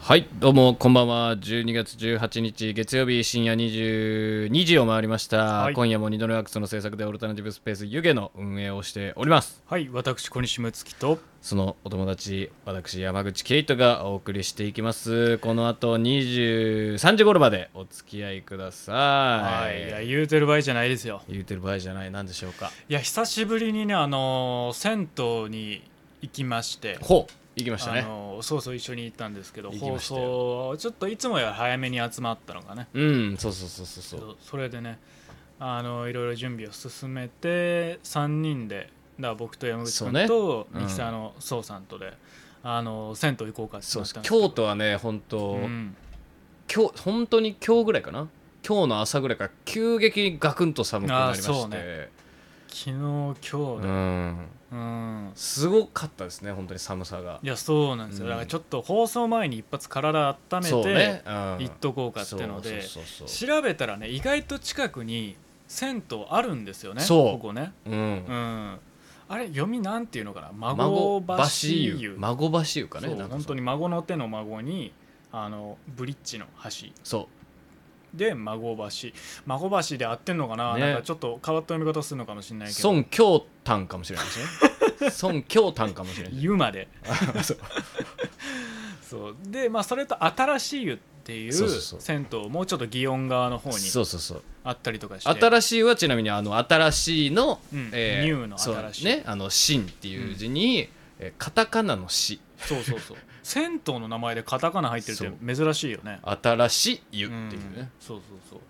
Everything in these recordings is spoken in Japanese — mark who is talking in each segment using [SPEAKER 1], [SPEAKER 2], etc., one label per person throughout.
[SPEAKER 1] はいどうもこんばんは12月18日月曜日深夜22時を回りました、
[SPEAKER 2] はい
[SPEAKER 1] 今夜も二度のワークスの制作でオルタナティブスペース湯気の運営をしております
[SPEAKER 2] はい、私小西睦月と
[SPEAKER 1] そのお友達私山口ケイトがお送りしていきますこの後23時頃までお付き合いくださ
[SPEAKER 2] はい
[SPEAKER 1] い、
[SPEAKER 2] いや言うてる場合じゃないですよ
[SPEAKER 1] 言うてる場合じゃないなんでしょうか
[SPEAKER 2] いや久しぶりにねあのー銭湯に行きまして
[SPEAKER 1] ほう行きました
[SPEAKER 2] あ
[SPEAKER 1] ね
[SPEAKER 2] のーそうそう一緒に行ったんですけど
[SPEAKER 1] 行き
[SPEAKER 2] 放
[SPEAKER 1] ましたよ
[SPEAKER 2] 送ちょっといつもより早めに集まったのがね
[SPEAKER 1] うんそうそうそうそうそう
[SPEAKER 2] そそれでねあのーいろいろ準備を進めて3人でだから僕と山口
[SPEAKER 1] そう
[SPEAKER 2] 君
[SPEAKER 1] ね
[SPEAKER 2] と
[SPEAKER 1] うん
[SPEAKER 2] ミキサーの宋さんとで、あのー銭湯行こうかって
[SPEAKER 1] そう
[SPEAKER 2] なったんですけど
[SPEAKER 1] 京都はね本当、
[SPEAKER 2] うん
[SPEAKER 1] 今日本当に今日ぐらいかな今日の朝ぐらいから急激にガクンと寒くなりま
[SPEAKER 2] あー
[SPEAKER 1] し
[SPEAKER 2] そう
[SPEAKER 1] て、
[SPEAKER 2] ね昨日今日で、
[SPEAKER 1] うん
[SPEAKER 2] うん、
[SPEAKER 1] すごかったですね本当に寒さが
[SPEAKER 2] いやそうなんですよ、
[SPEAKER 1] うん
[SPEAKER 2] だからちょっと放送前に一発体温め
[SPEAKER 1] そう
[SPEAKER 2] て
[SPEAKER 1] ね、うん
[SPEAKER 2] 行っとこうかってので、
[SPEAKER 1] そうそうそうそう
[SPEAKER 2] 調べたらね意外と近くに銭湯あるんですよね
[SPEAKER 1] そう
[SPEAKER 2] ここね
[SPEAKER 1] う
[SPEAKER 2] うんんあれ読みなんていうのかな
[SPEAKER 1] 孫
[SPEAKER 2] 孫
[SPEAKER 1] 橋
[SPEAKER 2] 橋湯
[SPEAKER 1] 湯孫橋湯かね
[SPEAKER 2] そう
[SPEAKER 1] なんか
[SPEAKER 2] 本当に孫の手の孫にあのブリッジの橋
[SPEAKER 1] そ
[SPEAKER 2] で孫橋孫橋で合ってんのかな,、
[SPEAKER 1] ね
[SPEAKER 2] なんかちょっと変わった読み方するのかもしれな
[SPEAKER 1] う
[SPEAKER 2] いけど
[SPEAKER 1] 孫京丹かもしれないですね 孫京丹かもしれない
[SPEAKER 2] 湯まで
[SPEAKER 1] そう
[SPEAKER 2] そうでまあそれと新しい湯っていう
[SPEAKER 1] そうそうそう
[SPEAKER 2] 銭湯もうちょっと祇園側の方に
[SPEAKER 1] そうそうそう
[SPEAKER 2] あったりとかして
[SPEAKER 1] 新しいはちなみにあの新しいの、
[SPEAKER 2] うんニューの新しい
[SPEAKER 1] そうねあの新っていう字に、えーカタカナのし
[SPEAKER 2] そうそうそう銭湯の名前でカタカナ入ってるって珍しいよね
[SPEAKER 1] 新しい湯っ
[SPEAKER 2] ん
[SPEAKER 1] ていうね、
[SPEAKER 2] そうそうそう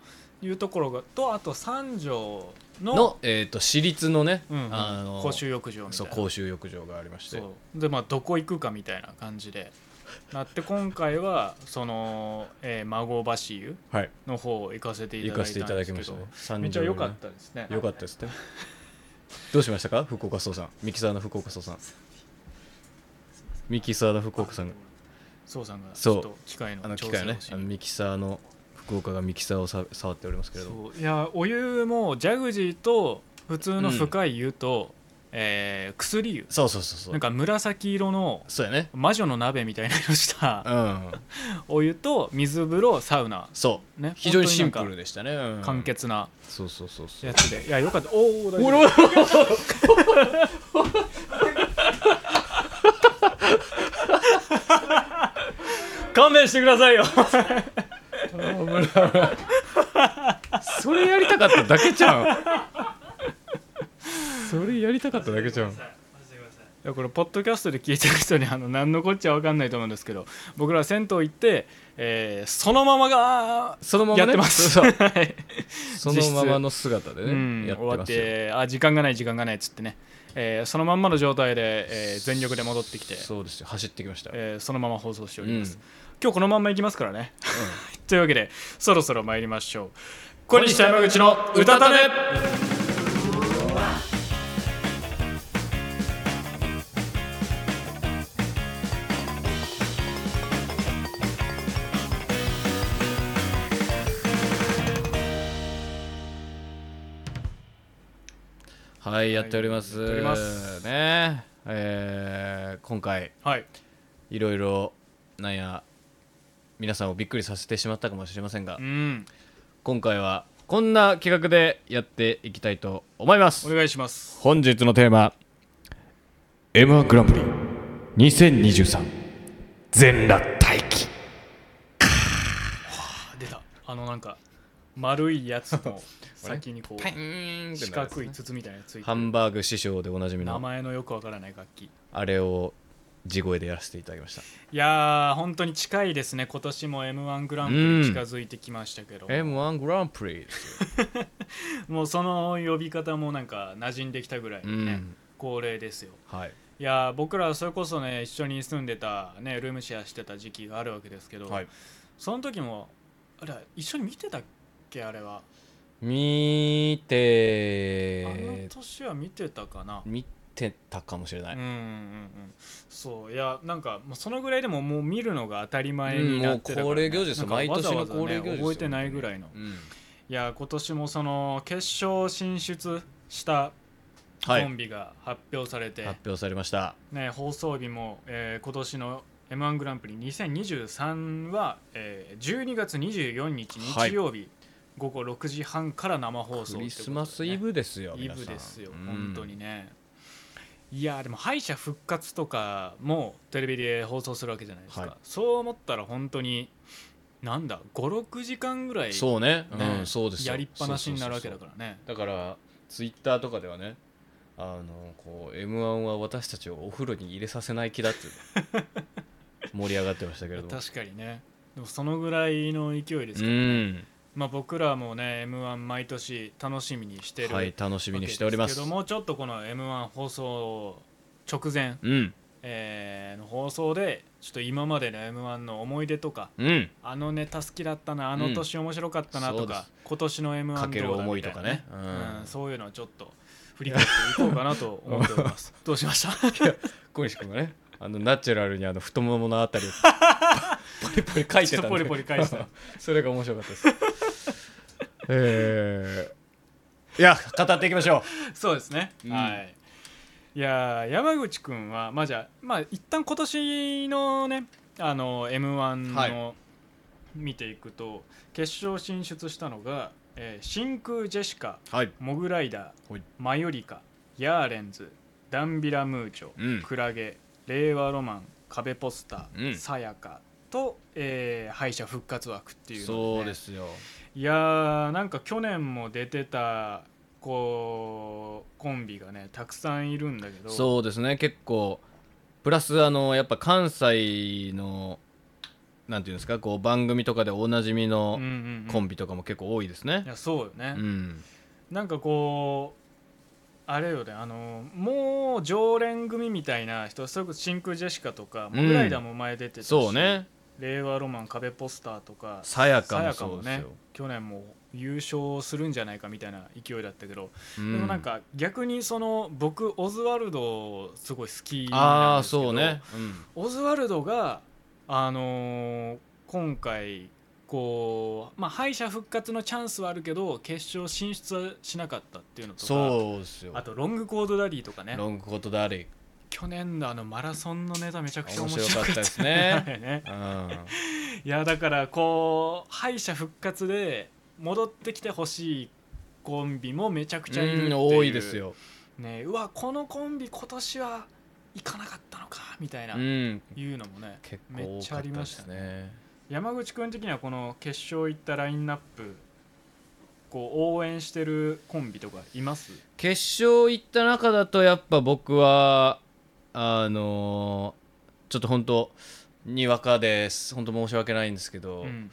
[SPEAKER 2] いうところがとあと三条の
[SPEAKER 1] の、えー、と私立のね、
[SPEAKER 2] うんうん
[SPEAKER 1] あの
[SPEAKER 2] 公衆浴場みた
[SPEAKER 1] そう
[SPEAKER 2] いな
[SPEAKER 1] 公衆浴場がありまして
[SPEAKER 2] そうでまあどこ行くかみたいな感じでなって今回はその、えー、孫橋湯
[SPEAKER 1] はい
[SPEAKER 2] の方行かせてい
[SPEAKER 1] 行
[SPEAKER 2] ただ
[SPEAKER 1] か
[SPEAKER 2] い
[SPEAKER 1] せてい
[SPEAKER 2] た
[SPEAKER 1] た
[SPEAKER 2] ん
[SPEAKER 1] だ
[SPEAKER 2] で
[SPEAKER 1] き
[SPEAKER 2] す
[SPEAKER 1] ま
[SPEAKER 2] け
[SPEAKER 1] した
[SPEAKER 2] ど
[SPEAKER 1] ね
[SPEAKER 2] めっちゃ良かったたですね
[SPEAKER 1] 良かったですねどうしましたか福岡総さんミキサーの福岡総さんミキサーの福岡さんが
[SPEAKER 2] そうさんがち
[SPEAKER 1] そ
[SPEAKER 2] ょ
[SPEAKER 1] う
[SPEAKER 2] っと機械
[SPEAKER 1] あの
[SPEAKER 2] の調
[SPEAKER 1] 機
[SPEAKER 2] 整
[SPEAKER 1] 械
[SPEAKER 2] を
[SPEAKER 1] ね
[SPEAKER 2] し
[SPEAKER 1] あのミキサーの福岡がミキサーをさ触っておりますけれども
[SPEAKER 2] そういやお湯もジャグジーと普通の深い湯と、えー薬湯
[SPEAKER 1] そうそうそうそう
[SPEAKER 2] なんか紫色の
[SPEAKER 1] そうやね
[SPEAKER 2] 魔女の鍋みたいな色した
[SPEAKER 1] うん
[SPEAKER 2] お湯と水風呂サウナ
[SPEAKER 1] そう
[SPEAKER 2] ね
[SPEAKER 1] 非常にシンプ
[SPEAKER 2] 本当
[SPEAKER 1] ル
[SPEAKER 2] に
[SPEAKER 1] でしたね、う
[SPEAKER 2] なんんか簡潔な
[SPEAKER 1] そうそうそうそう
[SPEAKER 2] やつでいやよかったおお大丈
[SPEAKER 1] おら
[SPEAKER 2] 夫 勘弁してくださいよ
[SPEAKER 1] それやりたか っただけじゃんそれやりたかっただけじゃん
[SPEAKER 2] いやこれポッドキャストで聞いてる人にあの何のこっちゃ分かんないと思うんですけど僕ら銭湯行って、えーそのままが
[SPEAKER 1] そのまま、ね、
[SPEAKER 2] やってます
[SPEAKER 1] そうそう
[SPEAKER 2] はい
[SPEAKER 1] そ のままの姿でね、
[SPEAKER 2] うん
[SPEAKER 1] やって
[SPEAKER 2] 終わっ
[SPEAKER 1] ますよ
[SPEAKER 2] てあ時間がない時間がないっつってね、えーそのまんまの状態で、えー全力で戻ってきてそ,、
[SPEAKER 1] そうですよ走ってきましたよ、
[SPEAKER 2] えーそのまま放送しております、
[SPEAKER 1] うん
[SPEAKER 2] 今日このまんまいきますからね というわけでそろそろ参りましょう小西と山口の歌たね
[SPEAKER 1] はいやっております,、
[SPEAKER 2] やっております
[SPEAKER 1] ねえー今回
[SPEAKER 2] はい
[SPEAKER 1] いろいろなんや皆さんをびっくりさせてしまったかもしれませんが、
[SPEAKER 2] うん
[SPEAKER 1] 今回はこんな企画でやっていきたいと思います
[SPEAKER 2] お願いします
[SPEAKER 1] 本日のテーマ m 1グランプリ2023全裸待機
[SPEAKER 2] あ出たあのなんか丸いやつの先に こう四角い筒みたいなやつついて
[SPEAKER 1] ハンバーグ師匠でおなじみ
[SPEAKER 2] 名
[SPEAKER 1] の
[SPEAKER 2] 前のよくわからない楽器
[SPEAKER 1] あれを地声でやらせていただきました
[SPEAKER 2] いやー本当に近いですね今年も m 1グランプリ近づいてきましたけど、
[SPEAKER 1] m 1グランプリです
[SPEAKER 2] もうその呼び方もなんか馴染んできたぐらいのね、
[SPEAKER 1] うん
[SPEAKER 2] 恒例ですよ
[SPEAKER 1] はい
[SPEAKER 2] いやー僕らそれこそね一緒に住んでたねルームシェアしてた時期があるわけですけど、
[SPEAKER 1] はい
[SPEAKER 2] その時もあれ一緒に見てたっけあれは、
[SPEAKER 1] 見
[SPEAKER 2] あの
[SPEAKER 1] て
[SPEAKER 2] 年は見てたかな、
[SPEAKER 1] 見てたかもしれない、
[SPEAKER 2] うんうんうんそういやなんかもうそのぐらいでももう見るのが当たり前
[SPEAKER 1] うん
[SPEAKER 2] に
[SPEAKER 1] も
[SPEAKER 2] な
[SPEAKER 1] う
[SPEAKER 2] ってたから、ね
[SPEAKER 1] 恒例行事ですよ
[SPEAKER 2] なん
[SPEAKER 1] 毎
[SPEAKER 2] かわ
[SPEAKER 1] 年
[SPEAKER 2] ざわ
[SPEAKER 1] の
[SPEAKER 2] ざ
[SPEAKER 1] 恒例行事
[SPEAKER 2] ね
[SPEAKER 1] ですよ
[SPEAKER 2] 覚えてないぐらいの
[SPEAKER 1] うん
[SPEAKER 2] いや今年もその決勝進出した
[SPEAKER 1] はい
[SPEAKER 2] コンビが発表されて、
[SPEAKER 1] 発表されました
[SPEAKER 2] ね、放送日も、えー今年の、 m 1グランプリ2023は、えー、12月24日
[SPEAKER 1] はい
[SPEAKER 2] 日曜日、午後6時半から生放送
[SPEAKER 1] ク
[SPEAKER 2] ということでね
[SPEAKER 1] リスマスイブですよ
[SPEAKER 2] イ
[SPEAKER 1] 皆さん
[SPEAKER 2] ブですよ
[SPEAKER 1] うん
[SPEAKER 2] 本当にね、いやーでも敗者復活とかもテレビで放送するわけじゃないですか、
[SPEAKER 1] はい
[SPEAKER 2] そう思ったら本当になんだ56時間ぐらい
[SPEAKER 1] そうね
[SPEAKER 2] ね
[SPEAKER 1] うんそうですよ
[SPEAKER 2] やりっぱなしになるわけだからね
[SPEAKER 1] だからツイッターとかではねあのこう m 1は私たちをお風呂に入れさせない気だって 盛り上がってましたけれども
[SPEAKER 2] 確かにねでもそのぐらいの勢いで
[SPEAKER 1] う
[SPEAKER 2] すけど、
[SPEAKER 1] ん
[SPEAKER 2] まあ、僕らもね m 1毎年楽しみにしてる、
[SPEAKER 1] はい楽しみにしております
[SPEAKER 2] わけですけどもちょっとこの m 1放送直前、
[SPEAKER 1] うん
[SPEAKER 2] えーの放送でちょっと今までの m 1の思い出とか
[SPEAKER 1] うん
[SPEAKER 2] あのネタ好きだったなあの年面白かったな
[SPEAKER 1] そ
[SPEAKER 2] と
[SPEAKER 1] うで
[SPEAKER 2] か、
[SPEAKER 1] す
[SPEAKER 2] 今年の m 1
[SPEAKER 1] かける思いとかね
[SPEAKER 2] う
[SPEAKER 1] うん
[SPEAKER 2] んそういうのをちょっと振り返っていこうかなと思っておりますどうしました
[SPEAKER 1] 小西君が ねあのナチュラルにあの太もものあたりをポリポリ書いてたんで
[SPEAKER 2] ちょっとポリポリ返した
[SPEAKER 1] それが面白かったですえーいや語っていきましょ
[SPEAKER 2] そうですね、
[SPEAKER 1] うん
[SPEAKER 2] はいいやー山口君はまあじゃあまあ一旦今年のねあの m 1の、
[SPEAKER 1] は
[SPEAKER 2] 見ていくと決勝進出したのが、えー真空ジェシカ
[SPEAKER 1] うはい
[SPEAKER 2] モグライダー、
[SPEAKER 1] はい
[SPEAKER 2] マヨリカヤーレンズダンビラムーチョ、
[SPEAKER 1] うん
[SPEAKER 2] クラゲ令和ロマン壁ポスタ
[SPEAKER 1] うん
[SPEAKER 2] ーさやかと、えー敗者復活枠っていうのね
[SPEAKER 1] そうですよ
[SPEAKER 2] いやーなんか去年も出てたこうコンビがねたくさんいるんだけど
[SPEAKER 1] そうですね結構プラスあのやっぱ関西のなんていうんですかこう番組とかでおなじみの
[SPEAKER 2] んうんうん
[SPEAKER 1] コンビとかも結構多いですね
[SPEAKER 2] い、やそうよね
[SPEAKER 1] う、ん、
[SPEAKER 2] なんかこうあれよねあのもう常連組みたいな人それこそ真空ジェシカとか
[SPEAKER 1] うん
[SPEAKER 2] モグライダーも前出てたし、
[SPEAKER 1] そうね
[SPEAKER 2] 令和ロマン壁ポスターとか
[SPEAKER 1] さや
[SPEAKER 2] さ
[SPEAKER 1] かも
[SPEAKER 2] やか
[SPEAKER 1] そ
[SPEAKER 2] も
[SPEAKER 1] うです
[SPEAKER 2] ね
[SPEAKER 1] よ、
[SPEAKER 2] 去年も優勝するんじゃないかみたいな勢いだったけど、
[SPEAKER 1] うん
[SPEAKER 2] でもなんか逆にその僕オズワルドすごい好き
[SPEAKER 1] あ
[SPEAKER 2] な
[SPEAKER 1] あー
[SPEAKER 2] んですけど
[SPEAKER 1] そうね、
[SPEAKER 2] オズワルドがあのー今回こうまあ敗者復活のチャンスはあるけど決勝進出はしなかったっていうのとか
[SPEAKER 1] そうですよ
[SPEAKER 2] あとロングコードダディとかね
[SPEAKER 1] ロングコートダリ
[SPEAKER 2] 去年のあのマラソンのネタめちゃくちゃ面
[SPEAKER 1] 面
[SPEAKER 2] 白
[SPEAKER 1] 白
[SPEAKER 2] か
[SPEAKER 1] か
[SPEAKER 2] っ
[SPEAKER 1] ったたですね
[SPEAKER 2] ね
[SPEAKER 1] うん
[SPEAKER 2] いやだからこう敗者復活で戻ってきてほしいコンビもめちゃくちゃいるっていう
[SPEAKER 1] うん多いです、よ、
[SPEAKER 2] ね、うわこのコンビ今年は行かなかったのかみたいな、
[SPEAKER 1] うん、
[SPEAKER 2] いうのもね
[SPEAKER 1] 結
[SPEAKER 2] め
[SPEAKER 1] 構
[SPEAKER 2] っ
[SPEAKER 1] 多
[SPEAKER 2] ちゃ
[SPEAKER 1] か
[SPEAKER 2] あ
[SPEAKER 1] った
[SPEAKER 2] り
[SPEAKER 1] で
[SPEAKER 2] まし
[SPEAKER 1] す
[SPEAKER 2] た
[SPEAKER 1] ね
[SPEAKER 2] ね山口君的にはこの決勝行ったラインナップこう応援してるコンビとかいます
[SPEAKER 1] 決勝行った中だとやっぱ僕はあのーちょっと本当にわかです本当申し訳ないんですけど、
[SPEAKER 2] うん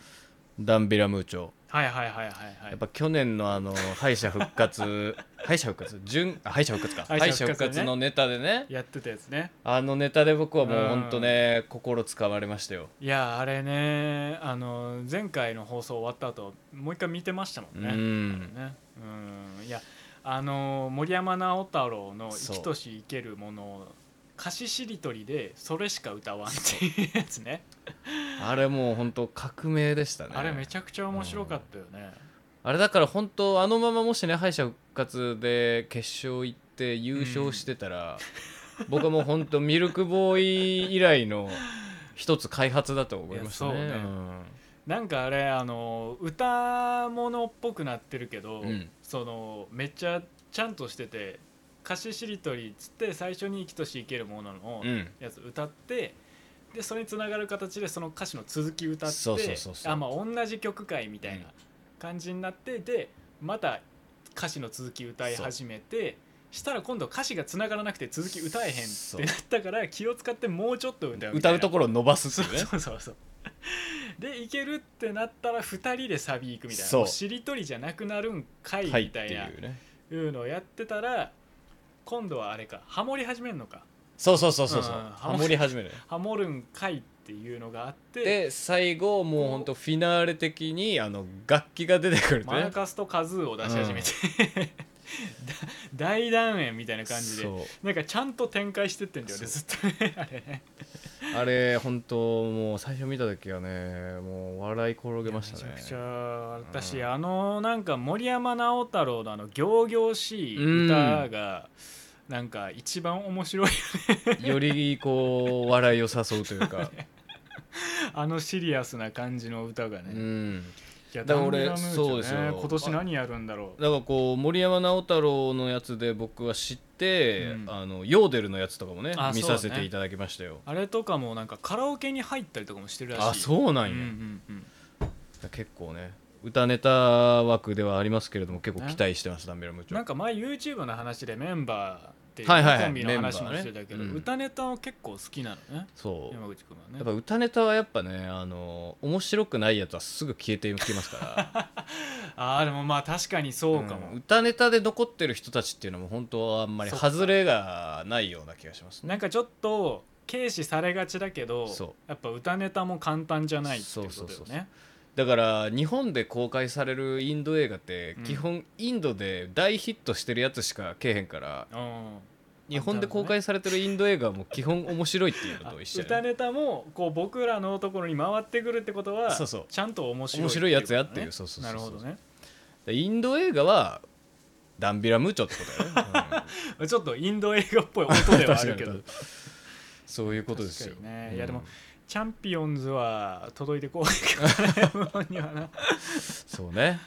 [SPEAKER 1] ダンビラムーチョ
[SPEAKER 2] はいはいはいはいはい
[SPEAKER 1] やっぱ去年の あの敗者復活敗者復活準あ敗者復活か
[SPEAKER 2] 敗
[SPEAKER 1] 敗
[SPEAKER 2] 者
[SPEAKER 1] 者
[SPEAKER 2] 復
[SPEAKER 1] 復
[SPEAKER 2] 活ね
[SPEAKER 1] 活のネタでね
[SPEAKER 2] やってたやつね
[SPEAKER 1] あのネタで僕はもう本当ね心つかまれましたよ
[SPEAKER 2] いやあれねあの前回の放送終わった後もう一回見てましたもん
[SPEAKER 1] う
[SPEAKER 2] ね,、
[SPEAKER 1] ん
[SPEAKER 2] ねうんいやあの森山直太朗の「
[SPEAKER 1] そう
[SPEAKER 2] 生きとし生けるもの」歌詞しりとりでそれしか歌わんっていうやつね
[SPEAKER 1] あれもう本当革命でしたね
[SPEAKER 2] あれめちゃくちゃ面白かったよね、
[SPEAKER 1] あれだから本当あのままもしね敗者復活で決勝行って優勝してたら、僕はもう本当ミルクボーイ以来の一つ開発だと思いましたね。
[SPEAKER 2] いやそうねなんかあれあの歌物っぽくなってるけど、
[SPEAKER 1] うん
[SPEAKER 2] そのめっちゃちゃんとしてて歌詞しりとりっつって最初に生きとし生けるものの
[SPEAKER 1] うんうん
[SPEAKER 2] やつ歌って、でそれにつながる形でその歌詞の続き歌って
[SPEAKER 1] そうそうそうそう
[SPEAKER 2] あまあ同じ曲かいみたいな
[SPEAKER 1] うん
[SPEAKER 2] 感じになって、でまた歌詞の続き歌い始めてしたら今度歌詞がつながらなくて続き歌えへんっ
[SPEAKER 1] そう
[SPEAKER 2] てなったから気を使ってもうちょっと歌うみたいな
[SPEAKER 1] 歌うところを伸ばすっていうね。
[SPEAKER 2] そうそうそうでいけるってなったら2人でサビ行くみたいな
[SPEAKER 1] そう
[SPEAKER 2] もうしりとりじゃなくなるんかい
[SPEAKER 1] はいっ
[SPEAKER 2] み
[SPEAKER 1] て
[SPEAKER 2] たいな、い
[SPEAKER 1] いうね。
[SPEAKER 2] うのをやってたら今度はあれかハモり始めるのか
[SPEAKER 1] そうそうそうそうそう。
[SPEAKER 2] うん
[SPEAKER 1] ハモり始める。
[SPEAKER 2] ハモるんかいっていうのがあって
[SPEAKER 1] で最後もう本当フィナーレ的にあの楽器が出てくるって
[SPEAKER 2] マラ
[SPEAKER 1] ね。
[SPEAKER 2] カスとカズーを出し始めて、だ 大団円みたいな感じで
[SPEAKER 1] そう
[SPEAKER 2] なんかちゃんと展開してってんだよねずっとねあれね
[SPEAKER 1] あれ本当もう最初見た時はねもう笑い転げましたね。
[SPEAKER 2] めちゃくちゃ私、
[SPEAKER 1] うん
[SPEAKER 2] あのなんか森山直太朗のあの仰々しい歌が、なんか一番面白い
[SPEAKER 1] よりこう笑いを誘うという か、
[SPEAKER 2] あのシリアスな感じの歌がね、
[SPEAKER 1] う
[SPEAKER 2] い
[SPEAKER 1] ん、
[SPEAKER 2] や
[SPEAKER 1] だから俺
[SPEAKER 2] ダンデラムーチョ
[SPEAKER 1] そうですよ
[SPEAKER 2] ね今年何やるんだろう
[SPEAKER 1] だからこう森山直太朗のやつで僕は知って、
[SPEAKER 2] うん
[SPEAKER 1] あのヨーデルのやつとかもね
[SPEAKER 2] あ
[SPEAKER 1] 見
[SPEAKER 2] そうだ
[SPEAKER 1] さ
[SPEAKER 2] ね
[SPEAKER 1] せていただきましたよ
[SPEAKER 2] あれとかもなんかカラオケに入ったりとかもしてるらしい
[SPEAKER 1] あ
[SPEAKER 2] う
[SPEAKER 1] そうなん
[SPEAKER 2] な
[SPEAKER 1] や、
[SPEAKER 2] んうんうん
[SPEAKER 1] 結構ね歌ネタ枠ではありますけれども結構期待してますダンベラムーチ
[SPEAKER 2] な
[SPEAKER 1] ョ
[SPEAKER 2] んか前 YouTube の話でメンバーっていう
[SPEAKER 1] はいはいはい
[SPEAKER 2] コンビの話もしてたけ
[SPEAKER 1] メンバー
[SPEAKER 2] ど、
[SPEAKER 1] ねうん
[SPEAKER 2] 歌ネタを結構好きなのね
[SPEAKER 1] そう
[SPEAKER 2] 山口君はね
[SPEAKER 1] やっぱ歌ネタはやっぱねあの面白くないやつはすぐ消えていきますから
[SPEAKER 2] あーでもまあ確かにそうかも、
[SPEAKER 1] ん歌ネタで残ってる人たちっていうのも本当はあんまり
[SPEAKER 2] そっか
[SPEAKER 1] 外れがないような気がしますね
[SPEAKER 2] なんかちょっと軽視されがちだけど
[SPEAKER 1] そう
[SPEAKER 2] やっぱ歌ネタも簡単じゃないっていうこと
[SPEAKER 1] そう
[SPEAKER 2] だ
[SPEAKER 1] そうそ
[SPEAKER 2] よ
[SPEAKER 1] うそう
[SPEAKER 2] ね
[SPEAKER 1] だから日本で公開されるインド映画って
[SPEAKER 2] うん
[SPEAKER 1] 基本インドで大ヒットしてるやつしかけえへんから、
[SPEAKER 2] うん
[SPEAKER 1] 日本で公開されてるインド映画も基本面白いっていうの
[SPEAKER 2] あ
[SPEAKER 1] と一緒
[SPEAKER 2] 歌
[SPEAKER 1] やね
[SPEAKER 2] ネタもこう僕らのところに回ってくるってことは
[SPEAKER 1] そうそう
[SPEAKER 2] ちゃんと面白い
[SPEAKER 1] 面白いやつやっていう
[SPEAKER 2] こと
[SPEAKER 1] そうそうそ
[SPEAKER 2] ね
[SPEAKER 1] う
[SPEAKER 2] なる
[SPEAKER 1] そ
[SPEAKER 2] ほ
[SPEAKER 1] う
[SPEAKER 2] どね
[SPEAKER 1] でインド映画はダンビラムーチョってことだよ ね、
[SPEAKER 2] ちょっとインド映画っぽい音で
[SPEAKER 1] うん
[SPEAKER 2] はあるけど
[SPEAKER 1] 確かにそういうことですよ
[SPEAKER 2] 確かにね
[SPEAKER 1] うん
[SPEAKER 2] いやでもチャンピオンズは届いてこないけどね M1 には な
[SPEAKER 1] そうね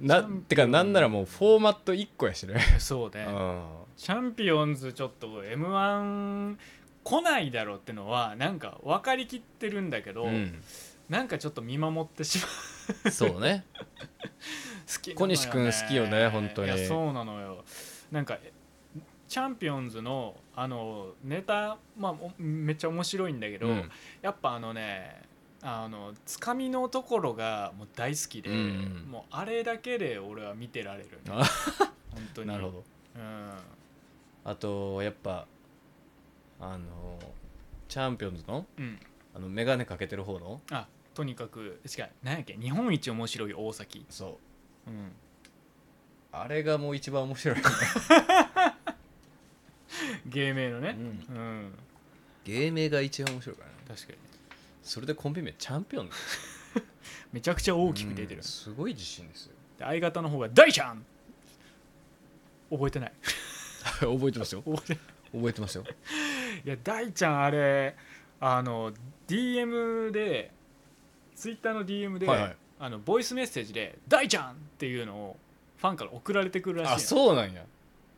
[SPEAKER 2] チ
[SPEAKER 1] な
[SPEAKER 2] ャンピオン
[SPEAKER 1] てかなんならもうフォーマット1個やしね、
[SPEAKER 2] そう
[SPEAKER 1] う
[SPEAKER 2] ね、
[SPEAKER 1] ん、
[SPEAKER 2] チャンピオンズちょっと m 1来ないだろうってのはなんか分かりきってるんだけど、
[SPEAKER 1] うん
[SPEAKER 2] なんかちょっと見守ってしまう
[SPEAKER 1] そうね
[SPEAKER 2] 好きなのよね
[SPEAKER 1] 小西君好きよね本当に
[SPEAKER 2] いやそうなのよなんかえチャンピオンズのあのネタ、まあ、おめっちゃ面白いんだけど、
[SPEAKER 1] うん
[SPEAKER 2] やっぱあのねあのつかみのところがもう大好きで、
[SPEAKER 1] うんうん
[SPEAKER 2] もうあれだけで俺は見てられる、ね、
[SPEAKER 1] あ
[SPEAKER 2] 本当に
[SPEAKER 1] なるほど
[SPEAKER 2] うん、
[SPEAKER 1] あとやっぱあのチャンピオンズの
[SPEAKER 2] うん、
[SPEAKER 1] あの眼鏡かけてる方の
[SPEAKER 2] あとにかく違う何やっけ日本一面白い大崎、
[SPEAKER 1] そう
[SPEAKER 2] うん、
[SPEAKER 1] あれがもう一番面白い、ね
[SPEAKER 2] 芸名の
[SPEAKER 1] う
[SPEAKER 2] ね
[SPEAKER 1] ん、
[SPEAKER 2] うん、
[SPEAKER 1] 芸名が一番面白いからね
[SPEAKER 2] 確かに
[SPEAKER 1] それでコンビ名チャンピオンズ
[SPEAKER 2] めちゃくちゃ大きく出てる、
[SPEAKER 1] うんすごい自信ですよ
[SPEAKER 2] で相方の方が「大ちゃん!」覚えてない
[SPEAKER 1] 覚えてますよ
[SPEAKER 2] 覚えてな
[SPEAKER 1] 覚えてますよ
[SPEAKER 2] いいや大ちゃんあれあの DM でツイッターの DM で、
[SPEAKER 1] はいはい
[SPEAKER 2] あのボイスメッセージで「大ちゃん!」っていうのをファンから送られてくるらしいの
[SPEAKER 1] あそうなんや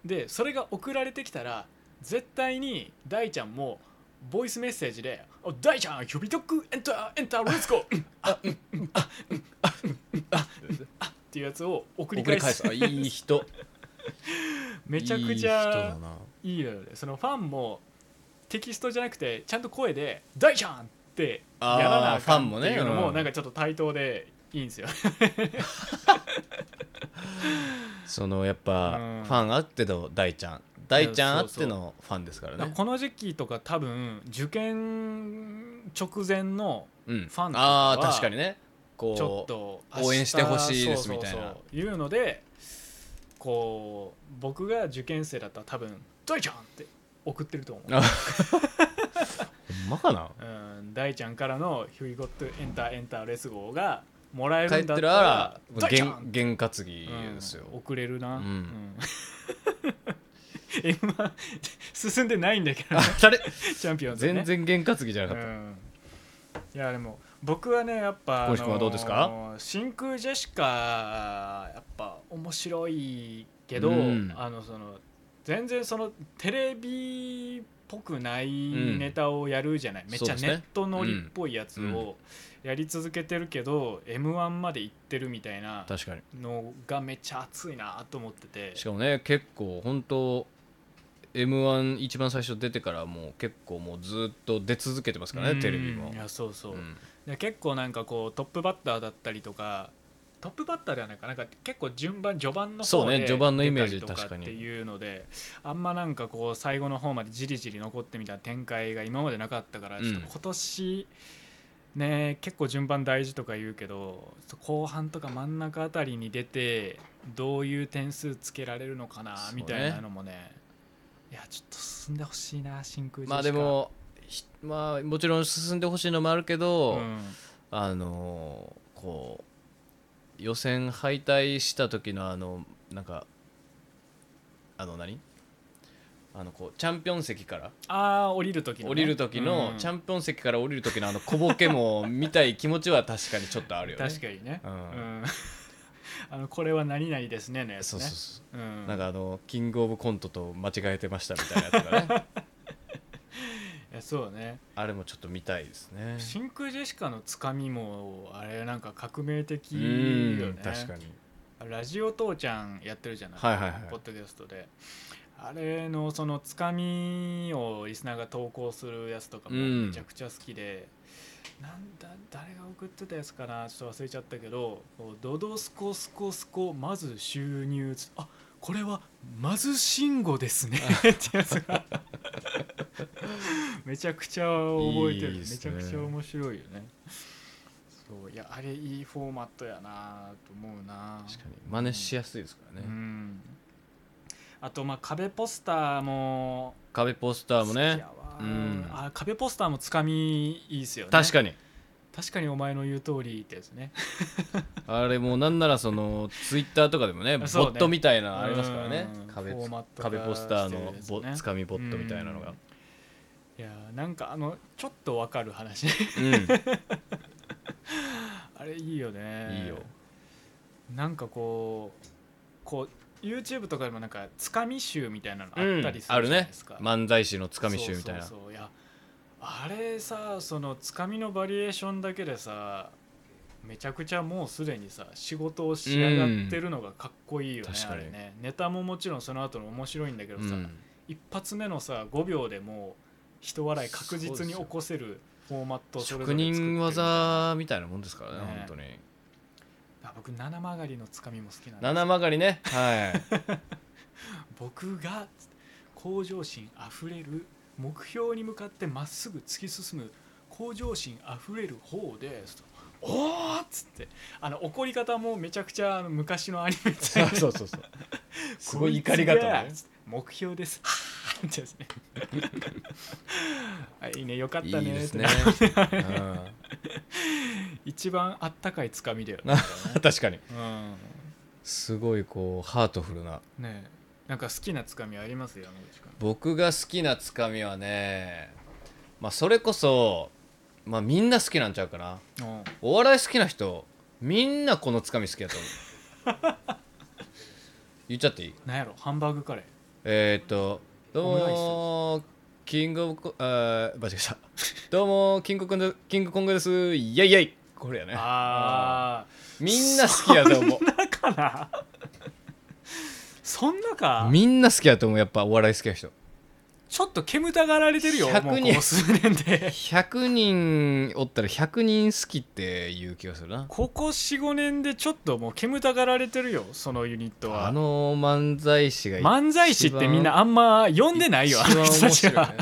[SPEAKER 2] でそれが送られてきたら絶対に大ちゃんもボイスメッセージで「お大ちゃん呼びとくエンターエンターレッツゴー!うん」あうんうんあうんうんあうんうんあっていうやつを送り
[SPEAKER 1] 送り
[SPEAKER 2] 返
[SPEAKER 1] 返
[SPEAKER 2] す
[SPEAKER 1] すあいい人
[SPEAKER 2] めちゃく
[SPEAKER 1] い
[SPEAKER 2] ち
[SPEAKER 1] い人だ
[SPEAKER 2] ゃ
[SPEAKER 1] ない
[SPEAKER 2] いのよねそのファンもテキストじゃなくてちゃんと声で「大ちゃん!」ってや
[SPEAKER 1] あー
[SPEAKER 2] らなあかん
[SPEAKER 1] ファンも
[SPEAKER 2] っ
[SPEAKER 1] ね
[SPEAKER 2] ていうの
[SPEAKER 1] う
[SPEAKER 2] も
[SPEAKER 1] ん
[SPEAKER 2] なんかちょっと対等でいいんですよ
[SPEAKER 1] そのやっぱ、
[SPEAKER 2] うん
[SPEAKER 1] ファンあっての大ちゃん大ちゃんあってのファンですからね
[SPEAKER 2] この時期とか多分受験直前の
[SPEAKER 1] うん
[SPEAKER 2] ファンとか
[SPEAKER 1] あ
[SPEAKER 2] は
[SPEAKER 1] あ確かにねこう
[SPEAKER 2] ちょっと明日
[SPEAKER 1] 応援してほしいですみたいな
[SPEAKER 2] そうそうそういうのでこう僕が受験生だったら多分「大ちゃん!」って送ってると思う
[SPEAKER 1] あほんまかな
[SPEAKER 2] うん大ちゃんからの「ヒュイゴットエンターエンターレス号」がもらえ
[SPEAKER 1] 帰
[SPEAKER 2] る
[SPEAKER 1] っ
[SPEAKER 2] んだ
[SPEAKER 1] て
[SPEAKER 2] った
[SPEAKER 1] るあ
[SPEAKER 2] ら「
[SPEAKER 1] ら
[SPEAKER 2] 大ちゃん!
[SPEAKER 1] 験」験担ぎ
[SPEAKER 2] うん
[SPEAKER 1] ですよ、
[SPEAKER 2] 送れるな、
[SPEAKER 1] うん
[SPEAKER 2] M1 進んでないんだけどね、
[SPEAKER 1] あれ
[SPEAKER 2] チャンピオンズね
[SPEAKER 1] 全然験担ぎじゃなか
[SPEAKER 2] う
[SPEAKER 1] った、
[SPEAKER 2] んいやでも僕はねやっぱ
[SPEAKER 1] 小西君はどうですか
[SPEAKER 2] あのー真空ジェシカやっぱ面白いけど、
[SPEAKER 1] うん
[SPEAKER 2] あのその全然そのテレビっぽくない
[SPEAKER 1] うん
[SPEAKER 2] ネタをやるじゃない、めっち
[SPEAKER 1] そ
[SPEAKER 2] ゃ
[SPEAKER 1] うです
[SPEAKER 2] ネ
[SPEAKER 1] ね
[SPEAKER 2] ットノリっぽいやつ
[SPEAKER 1] うんう
[SPEAKER 2] をやり続けてるけど、m 1まで行ってるみたいな
[SPEAKER 1] 確かに
[SPEAKER 2] のがめっちゃ熱いなと思ってて
[SPEAKER 1] しかもね結構本当 m 1一番最初出てからもう結構もうずっと出続けてますから
[SPEAKER 2] うん
[SPEAKER 1] ねテレビも
[SPEAKER 2] いやそうそう、
[SPEAKER 1] うん
[SPEAKER 2] で結構なんかこうトップバッターだったりとかトップバッターではないかなんか結構順番序盤の
[SPEAKER 1] そ
[SPEAKER 2] 方
[SPEAKER 1] う
[SPEAKER 2] で
[SPEAKER 1] ね序盤のイメージ
[SPEAKER 2] 出たりと
[SPEAKER 1] 確かに
[SPEAKER 2] っていうのであんまなんかこう最後の方までじりじり残ってみたいな展開が今までなかったから、
[SPEAKER 1] うん
[SPEAKER 2] ちょっと今年ね結構順番大事とか言うけど後半とか真ん中あたりに出てどういう点数つけられるのかな
[SPEAKER 1] そうね
[SPEAKER 2] みたいなのもねいやちょっと進んでほしいな真空ジェシカ
[SPEAKER 1] まあで、もひまあもちろん進んでほしいのもあるけど、
[SPEAKER 2] うん
[SPEAKER 1] あのーこう予選敗退した時のあのなんかあの何あのこうチャンピオン席から
[SPEAKER 2] ああ降りる時の、ね、
[SPEAKER 1] 降りる時の、
[SPEAKER 2] うん
[SPEAKER 1] チャンピオン席から降りる時のあの小ボケも見たい気持ちは確かにちょっとあるよね
[SPEAKER 2] 確かにね、
[SPEAKER 1] うん
[SPEAKER 2] うん あのこれは何々ですねのやつ
[SPEAKER 1] そ
[SPEAKER 2] ね、
[SPEAKER 1] うそうそう
[SPEAKER 2] ん、
[SPEAKER 1] うなんかあのキングオブコントと間違えてましたみたいなやつが ね
[SPEAKER 2] いやそうね
[SPEAKER 1] あれもちょっと見たいですね
[SPEAKER 2] 真空ジェシカのつかみもあれなんか革命的
[SPEAKER 1] う
[SPEAKER 2] よ
[SPEAKER 1] ん
[SPEAKER 2] ね
[SPEAKER 1] 確かに
[SPEAKER 2] ラジオ父ちゃんやってるじゃない,、
[SPEAKER 1] はいはいはい
[SPEAKER 2] ポッドキャストであれのそのつかみをリスナーが投稿するやつとかも
[SPEAKER 1] うん
[SPEAKER 2] めちゃくちゃ好きで、なんだ誰が送ってたやつかなちょっと忘れちゃったけどこう「ドドスコスコスコまず収入つあこれはまず信号ですね」ってやつが めちゃくちゃ覚えてる
[SPEAKER 1] いいっ
[SPEAKER 2] め
[SPEAKER 1] す
[SPEAKER 2] ち
[SPEAKER 1] ね
[SPEAKER 2] ゃくちゃ面白いよねそういやあれいいフォーマットやなと思うな
[SPEAKER 1] 確かに真似しやすいですからね、
[SPEAKER 2] うんあとまあ壁ポスターも
[SPEAKER 1] 壁ポスターも
[SPEAKER 2] 好き
[SPEAKER 1] ね
[SPEAKER 2] やわ
[SPEAKER 1] うん
[SPEAKER 2] あ壁ポスターもつかみいいっすよね
[SPEAKER 1] 確
[SPEAKER 2] に
[SPEAKER 1] かに
[SPEAKER 2] 確かにお前の言う通りってやつね
[SPEAKER 1] あれもうなんならそのツイッターとかでもねボ
[SPEAKER 2] そうね
[SPEAKER 1] ットみたいなのありますからね
[SPEAKER 2] うん
[SPEAKER 1] 壁
[SPEAKER 2] フォーマット化
[SPEAKER 1] 壁ポスターの
[SPEAKER 2] して
[SPEAKER 1] ボ
[SPEAKER 2] るやつね
[SPEAKER 1] つかみボットみたいなのが
[SPEAKER 2] いやーなんかあのちょっとわかる話
[SPEAKER 1] う
[SPEAKER 2] あれいいよ
[SPEAKER 1] ん
[SPEAKER 2] ね
[SPEAKER 1] いいよ
[SPEAKER 2] なんかこうこう YouTube とかでもなんかつかみ集みたいなのあったりす
[SPEAKER 1] あ
[SPEAKER 2] る
[SPEAKER 1] る
[SPEAKER 2] じゃない
[SPEAKER 1] ね
[SPEAKER 2] ですか、
[SPEAKER 1] 漫才師のつかみ集みたいな
[SPEAKER 2] そうそうそういやあれさそのつかみのバリエーションだけでさめちゃくちゃもうすでにさ仕事を仕上がってるのがかっこいいよね、
[SPEAKER 1] うん
[SPEAKER 2] あれねネタももちろんその後の面白いんだけど
[SPEAKER 1] う
[SPEAKER 2] さ、
[SPEAKER 1] ん
[SPEAKER 2] 一発目のさ5秒でもう人笑い確実に起こせるフォーマットをそれぞ
[SPEAKER 1] 職
[SPEAKER 2] れ作ってる
[SPEAKER 1] 人技みたいなもんですからね
[SPEAKER 2] ね
[SPEAKER 1] 本当に
[SPEAKER 2] あ僕七曲がりのつかみも好きなんです
[SPEAKER 1] 七曲がりねはい
[SPEAKER 2] 僕が向上心あふれる目標に向かってまっすぐ突き進む向上心あふれる方ですとおーっつってあの怒り方もめちゃくちゃあの昔のアニメみたいな
[SPEAKER 1] うそうそう すごい怒り方
[SPEAKER 2] こい
[SPEAKER 1] ね
[SPEAKER 2] つが目標です はーってやつね あいいねよかった
[SPEAKER 1] いい
[SPEAKER 2] ねーって
[SPEAKER 1] です ねう
[SPEAKER 2] 一番あったかいつかみだよね
[SPEAKER 1] な
[SPEAKER 2] こ
[SPEAKER 1] ん 確かに
[SPEAKER 2] れね
[SPEAKER 1] すごいこうハートフルな
[SPEAKER 2] うんねえなんか好きなつかみありますよ山口君
[SPEAKER 1] 僕が好きなつかみはねまあそれこそまあみんな好きなんちゃうかな
[SPEAKER 2] うん
[SPEAKER 1] お笑い好きな人みんなこのつかみ好きだと思う言っちゃっていい
[SPEAKER 2] なんやろハンバーグカレー
[SPEAKER 1] えー、っとどうもーキングオブコあー間違え たどうもーキングコングキングコングですイエイイエイこれやね
[SPEAKER 2] ああ
[SPEAKER 1] みんな好きやと 思
[SPEAKER 2] そんなかなそんなか
[SPEAKER 1] うみんな好きやと思うやっぱお笑い好きな人
[SPEAKER 2] ちょっと煙たがられてるよ
[SPEAKER 1] 100
[SPEAKER 2] もうこ
[SPEAKER 1] 人
[SPEAKER 2] の数年で
[SPEAKER 1] 100人おったら100人好きっていう気がするな
[SPEAKER 2] ここ45年でちょっともう煙たがられてるよそのユニットは
[SPEAKER 1] あの漫才師が
[SPEAKER 2] 漫才師ってみんなあんま呼んでないよあ
[SPEAKER 1] 一
[SPEAKER 2] の
[SPEAKER 1] 番面
[SPEAKER 2] 人たち
[SPEAKER 1] 白い
[SPEAKER 2] は、
[SPEAKER 1] ね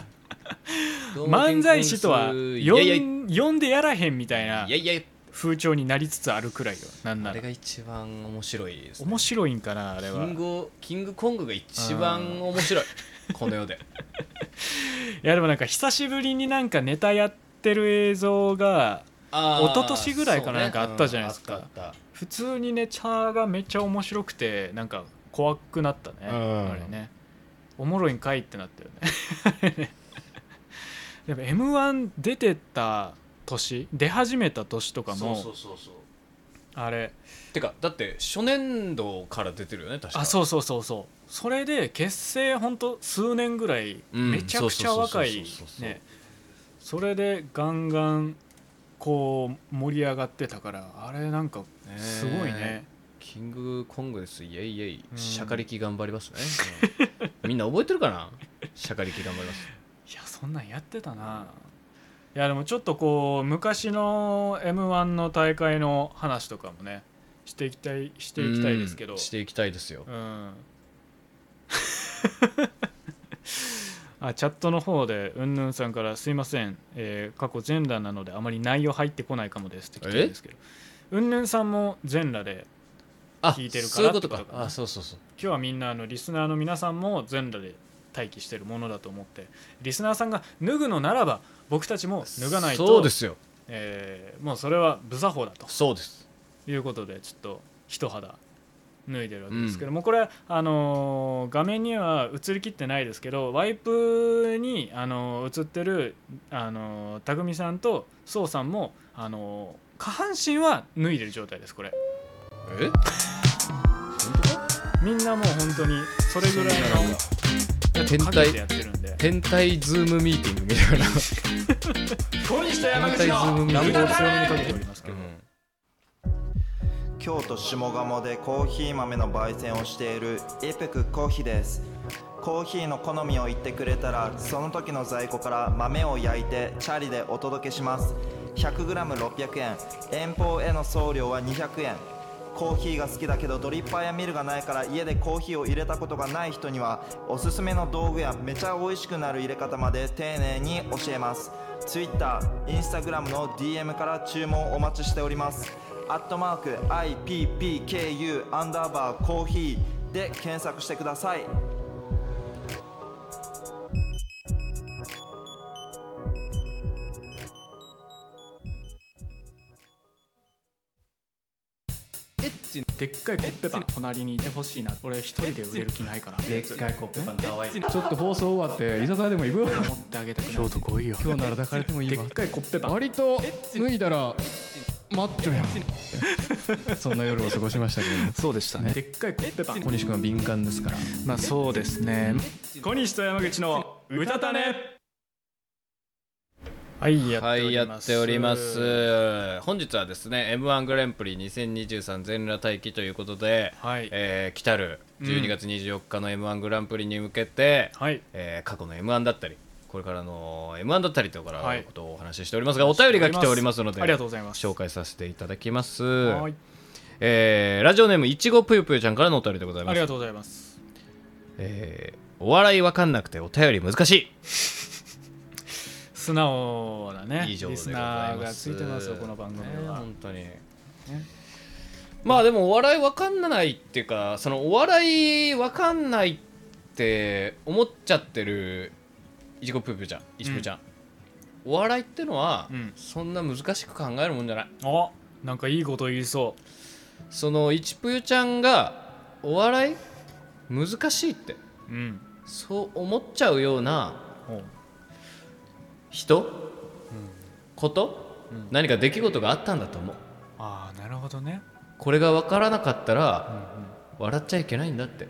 [SPEAKER 1] どうも
[SPEAKER 2] 漫才師とは呼ん
[SPEAKER 1] いやいやい
[SPEAKER 2] 呼んでやらへんみたいな
[SPEAKER 1] やいや
[SPEAKER 2] 風潮になりつつあるくらいよなんな
[SPEAKER 1] あれ
[SPEAKER 2] ら
[SPEAKER 1] が一番面白いですね
[SPEAKER 2] 面白いんかなあれは
[SPEAKER 1] キングオキングコングが一番面 白いこの世で
[SPEAKER 2] いやでもなんか久しぶりになんかネタやってる映像が
[SPEAKER 1] あー
[SPEAKER 2] 一昨年ぐらいかな
[SPEAKER 1] そう
[SPEAKER 2] なんかあったじゃないですか
[SPEAKER 1] うんあったあっ
[SPEAKER 2] 普通にね茶がめっちゃ面白くてなんか怖くなったね、
[SPEAKER 1] うん
[SPEAKER 2] あれねおもろいんかいってなったよね やっぱ m 1出てた年出始めた年とか
[SPEAKER 1] た
[SPEAKER 2] も
[SPEAKER 1] うそうそう
[SPEAKER 2] あれ
[SPEAKER 1] てかだって初年度から出てるよね確か
[SPEAKER 2] あそうそうそうそうそれで結成ほんと数年ぐらい
[SPEAKER 1] うん
[SPEAKER 2] めちゃくちゃ若い
[SPEAKER 1] そうそうそうそうそう
[SPEAKER 2] ねそれでガンガンこう盛り上がってたからあれなんかすごいね、
[SPEAKER 1] ねキングコングですイエイイエイ
[SPEAKER 2] うん
[SPEAKER 1] シャカリキ頑張りますね、 うんみんな覚えてるかなシャカリキ頑張ります
[SPEAKER 2] いやそんなんやってたないやでもちょっとこう昔の m 1の大会の話とかもねしていきたいしていきたいですけど
[SPEAKER 1] うんしていきたいですよ
[SPEAKER 2] うん あチャットの方でうんぬんさんから「すいません、えー過去全裸なのであまり内容入ってこないかもです」って来てるんですけどうんぬんさんも全裸で
[SPEAKER 1] あ
[SPEAKER 2] 聞いてる
[SPEAKER 1] そ
[SPEAKER 2] から
[SPEAKER 1] ういうことか
[SPEAKER 2] ってことかな
[SPEAKER 1] あそうそうそう
[SPEAKER 2] 今日はみんなあのリスナーの皆さんも全裸で待機してるものだと思ってリスナーさんが脱ぐのならば僕たちも脱がないと
[SPEAKER 1] そうですよ
[SPEAKER 2] えーもうそれは無作法だと
[SPEAKER 1] そうです
[SPEAKER 2] いうことでちょっと一肌脱いでるわけですけども、これはあのー画面には映りきってないですけどワイプに、あのー映ってる、あのー、匠さんと宋さんも、あのー下半身は脱いでる状態ですこれ
[SPEAKER 1] え
[SPEAKER 2] みんなもう本当にそれぐらいのやつ
[SPEAKER 1] 変
[SPEAKER 2] かけ
[SPEAKER 1] 態
[SPEAKER 2] てやってるんで
[SPEAKER 1] 天体ズームミーティングみたいな
[SPEAKER 2] 小西と
[SPEAKER 1] 山口の
[SPEAKER 2] 乱暴強めにかけておりますけど、
[SPEAKER 3] 京都下鴨でコーヒー豆の焙煎をしているエペクコーヒーですコーヒーの好みを言ってくれたらその時の在庫から豆を焼いてチャリでお届けします 100g600 円遠方への送料は200円コーヒーが好きだけどドリッパーやミルがないから家でコーヒーを入れたことがない人にはおすすめの道具やめちゃ美味しくなる入れ方まで丁寧に教えます TwitterInstagram の DM から注文お待ちしておりますアットマーク IPPKU アンダーバーコーヒーで検索してください
[SPEAKER 2] でっかいコッペパン隣にいてほしいな俺一人で売れる気ないから
[SPEAKER 4] でっかいコッペパン可愛い
[SPEAKER 5] ちょっと放送終わって居酒屋でも行くよ
[SPEAKER 2] 持ってあげたくなる
[SPEAKER 5] 来いよ今日なら抱かれてもいい
[SPEAKER 2] で
[SPEAKER 5] わ
[SPEAKER 2] っかいコッペパン
[SPEAKER 5] 割と脱いだらマッチョやんそんな夜を過ごしましたけど
[SPEAKER 2] そうでしたねでっかいコッペパン
[SPEAKER 5] 小西君は敏感ですから
[SPEAKER 2] まあそうですね小西と山口のうたたねはいや
[SPEAKER 1] はいやっ
[SPEAKER 2] って
[SPEAKER 1] て
[SPEAKER 2] お
[SPEAKER 1] お
[SPEAKER 2] り
[SPEAKER 1] り
[SPEAKER 2] ま、
[SPEAKER 1] ますす本日はですね m 1グランプリ2023全裸待機ということで、
[SPEAKER 2] はい
[SPEAKER 1] えー来たる12月24日の m 1グランプリに向けて、
[SPEAKER 2] はい
[SPEAKER 1] えー過去の m 1だったりこれからの m 1だったりとか
[SPEAKER 2] は
[SPEAKER 1] の
[SPEAKER 2] い
[SPEAKER 1] ことをお話ししておりますが、お便りが来ておりますので
[SPEAKER 2] ありがとうございます
[SPEAKER 1] 紹介させていただきます、
[SPEAKER 2] はい
[SPEAKER 1] えーラジオネームいちごぷよぷよちゃんからのお便りでござい
[SPEAKER 2] あ
[SPEAKER 1] ま
[SPEAKER 2] り
[SPEAKER 1] す
[SPEAKER 2] がとうございます
[SPEAKER 1] えーお笑いわかんなくてお便り難しい
[SPEAKER 2] 素直なね
[SPEAKER 1] 以上で
[SPEAKER 2] リ
[SPEAKER 1] ご
[SPEAKER 2] ス
[SPEAKER 1] ざい
[SPEAKER 2] ナー
[SPEAKER 1] ま
[SPEAKER 2] が
[SPEAKER 1] す
[SPEAKER 2] ついてますよこの番組
[SPEAKER 1] ね
[SPEAKER 2] は、
[SPEAKER 1] 本当に、まあでもお笑いわかんないっていうかそのお笑いわかんないって思っちゃってるいちごぷよぷよちゃんいちぷよちゃん、お笑いってのは、
[SPEAKER 2] うん
[SPEAKER 1] そんな難しく考えるもんじゃない
[SPEAKER 2] あなんかいいこと言いそう
[SPEAKER 1] そのいちぷよちゃんがお笑い難しいって
[SPEAKER 2] うん
[SPEAKER 1] そう思っちゃうような
[SPEAKER 2] おう
[SPEAKER 1] 人、こと、何か出来事があったんだと思う
[SPEAKER 2] ああなるほどね
[SPEAKER 1] これが分からなかったら、笑っちゃいけないんだって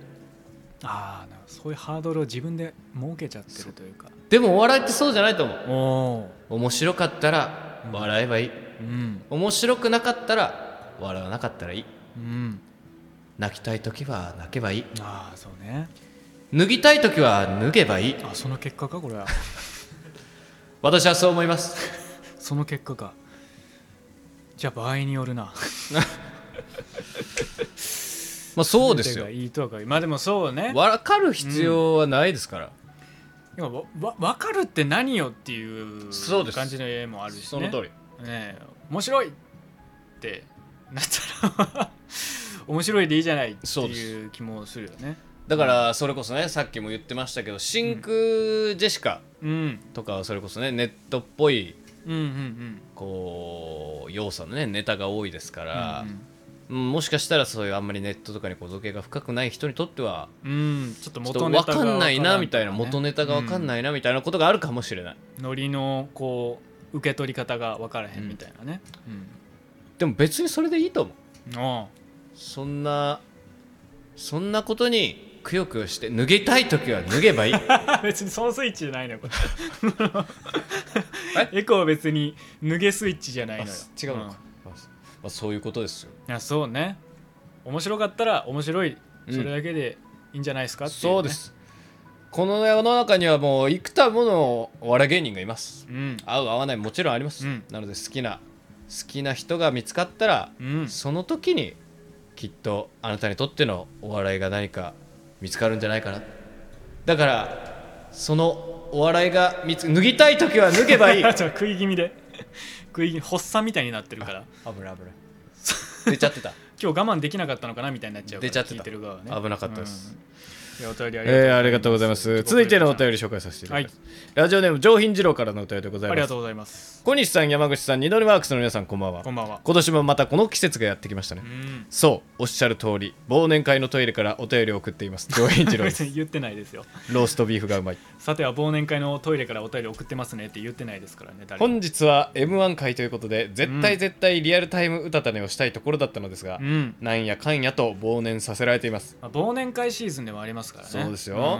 [SPEAKER 2] ああそういうハードルを自分で設けちゃってるというか
[SPEAKER 1] でもお笑いってそうじゃないと思う
[SPEAKER 2] おお
[SPEAKER 1] 面白かったら笑えばいい、
[SPEAKER 2] ーうん
[SPEAKER 1] 面白くなかったら笑わなかったらいい
[SPEAKER 2] うん
[SPEAKER 1] 泣きたい時は泣けばいい
[SPEAKER 2] ああそうね
[SPEAKER 1] 脱ぎたい時は脱げばいい
[SPEAKER 2] あその結果かこれは
[SPEAKER 1] 私はそう思います
[SPEAKER 2] その結果かじゃあ場合によるな
[SPEAKER 1] まあそうですよ
[SPEAKER 2] 全てがいいとは限りまあでもそうね
[SPEAKER 1] 分かる必要はないですから、
[SPEAKER 2] でもわわ分かるって何よっていう
[SPEAKER 1] そうです
[SPEAKER 2] 感じの絵もあるし、ね、
[SPEAKER 1] その通り
[SPEAKER 2] ねえ面白いってなったら 面白いでいいじゃないって
[SPEAKER 1] そう
[SPEAKER 2] い
[SPEAKER 1] で
[SPEAKER 2] う気もするよね
[SPEAKER 1] だからそれこそねさっきも言ってましたけど真空ジェシカ
[SPEAKER 2] うん
[SPEAKER 1] とかはそれこそねネットっぽい
[SPEAKER 2] うんうんうん
[SPEAKER 1] こう要素のねネタが多いですから、
[SPEAKER 2] うん
[SPEAKER 1] うんもしかしたらそういうあんまりネットとかにこう造形が深くない人にとっては
[SPEAKER 2] うん、ちょっと
[SPEAKER 1] ちょっと
[SPEAKER 2] 元ネ
[SPEAKER 1] 分
[SPEAKER 2] タが
[SPEAKER 1] かんないなみたいな元ネタが分かん
[SPEAKER 2] い、
[SPEAKER 1] ないなみたいなことがあるかもしれない、
[SPEAKER 2] うんノリのこう受け取り方が分からへんみたいなね、
[SPEAKER 1] でも別にそれでいいと思う
[SPEAKER 2] うんおう
[SPEAKER 1] そんなそんなことにくよくよして脱げたい時は脱げ ばいい
[SPEAKER 2] 別にそのスイッチじゃないのよ これエコーは別に脱げスイッチじゃないのよ
[SPEAKER 1] 違うのか、
[SPEAKER 2] ん
[SPEAKER 1] まあまあそういうことですよ
[SPEAKER 2] いやそうね面白かったら面白い
[SPEAKER 1] うん
[SPEAKER 2] それだけでいいんじゃないですかっていね
[SPEAKER 1] そうですこの世の中にはもう幾多ものお笑い芸人がいます
[SPEAKER 2] うん
[SPEAKER 1] 合う合わないもちろんあります、
[SPEAKER 2] うん
[SPEAKER 1] なので好きな好きな人が見つかったら、
[SPEAKER 2] うん
[SPEAKER 1] その時にきっとあなたにとってのお笑いが何か見つかるんじゃないかなだからそのお笑いが見つ脱ぎたい時は脱げ ばいい危
[SPEAKER 2] ちょっと食い気味で食い気味発作みたいになってるから
[SPEAKER 1] ない危ない出ちゃってた
[SPEAKER 2] 今日我慢できなかったのかなみたいになっちゃうから
[SPEAKER 1] 出ちゃってた
[SPEAKER 2] 聞いてる側はね
[SPEAKER 1] 危なかったです、
[SPEAKER 2] うんいやお便りありがとうござい
[SPEAKER 1] え
[SPEAKER 2] ます、
[SPEAKER 1] ーありがとうございます続いてのお便り紹介させていただきます、ラジオネーム上品次郎からのお便りでござい
[SPEAKER 2] あり
[SPEAKER 1] ま
[SPEAKER 2] が
[SPEAKER 1] す
[SPEAKER 2] とうございます
[SPEAKER 1] 小西さん山口さん二度りワークスの皆さんこんばんは
[SPEAKER 2] こんばんは
[SPEAKER 1] 今年もまたこの季節がやってきましたね
[SPEAKER 2] うん
[SPEAKER 1] そうおっしゃる通り忘年会のトイレからお便りを送ってい ます上品次郎で
[SPEAKER 2] 別
[SPEAKER 1] す
[SPEAKER 2] に言ってないですよ
[SPEAKER 1] ローストビーフがうまい
[SPEAKER 2] さては忘年会のトイレからお便り送ってますねって言ってないですからね誰も
[SPEAKER 1] 本日は m 1回ということで絶
[SPEAKER 2] う
[SPEAKER 1] 対
[SPEAKER 2] ん
[SPEAKER 1] 絶対リアルタイム歌種をしたいところだったのですが、
[SPEAKER 2] うん
[SPEAKER 1] なんやかんやと忘年させられています
[SPEAKER 2] まあ、忘年会シーズンでもありますからね
[SPEAKER 1] そうですよ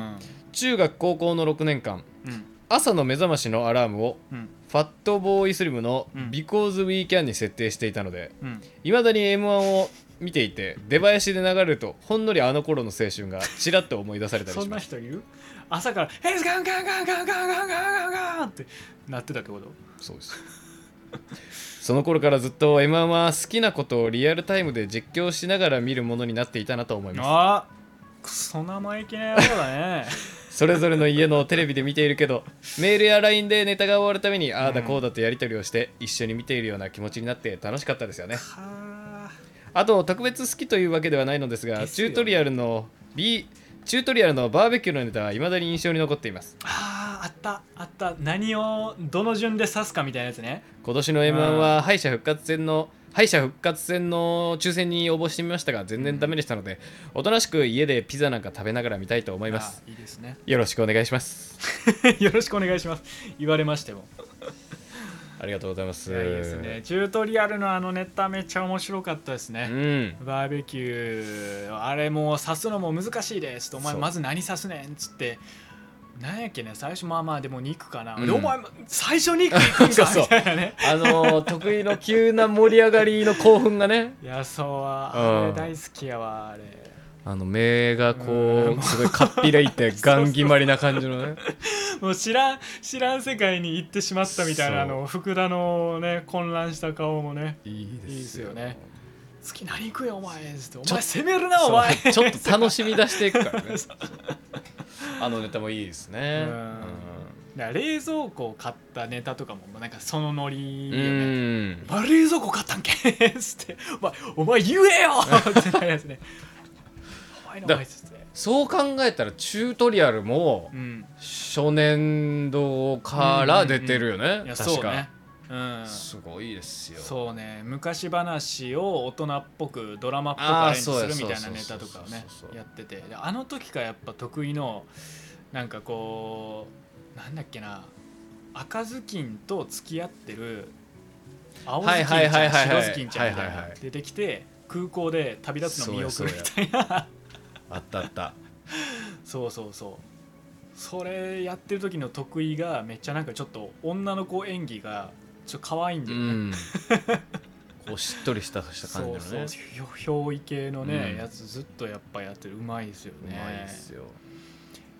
[SPEAKER 1] 中学高校の6年間
[SPEAKER 2] うんうん
[SPEAKER 1] 朝の目覚ましのアラームを
[SPEAKER 2] うん
[SPEAKER 1] ファットボーイスリムの
[SPEAKER 2] うん
[SPEAKER 1] 「Because We Can」に設定していたので
[SPEAKER 2] うん
[SPEAKER 1] いまだに m 1を見ていて出囃子で流れるとほんのりあの頃の青春がちらっと思い出されたり
[SPEAKER 2] そ
[SPEAKER 1] し
[SPEAKER 2] んな
[SPEAKER 1] ます
[SPEAKER 2] 人いる朝から「ヘイズガンガンガンガンガンガンガンガンガン」ってなってたってこと
[SPEAKER 1] そうです その頃からずっと m 1は好きなことをリアルタイムで実況しながら見るものになっていたなと思います
[SPEAKER 2] あクソ生意気な野郎だね
[SPEAKER 1] それぞれの家のテレビで見ているけ どメールや LINE でネタが終わるためにああだこうだとやり取りをして一緒に見ているような気持ちになって楽しかったですよね
[SPEAKER 2] はあ
[SPEAKER 1] あと特別好きというわけではないのですが
[SPEAKER 2] です
[SPEAKER 1] チ
[SPEAKER 2] よ
[SPEAKER 1] ュ
[SPEAKER 2] ね
[SPEAKER 1] ートリアルの B チュートリアルのバーベキューのネタはいまだに印象に残っています
[SPEAKER 2] あーあったあった何をどの順で指すかみたいなやつね
[SPEAKER 1] 今年の m 1は敗者復活戦の敗者復活戦の抽選に応募してみましたが全然ダメでしたのでおとなしく家でピザなんか食べながら見たいと思います
[SPEAKER 2] あーいいですね
[SPEAKER 1] よろしくお願いします
[SPEAKER 2] よろしくお願いします言われましても
[SPEAKER 1] ありがとうございます
[SPEAKER 2] いやいいですねチュートリアルのあのネタめっちゃ面白かったです
[SPEAKER 1] う
[SPEAKER 2] ね、
[SPEAKER 1] ん
[SPEAKER 2] バーベキューあれもう刺すのも難しいですお前
[SPEAKER 1] そう
[SPEAKER 2] まず何刺すねんっつってなんやっけね最初まあまあでも肉かな、
[SPEAKER 1] うん
[SPEAKER 2] でお前最初肉いくん
[SPEAKER 1] そう
[SPEAKER 2] か
[SPEAKER 1] そう
[SPEAKER 2] みたいなね
[SPEAKER 1] あのー得意の急な盛り上がりの興奮がね
[SPEAKER 2] いやそうは
[SPEAKER 1] うん
[SPEAKER 2] あれ大好きやわあれ
[SPEAKER 1] あの目がこ
[SPEAKER 2] うん
[SPEAKER 1] うすごいかっぴらいてガン決まりな感 じのね
[SPEAKER 2] もう知らん知らん世界に行ってしまったみたいなあの福田のね混乱した顔もね
[SPEAKER 1] いい
[SPEAKER 2] いいですよね「次何行くよお前」っつって「お
[SPEAKER 1] ちょ
[SPEAKER 2] 前攻めるなお前」
[SPEAKER 1] そ うちょっと楽しみ出していくからねあのネタもいいですね
[SPEAKER 2] うんだから冷蔵庫を買ったネタとかももうなんかそのノリ
[SPEAKER 1] う
[SPEAKER 2] よね
[SPEAKER 1] ん
[SPEAKER 2] お前冷蔵庫買ったんけ つってお前お前言えよってなるや つねお前のお
[SPEAKER 1] だ
[SPEAKER 2] 前っつって
[SPEAKER 1] そう考えたらチュートリアルも
[SPEAKER 2] うん
[SPEAKER 1] 初年度から出てるよね
[SPEAKER 2] いやそ
[SPEAKER 1] 確
[SPEAKER 2] う
[SPEAKER 1] か
[SPEAKER 2] ねうん
[SPEAKER 1] すごいですよ
[SPEAKER 2] そうね昔話を大人っぽくドラマっぽく
[SPEAKER 1] あー
[SPEAKER 2] アレンジす
[SPEAKER 1] そうや
[SPEAKER 2] るみたいなネタとか
[SPEAKER 1] そ
[SPEAKER 2] を
[SPEAKER 1] う
[SPEAKER 2] ね
[SPEAKER 1] そうそうそうそう
[SPEAKER 2] やっててであの時がやっぱ得意のなんかこうなんだっけな赤ずきんと付き合ってる青ずきんち
[SPEAKER 1] はいはいはいは
[SPEAKER 2] ゃん
[SPEAKER 1] いは
[SPEAKER 2] 白
[SPEAKER 1] い
[SPEAKER 2] ずきんちゃんみたい
[SPEAKER 1] はい
[SPEAKER 2] なの
[SPEAKER 1] はいは
[SPEAKER 2] が
[SPEAKER 1] い
[SPEAKER 2] 出てきて空港で旅立つの見送るみたいな
[SPEAKER 1] あったあった
[SPEAKER 2] そう そうそうそれやってる時の得意がめっちゃなんかちょっと女の子演技がちょっと可愛 いんだ
[SPEAKER 1] う
[SPEAKER 2] よね、
[SPEAKER 1] ん こうしっとりしたした感じのね
[SPEAKER 2] そうそうひょ憑依系のね、
[SPEAKER 1] うん
[SPEAKER 2] やつずっとやっぱやってるうまいですよ
[SPEAKER 1] う
[SPEAKER 2] ね
[SPEAKER 1] まいですよ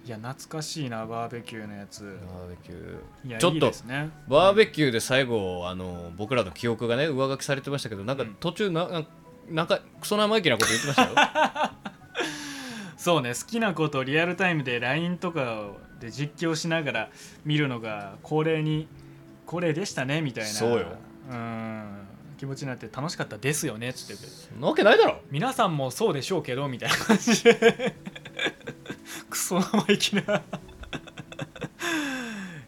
[SPEAKER 2] いや懐かしいなバーベキューのやつ
[SPEAKER 1] バーベキュー
[SPEAKER 2] いや
[SPEAKER 1] ちょっと
[SPEAKER 2] いいですね
[SPEAKER 1] バーベキューで最後あの僕らの記憶がね上書きされてましたけどなんか
[SPEAKER 2] うん
[SPEAKER 1] 途中なななんかクソ生意気なこと言ってましたよ
[SPEAKER 2] そうね好きなことをリアルタイムで LINE とかで実況しながら見るのが恒例に恒例でしたねみたいな
[SPEAKER 1] そうよ
[SPEAKER 2] うん気持ちになって楽しかったですよねっつってて
[SPEAKER 1] そんなわけないだろ
[SPEAKER 2] 皆さんもそうでしょうけどみたいな感じで クソ生意 気な、
[SPEAKER 1] ね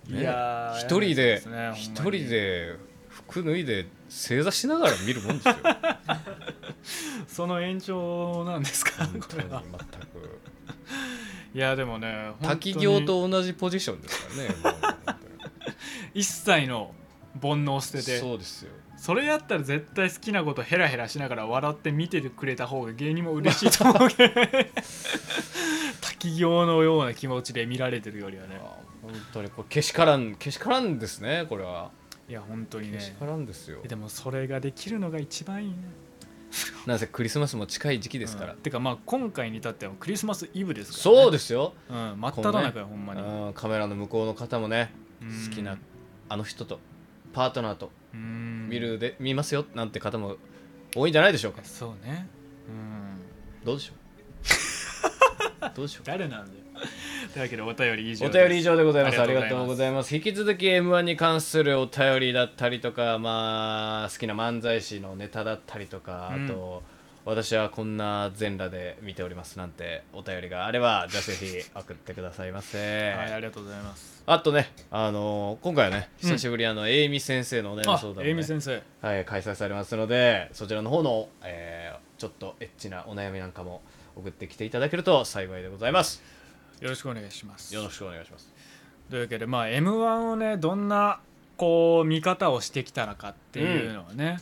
[SPEAKER 2] いやー
[SPEAKER 1] 一人で
[SPEAKER 2] やばいすね
[SPEAKER 1] 一
[SPEAKER 2] ほんま
[SPEAKER 1] 人
[SPEAKER 2] に
[SPEAKER 1] で服脱いで正座しながら見るもんです よ
[SPEAKER 2] その延長なんですか
[SPEAKER 1] 本
[SPEAKER 2] こ
[SPEAKER 1] 当
[SPEAKER 2] れ
[SPEAKER 1] に
[SPEAKER 2] は
[SPEAKER 1] 全く
[SPEAKER 2] いやでもね本当に
[SPEAKER 1] 滝行と同じポジションですからねもう本
[SPEAKER 2] 一切の煩悩を捨
[SPEAKER 1] 当に
[SPEAKER 2] てて
[SPEAKER 1] そうですよ
[SPEAKER 2] それやったら絶対好きなことヘラヘラしながら笑って見ててくれた方が芸人も嬉しいと思うけど 滝行のような気持ちで見られてるよりはね
[SPEAKER 1] あ本当にこれけしからんけしからんですねこれはい
[SPEAKER 2] や本当に
[SPEAKER 1] け
[SPEAKER 2] ね
[SPEAKER 1] しからんですよ
[SPEAKER 2] でもそれができるのが一番いいね
[SPEAKER 1] なぜクリスマスも近い時期ですから、
[SPEAKER 2] うんてかまあ今回に至ってはクリスマスイブですから、
[SPEAKER 1] そう
[SPEAKER 2] で
[SPEAKER 1] ですよ、
[SPEAKER 2] す、うん、真っ只中よほんまに、
[SPEAKER 1] うんカメラの向こうの方もね
[SPEAKER 2] うん
[SPEAKER 1] 好きなあの人とパートナーと
[SPEAKER 2] うん
[SPEAKER 1] 見るで見ますよなんて方も多いんじゃないでしょうか
[SPEAKER 2] そうねうん
[SPEAKER 1] どう でしょうどうでしょう
[SPEAKER 2] 誰なんだよ。だけどお便り以上
[SPEAKER 1] お
[SPEAKER 2] です
[SPEAKER 1] 便り以上でございますあ
[SPEAKER 2] あ
[SPEAKER 1] り
[SPEAKER 2] り
[SPEAKER 1] が
[SPEAKER 2] が
[SPEAKER 1] と
[SPEAKER 2] と
[SPEAKER 1] う
[SPEAKER 2] う
[SPEAKER 1] ご
[SPEAKER 2] ご
[SPEAKER 1] ざいます引き続き m 1に関するお便りだったりとかまあ好きな漫才師のネタだったりとか、
[SPEAKER 2] うん
[SPEAKER 1] あと私はこんな全裸で見ておりますなんてお便りがあればじゃあぜひ送ってくださいませ、
[SPEAKER 2] はい、ありがとうございます。
[SPEAKER 1] あとね、あのー今回はね久しぶりにあの、エイミ先生のお悩み
[SPEAKER 2] あ
[SPEAKER 1] 相、談を、
[SPEAKER 2] エイ
[SPEAKER 1] ね
[SPEAKER 2] ミ先生、
[SPEAKER 1] はい、開催されますのでそちらの方の、えーちょっとエッチなお悩みなんかも送ってきていただけると幸いでございます
[SPEAKER 2] よろしくお願いします。
[SPEAKER 1] よろしくお願いします
[SPEAKER 2] というわけで、まあ、m 1をねどんなこう見方をしてきたのかっていうのはね、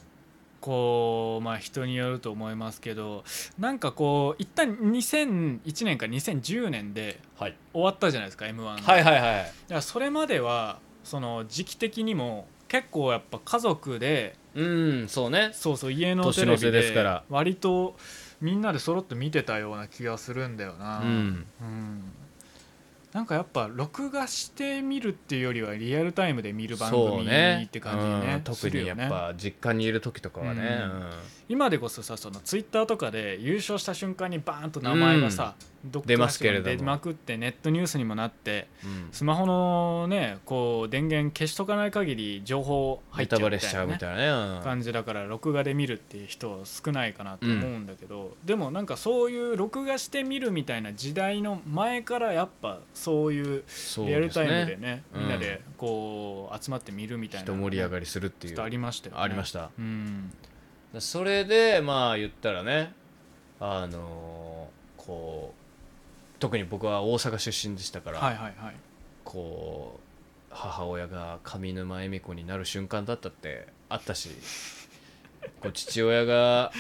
[SPEAKER 2] こうまあ人によると思いますけどなんかこう一旦2001年か2010年で
[SPEAKER 1] はい、
[SPEAKER 2] 終わったじゃないですか m 1
[SPEAKER 1] はいはいはい
[SPEAKER 2] だからそれまではその時期的にも結構やっぱ家族で
[SPEAKER 1] うんそうね
[SPEAKER 2] そうそう家のテ
[SPEAKER 1] 年
[SPEAKER 2] レ
[SPEAKER 1] の瀬
[SPEAKER 2] ビ
[SPEAKER 1] ですから
[SPEAKER 2] で割とみんなで揃って見てたような気がするんだよ
[SPEAKER 1] う
[SPEAKER 2] な。
[SPEAKER 1] ん
[SPEAKER 2] うんなんかやっぱ録画して見るっていうよりはリアルタイムで見る番
[SPEAKER 1] そう
[SPEAKER 2] 組
[SPEAKER 1] ね
[SPEAKER 2] って感じにね
[SPEAKER 1] うん特
[SPEAKER 2] す
[SPEAKER 1] に
[SPEAKER 2] る
[SPEAKER 1] や
[SPEAKER 2] よ
[SPEAKER 1] っ
[SPEAKER 2] ね
[SPEAKER 1] ぱ実家にいる時とかはね、
[SPEAKER 2] うん今でこそさそのツイッターとかで優勝した瞬間にバーンと名前がさ、どっか
[SPEAKER 1] 出ますけれども
[SPEAKER 2] 出まくってネットニュースにもなって
[SPEAKER 1] うんうん
[SPEAKER 2] スマホのねこう電源消しとかない限り情報入
[SPEAKER 1] ネ
[SPEAKER 2] っち
[SPEAKER 1] タ
[SPEAKER 2] ゃう
[SPEAKER 1] バ
[SPEAKER 2] み
[SPEAKER 1] レしちゃうみ
[SPEAKER 2] たいな
[SPEAKER 1] たい
[SPEAKER 2] ね
[SPEAKER 1] なね、
[SPEAKER 2] 感じだから録画で見るっていう人少ないかなと思うんだけど、でもなんかそういう録画して見るみたいな時代の前からやっぱそういう
[SPEAKER 1] そう
[SPEAKER 2] リアル
[SPEAKER 1] です
[SPEAKER 2] タイム
[SPEAKER 1] ね
[SPEAKER 2] でね
[SPEAKER 1] うん
[SPEAKER 2] みんなでこう集まって見るみたいな
[SPEAKER 1] 人盛り上が
[SPEAKER 2] り
[SPEAKER 1] りするってい
[SPEAKER 2] ちょっ
[SPEAKER 1] う
[SPEAKER 2] とありましたよね
[SPEAKER 1] ありました
[SPEAKER 2] うん
[SPEAKER 1] それでまあ言ったらねあのーこう特に僕は大阪出身でしたから、
[SPEAKER 2] はいはいはい
[SPEAKER 1] こう母親が上沼恵美子になる瞬間だったってあったしこう父親が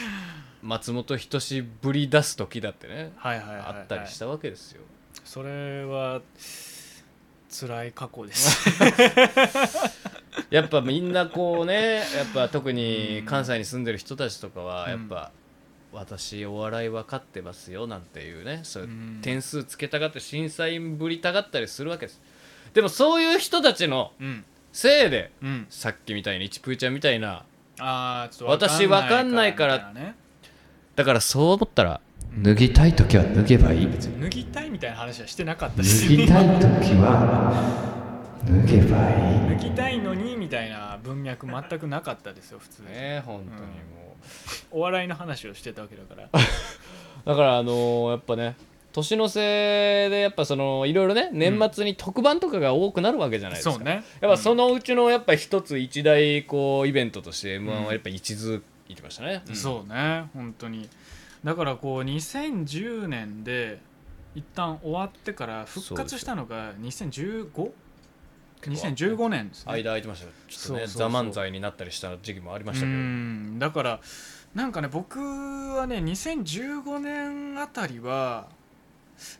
[SPEAKER 1] 松本人志ぶり出す時だってね
[SPEAKER 2] はいはいはいはい
[SPEAKER 1] あったりしたわけですよ。
[SPEAKER 2] それは辛い過去です
[SPEAKER 1] やっぱみんなこうねやっぱ特に関西に住んでる人たちとかは
[SPEAKER 2] うん
[SPEAKER 1] やっぱ、私お笑い分かってますよなんていうねそういう
[SPEAKER 2] うん
[SPEAKER 1] 点数つけたがって審査員ぶりたがったりするわけですでもそういう人たちの
[SPEAKER 2] うん
[SPEAKER 1] せいで
[SPEAKER 2] うん
[SPEAKER 1] さっきみたいにちぷーちゃんみたいな
[SPEAKER 2] ああちょっと
[SPEAKER 1] 私わかんないから
[SPEAKER 2] みたいなね
[SPEAKER 1] だからそう思ったら
[SPEAKER 2] うん
[SPEAKER 4] 脱ぎたい時は脱げばいい脱
[SPEAKER 2] 脱ぎたいみたいな話はしてなかったし
[SPEAKER 4] ぎたい時は脱げばいい
[SPEAKER 2] 脱ぎたいのにみたいな文脈全くなかったですよ普通に、
[SPEAKER 1] ね本当にも
[SPEAKER 2] お笑いの話をしてたわけだから
[SPEAKER 1] う、だからあのーやっぱね年の瀬でやっぱそのいろいろね年末に特番とかが多くなるわけじゃないですか、
[SPEAKER 2] そうね
[SPEAKER 1] やっぱそ
[SPEAKER 2] の、
[SPEAKER 1] のうちのやっぱ一つ一大こうイベントとして m
[SPEAKER 2] う
[SPEAKER 1] 1
[SPEAKER 2] ん
[SPEAKER 1] はやっぱ一途いてましたね、
[SPEAKER 2] そうね本当にだからこう2010年で一旦終わってから復活したのが 2015?2015 年ですね
[SPEAKER 1] 間空いてましたよちょっとね
[SPEAKER 2] そうそうそ
[SPEAKER 1] ザ・
[SPEAKER 2] う
[SPEAKER 1] 漫才になったりした時期もありました
[SPEAKER 2] う
[SPEAKER 1] けど
[SPEAKER 2] んだからなんかね僕はね2015年あたりは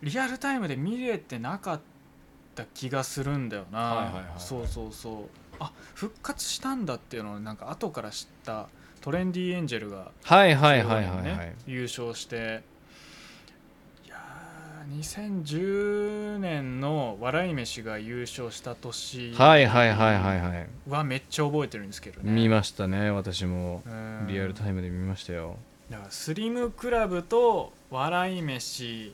[SPEAKER 2] リアルタイムで見れてなかった気がするんだよな、
[SPEAKER 1] はいはいはいはい
[SPEAKER 2] そうそうそうあ復活したんだっていうのをなんか後から知ったトレンディエンジェルが
[SPEAKER 1] はいは
[SPEAKER 2] ね優勝していやー2010年の笑い飯が優勝した年
[SPEAKER 1] はいはいはいはいはい
[SPEAKER 2] はめっちゃ覚えてるんですけどね
[SPEAKER 1] 見ましたね私も
[SPEAKER 2] うん
[SPEAKER 1] リアルタイムで見ましたよ
[SPEAKER 2] だからスリムクラブと笑い飯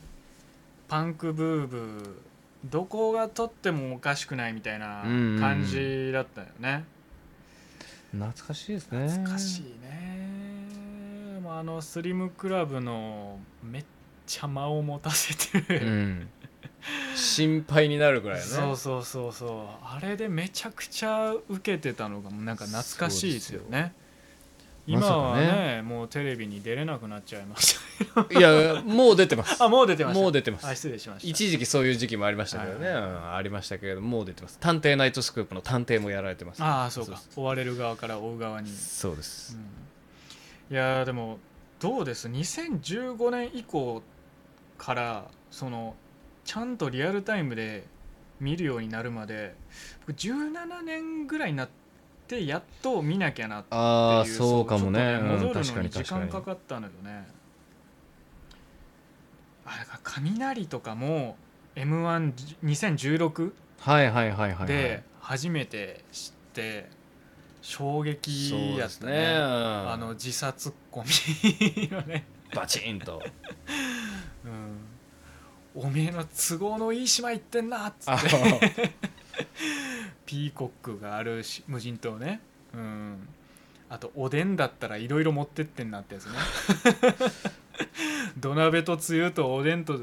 [SPEAKER 2] パンクブーブーどこが取ってもおかしくないみたいな
[SPEAKER 1] うん
[SPEAKER 2] 感じだったよね、
[SPEAKER 1] 懐かしいですね
[SPEAKER 2] 懐かしいねもうあのスリムクラブのめっちゃ間を持たせて
[SPEAKER 1] う
[SPEAKER 2] る、
[SPEAKER 1] ん心配になるぐらいね
[SPEAKER 2] そうそうそうそうあれでめちゃくちゃ受けてたのがもうなんか懐かしいですよ
[SPEAKER 1] そ
[SPEAKER 2] ね
[SPEAKER 1] うです
[SPEAKER 2] 今
[SPEAKER 1] よ
[SPEAKER 2] は
[SPEAKER 1] まさ
[SPEAKER 2] ねもうテレビに出れなくなっちゃいました
[SPEAKER 1] いやもう出てます
[SPEAKER 2] あもう出てました
[SPEAKER 1] もう出てます
[SPEAKER 2] あ失礼しました
[SPEAKER 1] 一時期そういう時期もありましたけどね、
[SPEAKER 2] はい
[SPEAKER 1] うんありましたけれどもう出てます探偵ナイトスクープの探偵もやられてます
[SPEAKER 2] ああそうか
[SPEAKER 1] そ
[SPEAKER 2] 追われる側から追う側に、
[SPEAKER 1] そうで
[SPEAKER 2] う
[SPEAKER 1] す、
[SPEAKER 2] んいやーでもどうです2015年以降からそのちゃんとリアルタイムで見るようになるまで僕17年ぐらいになってやっと見なきゃなっていう
[SPEAKER 1] ああそうかもね
[SPEAKER 2] ちょっと
[SPEAKER 1] うん
[SPEAKER 2] 戻る
[SPEAKER 1] 確
[SPEAKER 2] の
[SPEAKER 1] か
[SPEAKER 2] に
[SPEAKER 1] に
[SPEAKER 2] 時
[SPEAKER 1] 確か
[SPEAKER 2] 間
[SPEAKER 1] に
[SPEAKER 2] かかったのよねあだから雷とかも m 1 2 0 1 6
[SPEAKER 1] はいはいはいはいはい
[SPEAKER 2] で初めて知って衝
[SPEAKER 1] そう
[SPEAKER 2] 撃や
[SPEAKER 1] で
[SPEAKER 2] っ
[SPEAKER 1] す
[SPEAKER 2] た
[SPEAKER 1] ね
[SPEAKER 2] ねあ
[SPEAKER 1] あ
[SPEAKER 2] の
[SPEAKER 1] の
[SPEAKER 2] 自殺コミ のね、
[SPEAKER 1] バチン と
[SPEAKER 2] うん、おめえの都合のいい島行ってんなっつ
[SPEAKER 1] あ
[SPEAKER 2] って ピーコックがあるし無人島ね、うん、あとおでんだったらいろいろ持ってってんなって やつね土鍋とつゆとおでんと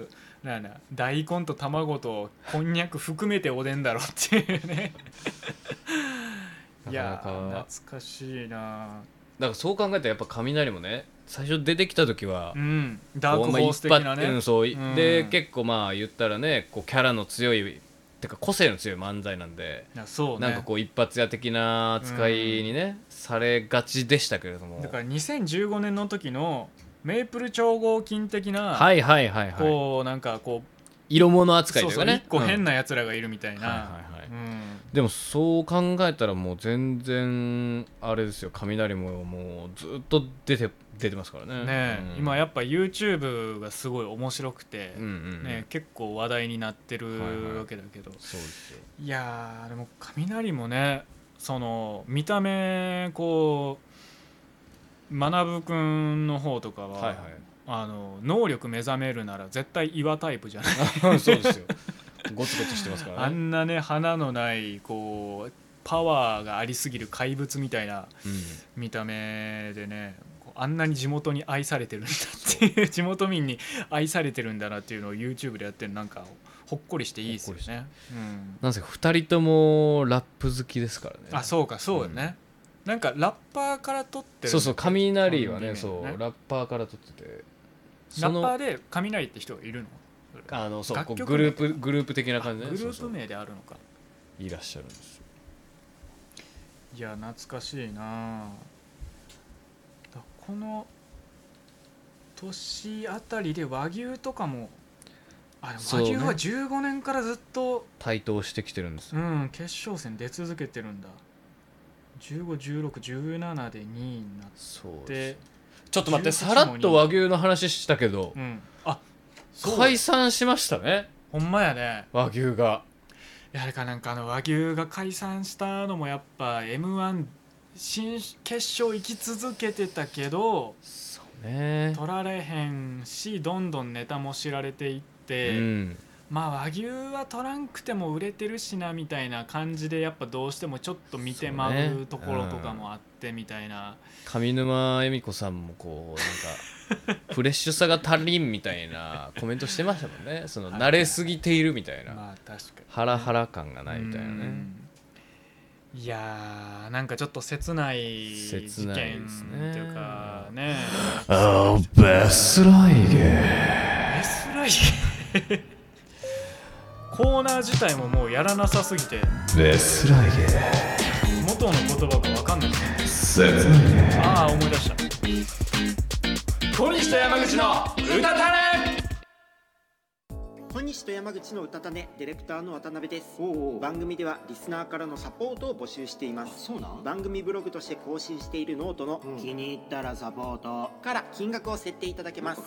[SPEAKER 2] なあなあ大根と卵とこんにゃく含めておでんだろっていうねいや
[SPEAKER 1] なかな
[SPEAKER 2] ー
[SPEAKER 1] か
[SPEAKER 2] 懐かしいな
[SPEAKER 1] だからそう考えたらやっぱ雷もね最初出てきた時は
[SPEAKER 2] ーうんダー
[SPEAKER 1] こ
[SPEAKER 2] ク
[SPEAKER 1] う
[SPEAKER 2] ホ
[SPEAKER 1] まあ引
[SPEAKER 2] ー
[SPEAKER 1] っ
[SPEAKER 2] ス的
[SPEAKER 1] 張
[SPEAKER 2] な
[SPEAKER 1] ってう
[SPEAKER 2] ね
[SPEAKER 1] んそう
[SPEAKER 2] うん
[SPEAKER 1] で結構まあ言ったらねこうキャラの強いてか個性の強い漫才なんで
[SPEAKER 2] いやそうね
[SPEAKER 1] なんかこう一発屋的な扱いにねされがちでしたけれども
[SPEAKER 2] だから2015年の時のメープル調合金的な、
[SPEAKER 1] はいはいはいはい
[SPEAKER 2] こうなんかこう
[SPEAKER 1] 色物扱い
[SPEAKER 2] そう
[SPEAKER 1] という
[SPEAKER 2] そ
[SPEAKER 1] か
[SPEAKER 2] う一
[SPEAKER 1] ね
[SPEAKER 2] 個変
[SPEAKER 1] な
[SPEAKER 2] なやつらがいるみたいな
[SPEAKER 1] でもそう考えたらもう全然あれですよ雷ももうずっと出て出てますから
[SPEAKER 2] う
[SPEAKER 1] ね
[SPEAKER 2] んねえ
[SPEAKER 1] うん
[SPEAKER 2] 今やっぱ YouTube がすごい面白くて
[SPEAKER 1] うん、うんうん
[SPEAKER 2] ねえ、結構話題になってる
[SPEAKER 1] はいはい
[SPEAKER 2] わけだけど、
[SPEAKER 1] そうですよ
[SPEAKER 2] いやーでも雷もねその見た目こう学くんの方とかは、
[SPEAKER 1] はい
[SPEAKER 2] あの能力目覚めるなら絶対岩タイプじゃない
[SPEAKER 1] はい そうですよゴツゴツしてますから
[SPEAKER 2] あ
[SPEAKER 1] ね
[SPEAKER 2] んなね花のないこうパワーがありすぎる怪物みたいな
[SPEAKER 1] うん
[SPEAKER 2] 見た目でねこうあんなに地元に愛されてるんだっていう 地元民に愛されてるんだなっていうのを YouTube でやってるなんかほっこりしていいですよ
[SPEAKER 1] ほっ
[SPEAKER 2] ね。うん、
[SPEAKER 1] なんせ2人ともラップ好きですからね
[SPEAKER 2] あそうかそうよね、なんかラッパーから撮ってる
[SPEAKER 1] そうそう雷は
[SPEAKER 2] コン
[SPEAKER 1] ね
[SPEAKER 2] ビ名ね
[SPEAKER 1] そうラッパーから撮っててそ
[SPEAKER 2] ラッ
[SPEAKER 1] の
[SPEAKER 2] パーで雷って人がいるの
[SPEAKER 1] あのそうこ
[SPEAKER 2] 楽
[SPEAKER 1] う
[SPEAKER 2] 曲
[SPEAKER 1] グループグループ的な感じ
[SPEAKER 2] あ
[SPEAKER 1] ね
[SPEAKER 2] グル
[SPEAKER 1] そう
[SPEAKER 2] ー
[SPEAKER 1] そ
[SPEAKER 2] プ
[SPEAKER 1] う
[SPEAKER 2] 名であるのか
[SPEAKER 1] いらっしゃるんですよ
[SPEAKER 2] いや懐かしいなあだこの年あたりで和牛とかもあでも
[SPEAKER 1] そう
[SPEAKER 2] 和
[SPEAKER 1] ね
[SPEAKER 2] 牛は15年からずっと
[SPEAKER 1] 台頭してきてるんです
[SPEAKER 2] う,、
[SPEAKER 1] よ
[SPEAKER 2] ん決勝戦出続けてるんだ151617で2位になっ
[SPEAKER 1] そうです
[SPEAKER 2] て
[SPEAKER 1] よちょっと待って
[SPEAKER 2] 18
[SPEAKER 1] さらっと和牛の話したけど
[SPEAKER 2] うんあそう
[SPEAKER 1] 解散しましたね
[SPEAKER 2] ほんまやね
[SPEAKER 1] 和牛が
[SPEAKER 2] いやあれかなんかあの和牛が解散したのもやっぱ m 1新決勝行き続けてたけど
[SPEAKER 1] そうね
[SPEAKER 2] 取られへんしどんどんネタも知られていっ
[SPEAKER 1] う
[SPEAKER 2] て、
[SPEAKER 1] ん
[SPEAKER 2] まあ和牛は取らんくても売れてるしなみたいな感じでやっぱどうしてもちょっと見てま
[SPEAKER 1] そうねう
[SPEAKER 2] うんところとかもあってみたいな、
[SPEAKER 1] 上沼恵美子さんもこうなん かフレッシュさが足りんみたいなコメントしてましたもんねその慣れすぎているみたいな
[SPEAKER 2] まあ確かに
[SPEAKER 1] ハラハラ感がないみたいな
[SPEAKER 2] う
[SPEAKER 1] ね
[SPEAKER 2] んいやーなんかちょっと切ない
[SPEAKER 1] 切
[SPEAKER 2] 事
[SPEAKER 1] ない
[SPEAKER 2] 件
[SPEAKER 1] ですね
[SPEAKER 2] っていうかね
[SPEAKER 4] 아, 베스라이게.
[SPEAKER 2] えスライコーナー自体ももうやらなさすぎて
[SPEAKER 4] 베스라이게.
[SPEAKER 2] 元の言葉が分かんない
[SPEAKER 4] 베스라이게.
[SPEAKER 2] ああ思い出した小西と山口の歌たれ
[SPEAKER 6] 小西と山口の歌種ディレクターの渡辺です番組ではリスナーからのサポートを募集しています番組ブログとして更新しているノートの、気に入ったらサポートから金額を設定いただけます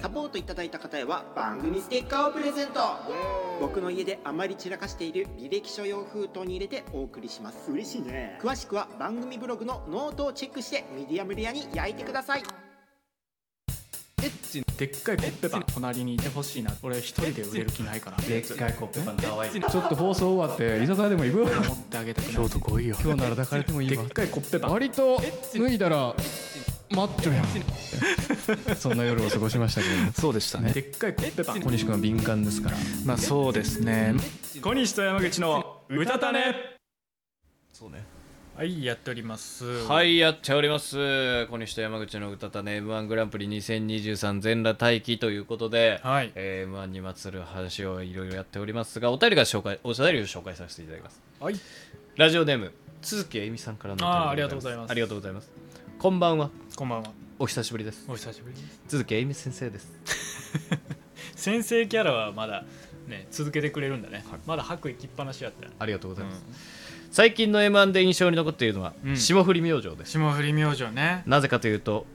[SPEAKER 6] サポートいただいた方へは番組ステッカーをプレゼント僕の家であまり散らかしている履歴書用封筒に入れてお送りします嬉しいね詳しくは番組ブログのノートをチェックしてミディアムレアに焼いてください
[SPEAKER 2] でっかいコッペパン隣にいてほしいな俺一人で売れる気ないからでっかいコッペパン可愛い
[SPEAKER 5] ちょっと放送終わって居酒屋でも行く
[SPEAKER 2] 持ってあげたく京都来いよ
[SPEAKER 5] 今日なら抱かれてもいい
[SPEAKER 2] で
[SPEAKER 5] わ
[SPEAKER 2] っかいコッペパン
[SPEAKER 5] 割と脱いだらマッチョやんそんな夜を過ごしましたけど も
[SPEAKER 2] そうでした
[SPEAKER 5] ね
[SPEAKER 2] でっかいコッペパン
[SPEAKER 5] 小西君は敏感ですから
[SPEAKER 2] まあそうですね小西と山口の歌たね
[SPEAKER 1] そうね
[SPEAKER 2] はいやっております
[SPEAKER 1] はいいやっております小西と山口の歌たね m 1グランプリ2023全裸待機ということで、
[SPEAKER 2] はい
[SPEAKER 1] えー、m 1にまつわる話をいろいろやっておりますがお便りが紹介お便りを紹介させていただきます
[SPEAKER 2] はい
[SPEAKER 1] ラジオネーム鈴木えみさんからのお便り
[SPEAKER 2] あーありがとうございます
[SPEAKER 1] ありがとうございますこんばんは
[SPEAKER 2] こんばんは
[SPEAKER 1] お久しぶりです
[SPEAKER 2] お久しぶりです
[SPEAKER 1] 鈴木えみ先生です
[SPEAKER 2] 先生キャラはまだね続けてくれるんだねまだ白衣着っぱなしやったよ
[SPEAKER 1] ありがとうございます、最近の m 1で印象に残っているのは、
[SPEAKER 2] うん
[SPEAKER 1] 霜降り明星です
[SPEAKER 2] 霜降り明星ね
[SPEAKER 1] なぜかというと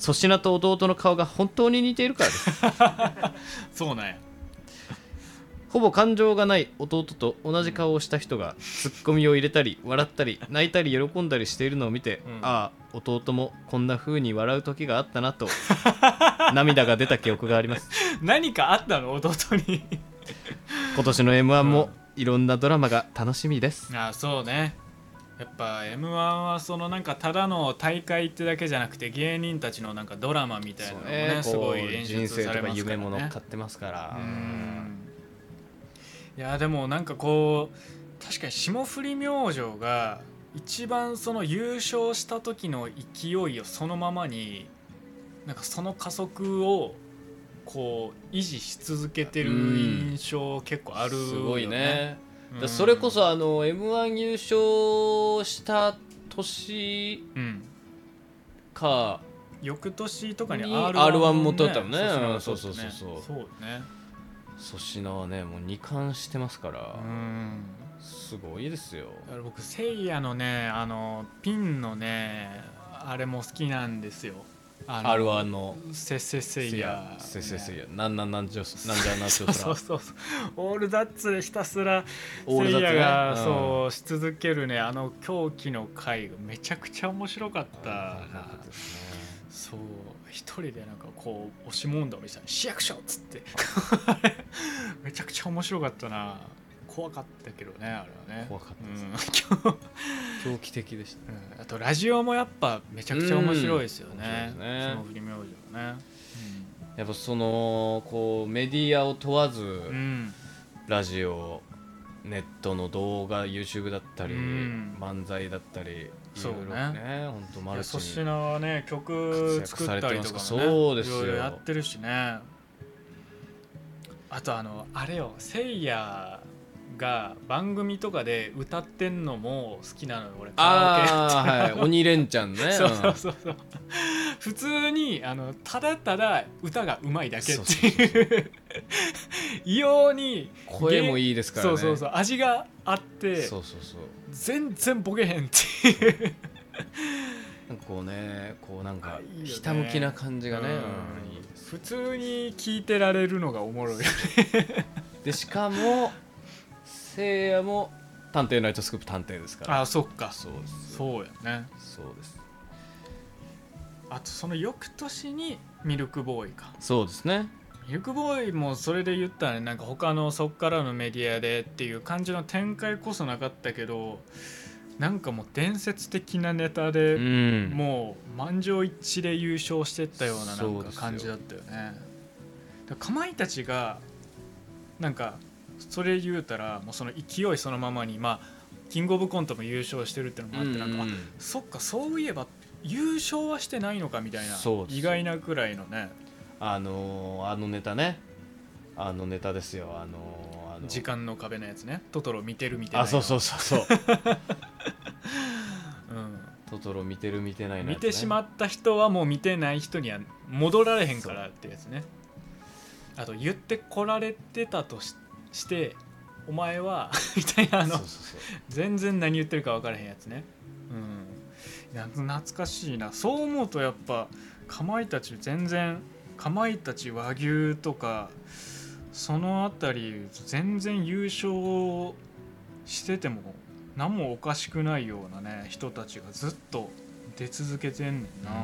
[SPEAKER 1] 粗品と弟の顔が本当に似ているから です
[SPEAKER 2] そうなんや
[SPEAKER 1] ほぼ感情がない弟と同じ顔をした人がツッコミを入れたり笑ったり泣いたり喜んだりしているのを見て、
[SPEAKER 2] うん
[SPEAKER 1] ああ弟もこんな風に笑う時があった なと涙が出た記憶があります
[SPEAKER 2] 何かあったの弟 に
[SPEAKER 1] 今年の m 1もいろんなドラマが楽しみです
[SPEAKER 2] ああそうねやっぱ m 1はそのなんかただの大会ってだけじゃなくて芸人たちのなんかドラマみたいなのもねすごい演
[SPEAKER 1] 人
[SPEAKER 2] 出
[SPEAKER 1] 生
[SPEAKER 2] され
[SPEAKER 1] とか
[SPEAKER 2] ますか
[SPEAKER 1] 夢
[SPEAKER 2] ら
[SPEAKER 1] 物
[SPEAKER 2] ね
[SPEAKER 1] 買ってますから、
[SPEAKER 2] うんいやでもなんかこう確かに霜降り明星が一番その優勝した時の勢いをそのままになんかその加速をこう維持し続けてる印象結構あるよ、
[SPEAKER 1] すごいね、
[SPEAKER 2] うん
[SPEAKER 1] だからそれこそあの m 1優勝した年
[SPEAKER 2] うん
[SPEAKER 1] か
[SPEAKER 2] 翌年とかに
[SPEAKER 1] に
[SPEAKER 2] R1
[SPEAKER 1] も取ったもんね
[SPEAKER 2] そうそう
[SPEAKER 1] うんそうう
[SPEAKER 2] そそ
[SPEAKER 1] そうう
[SPEAKER 2] そ
[SPEAKER 1] そう
[SPEAKER 2] ね
[SPEAKER 1] 粗品はねもう2冠してますから、
[SPEAKER 2] うん
[SPEAKER 1] すごいですよ
[SPEAKER 2] だから僕せいやのねあのピンのねあれも好きなんですよあ
[SPEAKER 1] R1 の
[SPEAKER 2] せせせいや
[SPEAKER 1] せせせ
[SPEAKER 2] ね
[SPEAKER 1] やなんなんなんじゃなんじゃ なち
[SPEAKER 2] そ
[SPEAKER 1] ょ
[SPEAKER 2] う
[SPEAKER 1] ら
[SPEAKER 2] そうそうそうオールダッツでひたすら
[SPEAKER 1] オール
[SPEAKER 2] せい
[SPEAKER 1] ザ
[SPEAKER 2] やが、
[SPEAKER 1] ツねうん
[SPEAKER 2] そうし続けるねあの狂気の回がめちゃくちゃ面白かったなそう一人でなんかこう押し問答みたいな「市役所!」っつって めちゃくちゃ面白かったな怖かったけどねあれはね
[SPEAKER 1] 怖かったです
[SPEAKER 2] うん
[SPEAKER 1] 狂気的でした
[SPEAKER 2] うんあとラジオもやっぱめちゃくちゃ面白いですよね
[SPEAKER 1] うん面白いですね
[SPEAKER 2] 霜降り明星はね
[SPEAKER 1] やっぱそのこうメディアを問わず、
[SPEAKER 2] うん、うん
[SPEAKER 1] ラジオネットの動画 YouTube だったり、
[SPEAKER 2] うん
[SPEAKER 1] 漫才だったりい
[SPEAKER 2] そ
[SPEAKER 1] ろい
[SPEAKER 2] うね
[SPEAKER 1] ろね本当マ
[SPEAKER 2] いや
[SPEAKER 1] ルチ
[SPEAKER 2] 粗
[SPEAKER 1] に
[SPEAKER 2] 品はね曲
[SPEAKER 1] 活躍
[SPEAKER 2] 作っ
[SPEAKER 1] され
[SPEAKER 2] た
[SPEAKER 1] て
[SPEAKER 2] り
[SPEAKER 1] ま
[SPEAKER 2] と
[SPEAKER 1] す
[SPEAKER 2] か
[SPEAKER 1] か
[SPEAKER 2] もね
[SPEAKER 1] そうですよ
[SPEAKER 2] いろいろやってるしねあとあのあれよせいやが番組とかで歌ってんのも好きなのよ俺
[SPEAKER 1] ああはい
[SPEAKER 2] カラオケ
[SPEAKER 1] 鬼レンちゃ んね
[SPEAKER 2] そうそうそうそう普通にあのただただ歌がうまいだけっていう異様に
[SPEAKER 1] うん声もいいですからね
[SPEAKER 2] そうそうそう味があって
[SPEAKER 1] そうそうそう
[SPEAKER 2] 全然ボケへんっていう
[SPEAKER 1] なんかこうねこうなんか
[SPEAKER 2] あい いよね
[SPEAKER 1] ひたむきな感じがね
[SPEAKER 2] うん
[SPEAKER 1] うんいいです
[SPEAKER 2] 普通に聞いてられるのがおもろい
[SPEAKER 1] でしかもせいやも「探偵ナイトスクープ探偵」ですから
[SPEAKER 2] あそっか
[SPEAKER 1] そうです
[SPEAKER 2] そうやね
[SPEAKER 1] そうです
[SPEAKER 2] あとその翌年にミルクボーイか
[SPEAKER 1] そうですね
[SPEAKER 2] ミルクボーイもそれで言ったらねなんか他のそっからのメディアでっていう感じの展開こそなかったけどなんかもう伝説的なネタ
[SPEAKER 1] う
[SPEAKER 2] で、
[SPEAKER 1] ん
[SPEAKER 2] もう満場一致で優勝してったようなな
[SPEAKER 1] そ
[SPEAKER 2] ん
[SPEAKER 1] う
[SPEAKER 2] か
[SPEAKER 1] ですよ
[SPEAKER 2] 感じだったよねだかまいたちがなんかそれ言うたらもうその勢いそのままにまあキングオブコントも優勝してるってのもあってなんか、あ
[SPEAKER 1] うん
[SPEAKER 2] そっかそういえば優勝はしてないのかみたいな
[SPEAKER 1] そうです
[SPEAKER 2] 意外なくらいのね
[SPEAKER 1] あのーあのネタねあのネタですよあのーあの
[SPEAKER 2] 時間の壁のやつねトトロ見てる見てないの
[SPEAKER 1] あそうそうそうそう
[SPEAKER 2] うん
[SPEAKER 1] トトロ見てる見てないのや
[SPEAKER 2] 見
[SPEAKER 1] つね
[SPEAKER 2] てしまった人はもう見てない人には戻られへんからってやつねあと言ってこられてたとししてお前は みたいなあ
[SPEAKER 1] そ
[SPEAKER 2] の
[SPEAKER 1] うそうそう
[SPEAKER 2] 全然何言ってるか分からへんやつねうんいや懐かしいなそう思うとやっぱかまいたち全然かまいたち和牛とかそのあたり全然優勝してても何もおかしくないようなね人たちがずっと出続けてんねんな
[SPEAKER 1] うん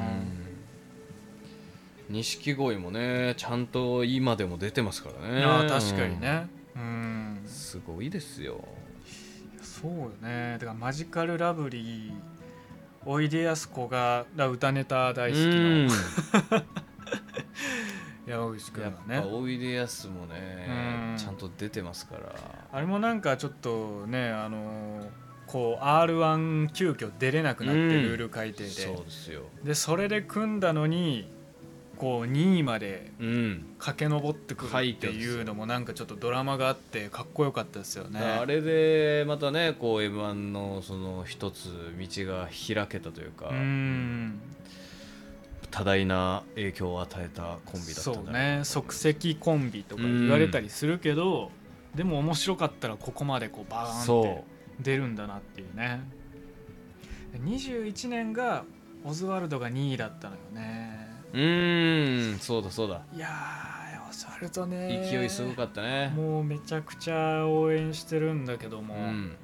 [SPEAKER 1] 錦鯉もねちゃんと今でも出てますから
[SPEAKER 2] い
[SPEAKER 1] ね
[SPEAKER 2] や確かに、ねう
[SPEAKER 1] う
[SPEAKER 2] ん
[SPEAKER 1] んすごいですよ
[SPEAKER 2] そうよねだからマジカルラブリーおいでやすこがだ歌ネタ大好き
[SPEAKER 1] うん
[SPEAKER 2] の山口君
[SPEAKER 1] や
[SPEAKER 2] は
[SPEAKER 1] っ
[SPEAKER 2] ね
[SPEAKER 1] ぱおいでやすもね、
[SPEAKER 2] うん
[SPEAKER 1] ちゃんと出てますから
[SPEAKER 2] あれもなんかちょっとねあのーこう R1 急遽出れなくなって
[SPEAKER 1] うん
[SPEAKER 2] ルール改定で、
[SPEAKER 1] そうですよ
[SPEAKER 2] でそれで組んだのにこう2位まで
[SPEAKER 1] うん、
[SPEAKER 2] 駆け上ってくる
[SPEAKER 1] 快
[SPEAKER 2] って
[SPEAKER 1] 挙ですよ
[SPEAKER 2] いうのもなんかちょっとドラマがあってかっこよかったですよね
[SPEAKER 1] あれでまたねこう m 1のその一つ道が開けたというか、
[SPEAKER 2] うん
[SPEAKER 1] 多大な影響を与えたコンビだったん
[SPEAKER 2] そ
[SPEAKER 1] だ
[SPEAKER 2] うね即席コンビとか言われたりするけど、でも面白かったらここまでこうバーンって
[SPEAKER 1] そ
[SPEAKER 2] 出るんだなっていうねで21年がオズワルドが2位だったのよね
[SPEAKER 1] ううーんそうだそうだ
[SPEAKER 2] いやーオズワルドね
[SPEAKER 1] 勢いすごかったね
[SPEAKER 2] もうめちゃくちゃ応援してるんだけども、
[SPEAKER 1] うん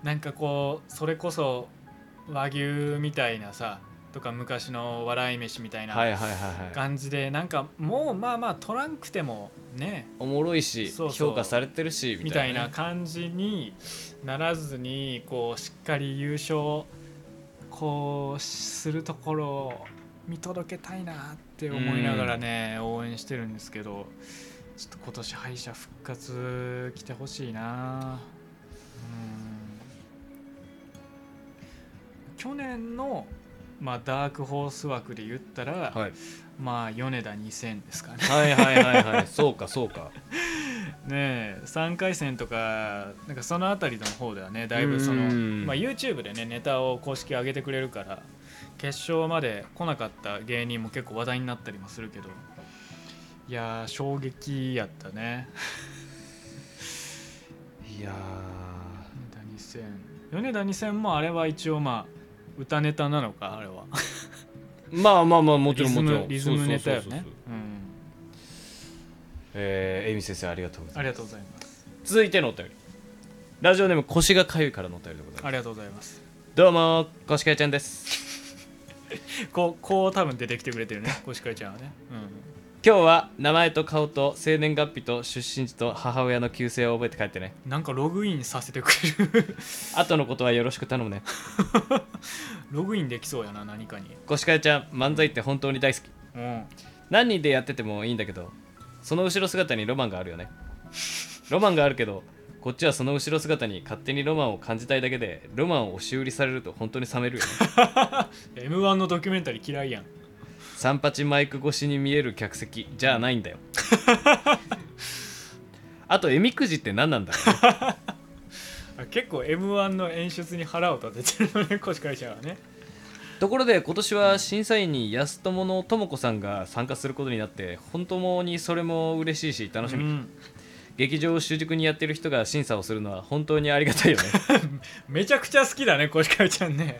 [SPEAKER 2] なんかこうそれこそ和牛みたいなさとか昔の笑い飯みた
[SPEAKER 1] はい
[SPEAKER 2] いな
[SPEAKER 1] はいはいはい
[SPEAKER 2] 感じでなんかもうまあまあ取らんくてもね
[SPEAKER 1] おもろいし
[SPEAKER 2] そうそう
[SPEAKER 1] 評価されてるしみ
[SPEAKER 2] み
[SPEAKER 1] た
[SPEAKER 2] た
[SPEAKER 1] い
[SPEAKER 2] い
[SPEAKER 1] な
[SPEAKER 2] な
[SPEAKER 1] ね
[SPEAKER 2] 感じにならずにこうしっかり優勝こうするところを見届けたいなって思いながらね応援してるんですけどちょっと今年敗者復活来てほしいなうん去年のまあダークホース枠で言ったら、
[SPEAKER 1] はい
[SPEAKER 2] まあ米田2000ですかね
[SPEAKER 1] はいはいはい はいそうかそうか
[SPEAKER 2] ねえ3回戦とかなんかその辺りの方ではねだいぶその、
[SPEAKER 1] うん
[SPEAKER 2] まあ、YouTube でねネタを公式上げてくれるから決勝まで来なかった芸人も結構話題になったりもするけどいやー衝撃やったね
[SPEAKER 1] いや
[SPEAKER 2] 米田2000米田2000もあれは一応まあ歌ネタなのかあれは
[SPEAKER 1] ーまあまあまあもち
[SPEAKER 2] リ
[SPEAKER 1] ろん
[SPEAKER 2] ズ
[SPEAKER 1] もちろ
[SPEAKER 2] ム
[SPEAKER 1] ん
[SPEAKER 2] リズムネタよ
[SPEAKER 1] そうそう
[SPEAKER 2] ね
[SPEAKER 1] そうそう
[SPEAKER 2] うん
[SPEAKER 1] えー、エミ先生ありがとうございます
[SPEAKER 2] ありがとうございます
[SPEAKER 1] 続いてのお便りラジオネーム腰がかゆいからのお便りでござい
[SPEAKER 2] あ
[SPEAKER 1] ます
[SPEAKER 2] りがとうございます
[SPEAKER 1] どうも腰かゆちゃんです
[SPEAKER 2] こうこう多分出てきてくれ てるね腰かいちゃんはね、うん
[SPEAKER 1] 今日は名前と顔と生年月日と出身地と母親の旧姓を覚えて帰ってね、
[SPEAKER 2] なんかログインさせてくれる
[SPEAKER 1] 後のことはよろしく頼むね
[SPEAKER 2] ログインできそうやな何かに
[SPEAKER 1] 腰かゆちゃん漫才って本当に大好き
[SPEAKER 2] うん
[SPEAKER 1] 何人でやっててもいいんだけどその後ろ姿にロマンがあるよねロマンがあるけどこっちはその後ろ姿に勝手にロマンを感じたいだけでロマンを押し売りされると本当に冷めるよね
[SPEAKER 2] m 1のドキュメンタリー嫌いやん
[SPEAKER 1] 三八マイク越しに見える客席じゃないんだよあとえみくじって何なんだろうね
[SPEAKER 2] あ結構 m 1の演出に腹を立ててるのね腰会社はね
[SPEAKER 1] ところで今年は審査員に安友のとも子さんが参加することになって本当にそれも嬉しいし楽しみ、
[SPEAKER 2] うん
[SPEAKER 1] 劇場を主軸にやってる人が審査をするのは本当にありが たいよね
[SPEAKER 2] めちゃくちゃ好きだね腰会ちゃんね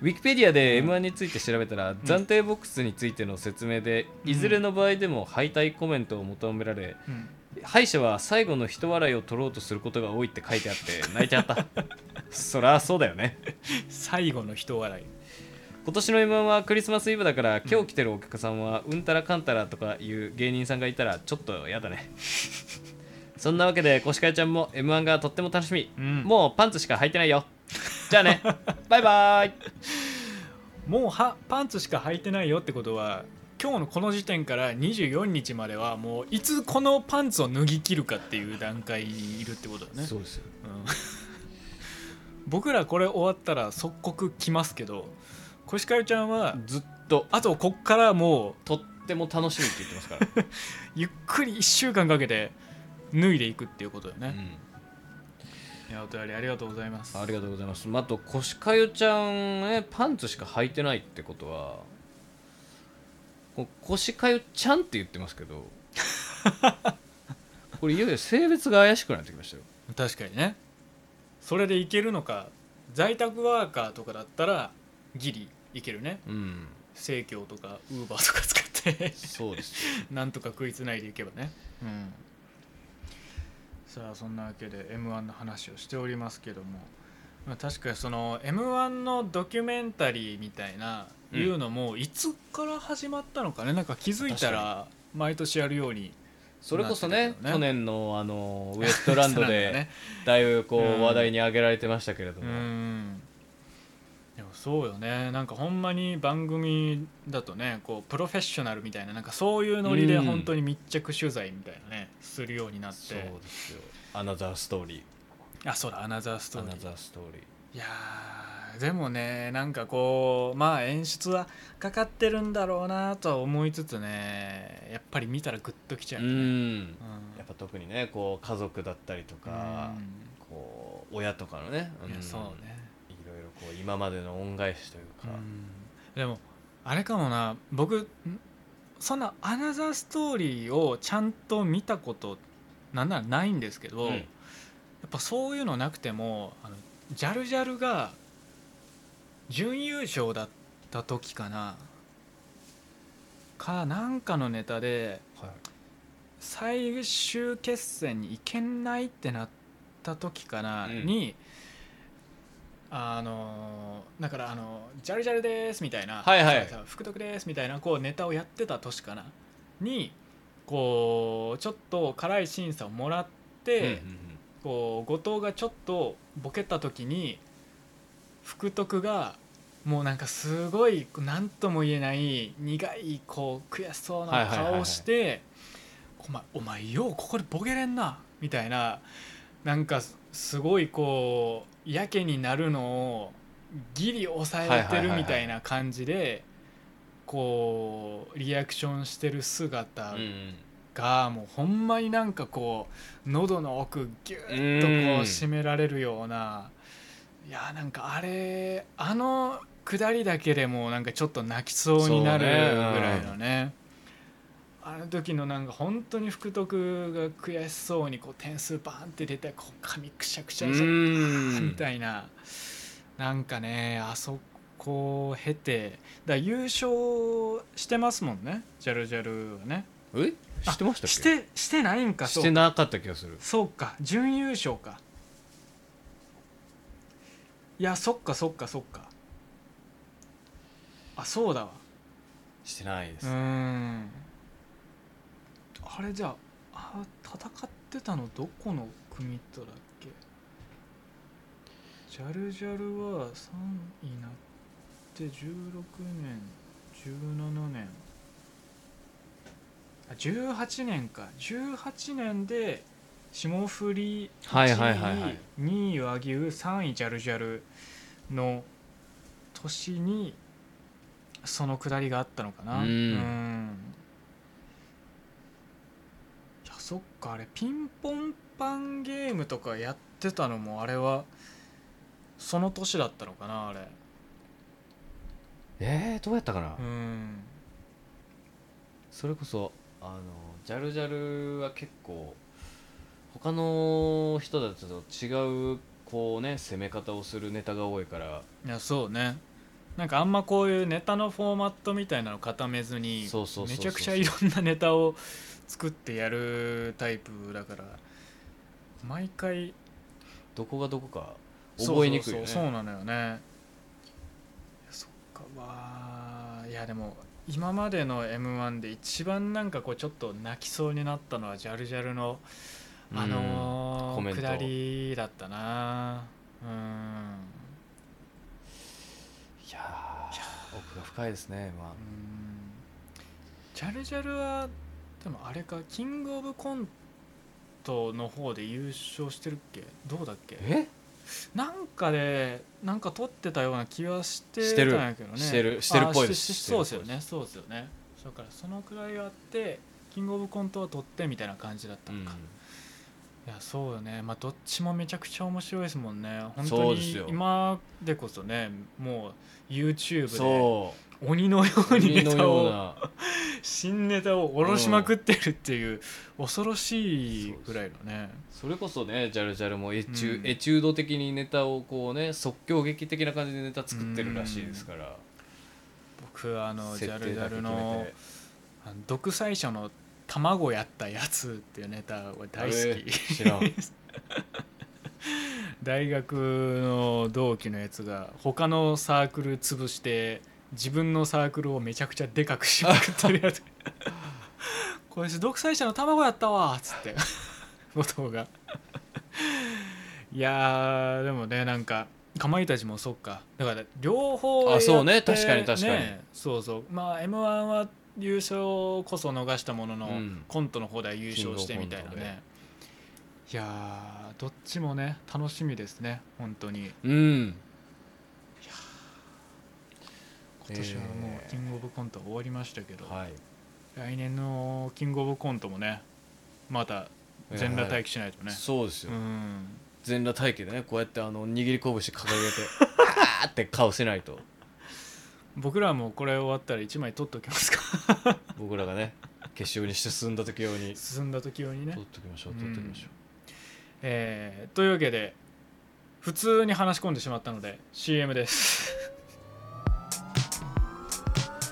[SPEAKER 1] ウィキペディアで m 1について調べたら、暫定ボックスについての説明で、
[SPEAKER 2] うん
[SPEAKER 1] いずれの場合でも敗退コメントを求められ
[SPEAKER 2] うん
[SPEAKER 1] 敗者は最後の人笑いを取ろうとすることが多いって書いてあって泣いちゃった そりゃそうだよね
[SPEAKER 2] 最後の人笑い
[SPEAKER 1] 今年の m 1はクリスマスイブだから今日来てるお客さんはうんたらかんたらとかいう芸人さんがいたらちょっとやだね そんなわけでコシカイちゃんも m 1がとっても楽しみ、
[SPEAKER 2] うん
[SPEAKER 1] もうパンツしか履いてないよじゃあ ねバイバイ
[SPEAKER 2] もうはパンツしか履いてないよってことは今日のこの時点から24日まではもういつこのパンツを脱ぎ切るかっていう段階にいるってことだ
[SPEAKER 1] う
[SPEAKER 2] ね
[SPEAKER 1] ですよ
[SPEAKER 2] うん僕らこれ終わったら即刻来ますけどコシカヨちゃんは
[SPEAKER 1] ずっと
[SPEAKER 2] あとこっからも
[SPEAKER 1] とっても楽しみって言ってますから
[SPEAKER 2] うゆっくり1週間かけて脱いでいくっていうことだよね、いやお便りありがとうございます
[SPEAKER 1] ありがとうございますまああとコシカヨちゃんねパンツしか履いてないってことはこうコシカヨちゃんって言ってますけ どこれいよいよ性別が怪しくなってきましたよ
[SPEAKER 2] 確かにねそれでいけるのか在宅ワーカーとかだったらギリいけるね
[SPEAKER 1] うん
[SPEAKER 2] 生協とかウーバーとか使って
[SPEAKER 1] そうですよ
[SPEAKER 2] なんとか食いつないでいけばねうんさあそんなわけで m 1の話をしておりますけども、まあ、確かにその m 1のドキュメンタリーみたいな
[SPEAKER 1] うん
[SPEAKER 2] いうのもいつから始まったのかねなんか気づいたら毎年やるように
[SPEAKER 1] それこそね
[SPEAKER 2] なってたけどね
[SPEAKER 1] 去年のあのウエストランド
[SPEAKER 2] そうなんだ
[SPEAKER 1] で
[SPEAKER 2] ね
[SPEAKER 1] だいぶこ
[SPEAKER 2] うん
[SPEAKER 1] う話題に挙げられてましたけれど
[SPEAKER 2] う
[SPEAKER 1] も、
[SPEAKER 2] んでもそうよねなんかほんまに番組だとねこうプロフェッショナルみたいななんかそういうノリで
[SPEAKER 1] うん
[SPEAKER 2] 本当に密着取材みたいなねするようになっ
[SPEAKER 1] そうで
[SPEAKER 2] て
[SPEAKER 1] すよアナザーストーリ
[SPEAKER 2] あそうだアナザース
[SPEAKER 1] ー
[SPEAKER 2] ト
[SPEAKER 1] ア
[SPEAKER 2] ーリ
[SPEAKER 1] ナ
[SPEAKER 2] ー
[SPEAKER 1] ザーストーリー
[SPEAKER 2] いやーでもねなんかこうまあ演出はかかってるんだろうなとは思いつつねやっぱり見たらグッときちゃう
[SPEAKER 1] う
[SPEAKER 2] よね、
[SPEAKER 1] ん
[SPEAKER 2] うん
[SPEAKER 1] やっぱ特にねこう家族だったりとか、こう親とかのね、
[SPEAKER 2] うんいやそうね、
[SPEAKER 1] いろいろこう今までの恩返しというか、
[SPEAKER 2] でもあれかもな僕んそんな「アナザーストーリー」をちゃんと見たことなんならないんですけど、
[SPEAKER 1] うん
[SPEAKER 2] やっぱそういうのなくてもあのジャルジャルが準優勝だった時かなかなんかのネタで最終決戦に行けないってなった時かな
[SPEAKER 1] うん
[SPEAKER 2] に、あのーだからあの「ジャルジャルです」みたいな「
[SPEAKER 1] はいはい
[SPEAKER 2] そうそう福徳です」みたいなこうネタをやってた年かなにこうちょっと辛い審査をもらって、こう後藤がちょっとボケた時に福徳がもうなんかすごい何とも言えない苦いこう悔しそ
[SPEAKER 1] は
[SPEAKER 2] う
[SPEAKER 1] い
[SPEAKER 2] な
[SPEAKER 1] はいはいはい
[SPEAKER 2] 顔をして「お前お前ようここでボケれんな」みたいななんかすすごいこうやけになるのをギリ抑えてるみたいな感じでこうリアクションしてる姿
[SPEAKER 1] うんうん
[SPEAKER 2] がもうほんまになんかこう喉の奥ギューッと
[SPEAKER 1] う
[SPEAKER 2] こ
[SPEAKER 1] ん
[SPEAKER 2] う締められるようないやなんかあれあの下りだけでもうなんかちょっと泣きそうになる
[SPEAKER 1] そ
[SPEAKER 2] ぐ
[SPEAKER 1] うね
[SPEAKER 2] らいのねあの時のなんか本当に福徳が悔しそうにこう点数バーンって出てこう髪くしゃくしゃにし
[SPEAKER 1] う
[SPEAKER 2] て
[SPEAKER 1] ん
[SPEAKER 2] みたいななんかねあそこを経てだから優勝してますもんねジャルジャルはね。
[SPEAKER 1] え知ってましたっけ
[SPEAKER 2] してしてないんか
[SPEAKER 1] し
[SPEAKER 2] そう
[SPEAKER 1] て
[SPEAKER 2] か
[SPEAKER 1] なかった気がする
[SPEAKER 2] そうか準優勝かいやそっかそっかそっかあそうだわ
[SPEAKER 1] してないで
[SPEAKER 2] うーんあれじゃああ戦ってたのどこの組とだっけジャルジャルは3位になって16年17年あ18年か18年で霜降り
[SPEAKER 1] はい
[SPEAKER 2] 1位、
[SPEAKER 1] はいはいはい
[SPEAKER 2] 2位和牛3位ジャルジャルの年にそのくだりがあったのかな
[SPEAKER 1] うん
[SPEAKER 2] んいやそっかあれピンポンパンゲームとかやってたのもあれはその年だったのかなあれ
[SPEAKER 1] えー、どうやったかな、
[SPEAKER 2] うん
[SPEAKER 1] それこそあのジャルジャルは結構他の人だと違うこうね攻め方をするネタが多いから
[SPEAKER 2] いやそうねなんかあんまこういうネタのフォーマットみたいなの固めずに
[SPEAKER 1] そうそうそうそう
[SPEAKER 2] めちゃくちゃいろんなネタを作ってやるタイプだから毎回
[SPEAKER 1] どこがどこか覚えにくいよね
[SPEAKER 2] そうそうそうそうなのよねそっかわあいやでも今までの m 1で一番なんかこうちょっと泣きそうになったのはジャルジャルの
[SPEAKER 1] うん
[SPEAKER 2] あの
[SPEAKER 1] コ
[SPEAKER 2] ー
[SPEAKER 1] メント
[SPEAKER 2] 下りだったなうん
[SPEAKER 1] いやー奥が深いですねまあ
[SPEAKER 2] うんジャルジャルはでもあれかキングオブコントの方で優勝してるっけどうだっけ
[SPEAKER 1] え
[SPEAKER 2] なんかでなんか取ってたような気はして
[SPEAKER 1] してる
[SPEAKER 2] たんやけどね
[SPEAKER 1] してるしてるっぽいです
[SPEAKER 2] あしし
[SPEAKER 1] してる
[SPEAKER 2] そう
[SPEAKER 1] っぽい
[SPEAKER 2] ですよねそうですよねだからそのくらいあってキングオブコントは取ってみたいな感じだったのか、いやそうよねまあどっちもめちゃくちゃ面白いですもんね本当
[SPEAKER 1] そうで
[SPEAKER 2] に
[SPEAKER 1] すよ
[SPEAKER 2] 今でこそねもう YouTube で
[SPEAKER 1] そ
[SPEAKER 2] 鬼のよ
[SPEAKER 1] う
[SPEAKER 2] うにネ
[SPEAKER 1] 鬼の
[SPEAKER 2] タ
[SPEAKER 1] よう
[SPEAKER 2] を
[SPEAKER 1] な
[SPEAKER 2] 新ネタを下ろしまくってるっていう恐ろしいぐらいのね
[SPEAKER 1] それこそねジャルジャルもエチュ,、
[SPEAKER 2] うん
[SPEAKER 1] エチュード的にネタをこうね即興劇的な感じでネタ作ってるらしいですから、
[SPEAKER 2] 僕あのジ
[SPEAKER 1] 設
[SPEAKER 2] ャル
[SPEAKER 1] 定
[SPEAKER 2] ジ
[SPEAKER 1] だ
[SPEAKER 2] ャ
[SPEAKER 1] け決
[SPEAKER 2] ルの
[SPEAKER 1] めて
[SPEAKER 2] あの独裁者の卵やったやつっていうネタは大好き、
[SPEAKER 1] えー知らん
[SPEAKER 2] 大学の同期のやつが他のサークル潰して自分のサークルをめちゃくちゃでかくしまくってるやつこいつ独裁者の卵やったわっつって後藤がいやーでもねなんかかまいたちもそっかだから両方
[SPEAKER 1] あそうね
[SPEAKER 2] やって
[SPEAKER 1] 確かに確かに
[SPEAKER 2] そうそうまあ m 1は優勝こそ逃したものの、
[SPEAKER 1] うん
[SPEAKER 2] コントの方では優勝してみたいな
[SPEAKER 1] キングオブコン
[SPEAKER 2] ねいやーどっちもね楽しみですね本当に
[SPEAKER 1] うん
[SPEAKER 2] 今年はもうキングオブコント終わりましたけど、
[SPEAKER 1] はい
[SPEAKER 2] 来年のキングオブコントもねまた全裸待機しないとね、
[SPEAKER 1] そうですよ、
[SPEAKER 2] うん
[SPEAKER 1] 全裸体型でねこうやってあの握り拳掲げて「あーって顔しないと
[SPEAKER 2] 僕らもこれ終わったら1枚取っとき ますか
[SPEAKER 1] 僕らがね決勝に進んだ時用に
[SPEAKER 2] 進んだ時用にね
[SPEAKER 1] 取っときましょう取っときましょう、
[SPEAKER 2] えーというわけで普通に話し込んでしまったので CM です